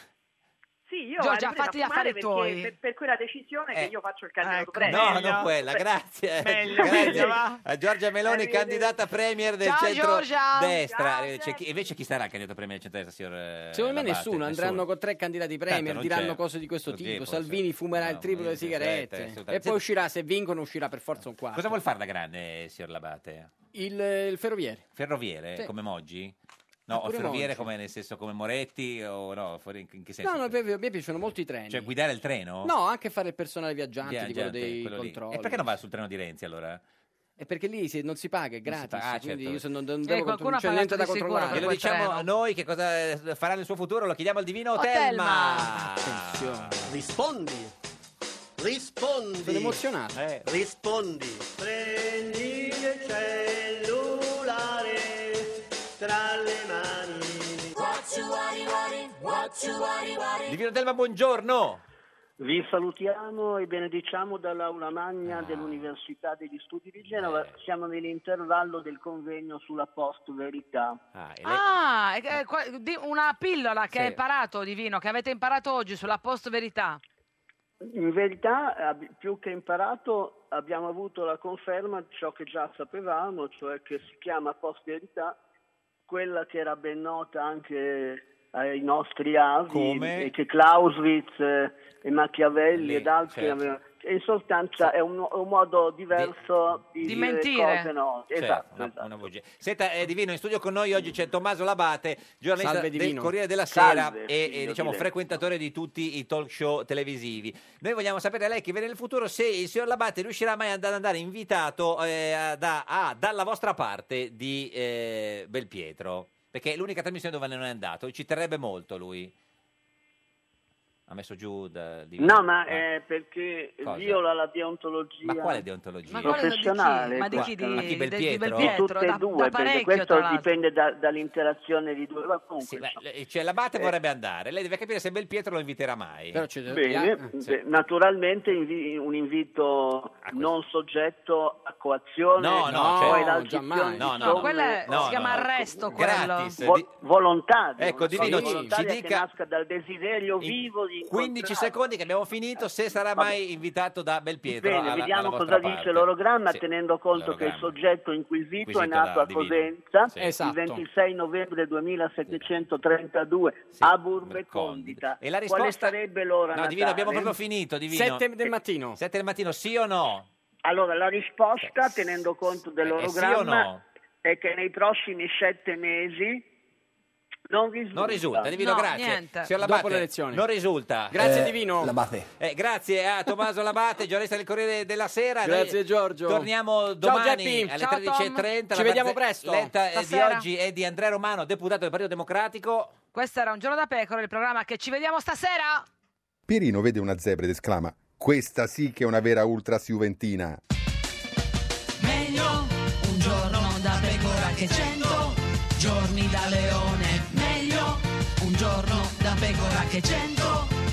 S21: Sì, io
S1: Giorgia,
S21: ho ripreso a
S1: fatti gli
S21: fumare
S1: affari
S21: perché-
S1: tuoi. Ecco.
S21: Per, per quella decisione che
S2: Eh.
S21: io faccio il candidato premio.
S2: No, non quella, grazie.
S21: Meglio,
S2: Grazie
S21: meglio, va.
S2: a Giorgia Meloni,
S21: Arrivederci.
S2: candidata premier del
S21: Ciao,
S2: centro-destra. Eh, c'è chi- invece chi sarà il candidato premier del centro-destra, signor eh,
S15: Secondo me
S2: Labate?
S15: nessuno, andranno con tre candidati premier,
S2: non
S15: diranno
S2: c'è.
S15: cose di questo
S2: Così,
S15: tipo,
S2: forse.
S15: Salvini fumerà il triplo
S2: non
S15: delle
S2: c'è, certo,
S15: sigarette
S2: assolutamente.
S15: e poi
S2: Senta-
S15: uscirà, se vincono uscirà per forza un quarto.
S2: Cosa vuol fare da grande, signor eh, Labate?
S15: Il, il ferroviere.
S2: Ferroviere,
S15: Sì.
S2: come Moggi? No, o
S15: Oppure
S2: ferroviere
S15: Monci.
S2: come nel senso come Moretti o no, fuori- in che senso?
S15: No, no, per- a me piacciono molto i treni.
S2: Cioè guidare il treno?
S15: No, anche fare il personale viaggiante,
S2: Via-
S15: di quello
S2: gente,
S15: dei
S2: quello lì.
S15: controlli.
S2: E perché non va sul treno di Renzi allora?
S15: È perché lì se non si paga, è
S2: Non si
S15: gratis.
S2: paga- ah,
S15: quindi
S2: certo.
S15: io se non, non devo contro- non c'è niente da controllare.
S2: Glielo diciamo noi che cosa eh, farà nel suo futuro, lo chiediamo al divino
S15: Oh,
S2: Telma.
S19: [LAUGHS]
S15: Telma.
S19: Rispondi. Rispondi.
S15: Sono emozionato.
S19: Rispondi. Prendi il cellulare tra le mani.
S2: Divino Telma, buongiorno.
S19: Vi salutiamo e benediciamo dall'Aula Magna dell'Università degli Studi di Genova. Siamo nell'intervallo del convegno sulla post-verità.
S1: Ah, eh, eh, qua- di- una pillola che
S19: Sì.
S1: hai imparato, Divino, che avete imparato oggi sulla post-verità.
S19: In verità, ab- più che imparato, abbiamo avuto la conferma di ciò che già sapevamo, cioè che si chiama post-verità quella che era ben nota anche ai nostri avi
S22: Come?
S19: e che Clausewitz eh, e Machiavelli
S22: Lì,
S19: ed altri
S22: certo.
S19: avevano. e In sostanza è un, un modo diverso di, dire cose note.
S2: Certo,
S19: Esatto.
S2: una- una bugia. Senta, eh, Divino, in studio con noi oggi c'è Tommaso Labate, giornalista
S19: Salve,
S2: del
S19: Divino.
S2: Corriere della
S19: Salve,
S2: Sera e,
S19: figlio
S2: e, diciamo,
S19: di lei.
S2: frequentatore di tutti i talk show televisivi. Noi vogliamo sapere da lei che vede nel futuro se il signor Labate riuscirà mai ad andare invitato eh, da- a- dalla vostra parte di eh, Belpietro, perché è l'unica trasmissione dove non è andato, ci terrebbe molto lui. Ha messo giù da, di-
S19: No, ma
S2: Ah.
S19: è perché
S2: Cosa?
S19: viola la
S2: Ma
S19: deontologia.
S2: quale deontologia? Ma quale-
S19: professionale?
S2: ma di chi?
S19: questa.
S2: Ma chi, Di- di- di Belpietro?
S19: Di tutte e
S2: Da- da
S19: due, perché
S2: parecchio, tra
S19: questo
S2: l'altro.
S19: dipende da- dall'interazione di due. Ma
S2: Sì,
S19: comunque,
S2: ma, eh, cioè, l'abate
S19: Eh.
S2: vorrebbe andare, lei deve capire se Belpietro lo inviterà mai. eh,
S19: Bene, beh, naturalmente invi- un invito non soggetto a coazione,
S2: No, no,
S19: poi
S2: certo.
S19: la
S2: No,
S19: decisione
S2: giammai.
S19: di
S2: No, no,
S19: somme-
S2: no. Quello è-
S1: si chiama arresto quello.
S19: Gratis, Vo- di- volontà. di
S2: Ecco,
S19: una
S2: Divino,
S19: cosa
S2: ci-
S19: volontaria
S2: ci dica-
S19: che nasca dal desiderio vivo di
S2: 15 secondi che abbiamo finito, se sarà
S19: Vabbè.
S2: mai invitato da Belpietro.
S19: Bene,
S2: alla- alla
S19: vediamo
S2: vostra
S19: cosa
S2: parte.
S19: dice l'orogramma,
S2: Sì,
S19: tenendo conto che il
S2: l'orogramma.
S19: soggetto inquisito,
S2: Inquisito
S19: è nato
S2: da
S19: a
S2: Divino.
S19: Cosenza
S2: Sì. Esatto.
S19: il 26 novembre 2732 a Burbe Condita.
S2: E la
S19: Quale
S2: risposta-
S19: sarebbe l'ora
S2: No, Divino, abbiamo
S19: natale?
S2: proprio finito, Divino.
S19: Sette del
S2: mattino. 7 del mattino, sì o no?
S19: Allora, la risposta, tenendo conto
S2: Eh, sì o
S19: dell'orogramma,
S2: no?
S19: è che nei prossimi sette mesi non risulta.
S2: Non risulta, Divino, grazie. Signor Labate, Non risulta.
S15: Grazie, Divino.
S2: Labate. grazie a
S15: [LAUGHS]
S2: Tommaso Labate, giornalista del Corriere della Sera.
S15: Grazie,
S2: Noi
S15: Giorgio.
S2: Torniamo
S15: Ciao,
S2: domani
S15: Geppi.
S2: alle
S15: Ciao,
S2: 13.30.
S15: Tom.
S2: La
S15: Ci vediamo
S1: presto.
S2: barzelletta, eh, di
S1: Stasera.
S2: oggi è di Andrea Romano, deputato del Partito Democratico.
S1: Questo era Un giorno da pecora, il programma che ci vediamo stasera.
S23: Pierino vede una zebra ed esclama: Questa sì che è una vera ultras juventina.
S24: Meglio un giorno da pecora che cento giorni da leone. Meglio un giorno da pecora che cento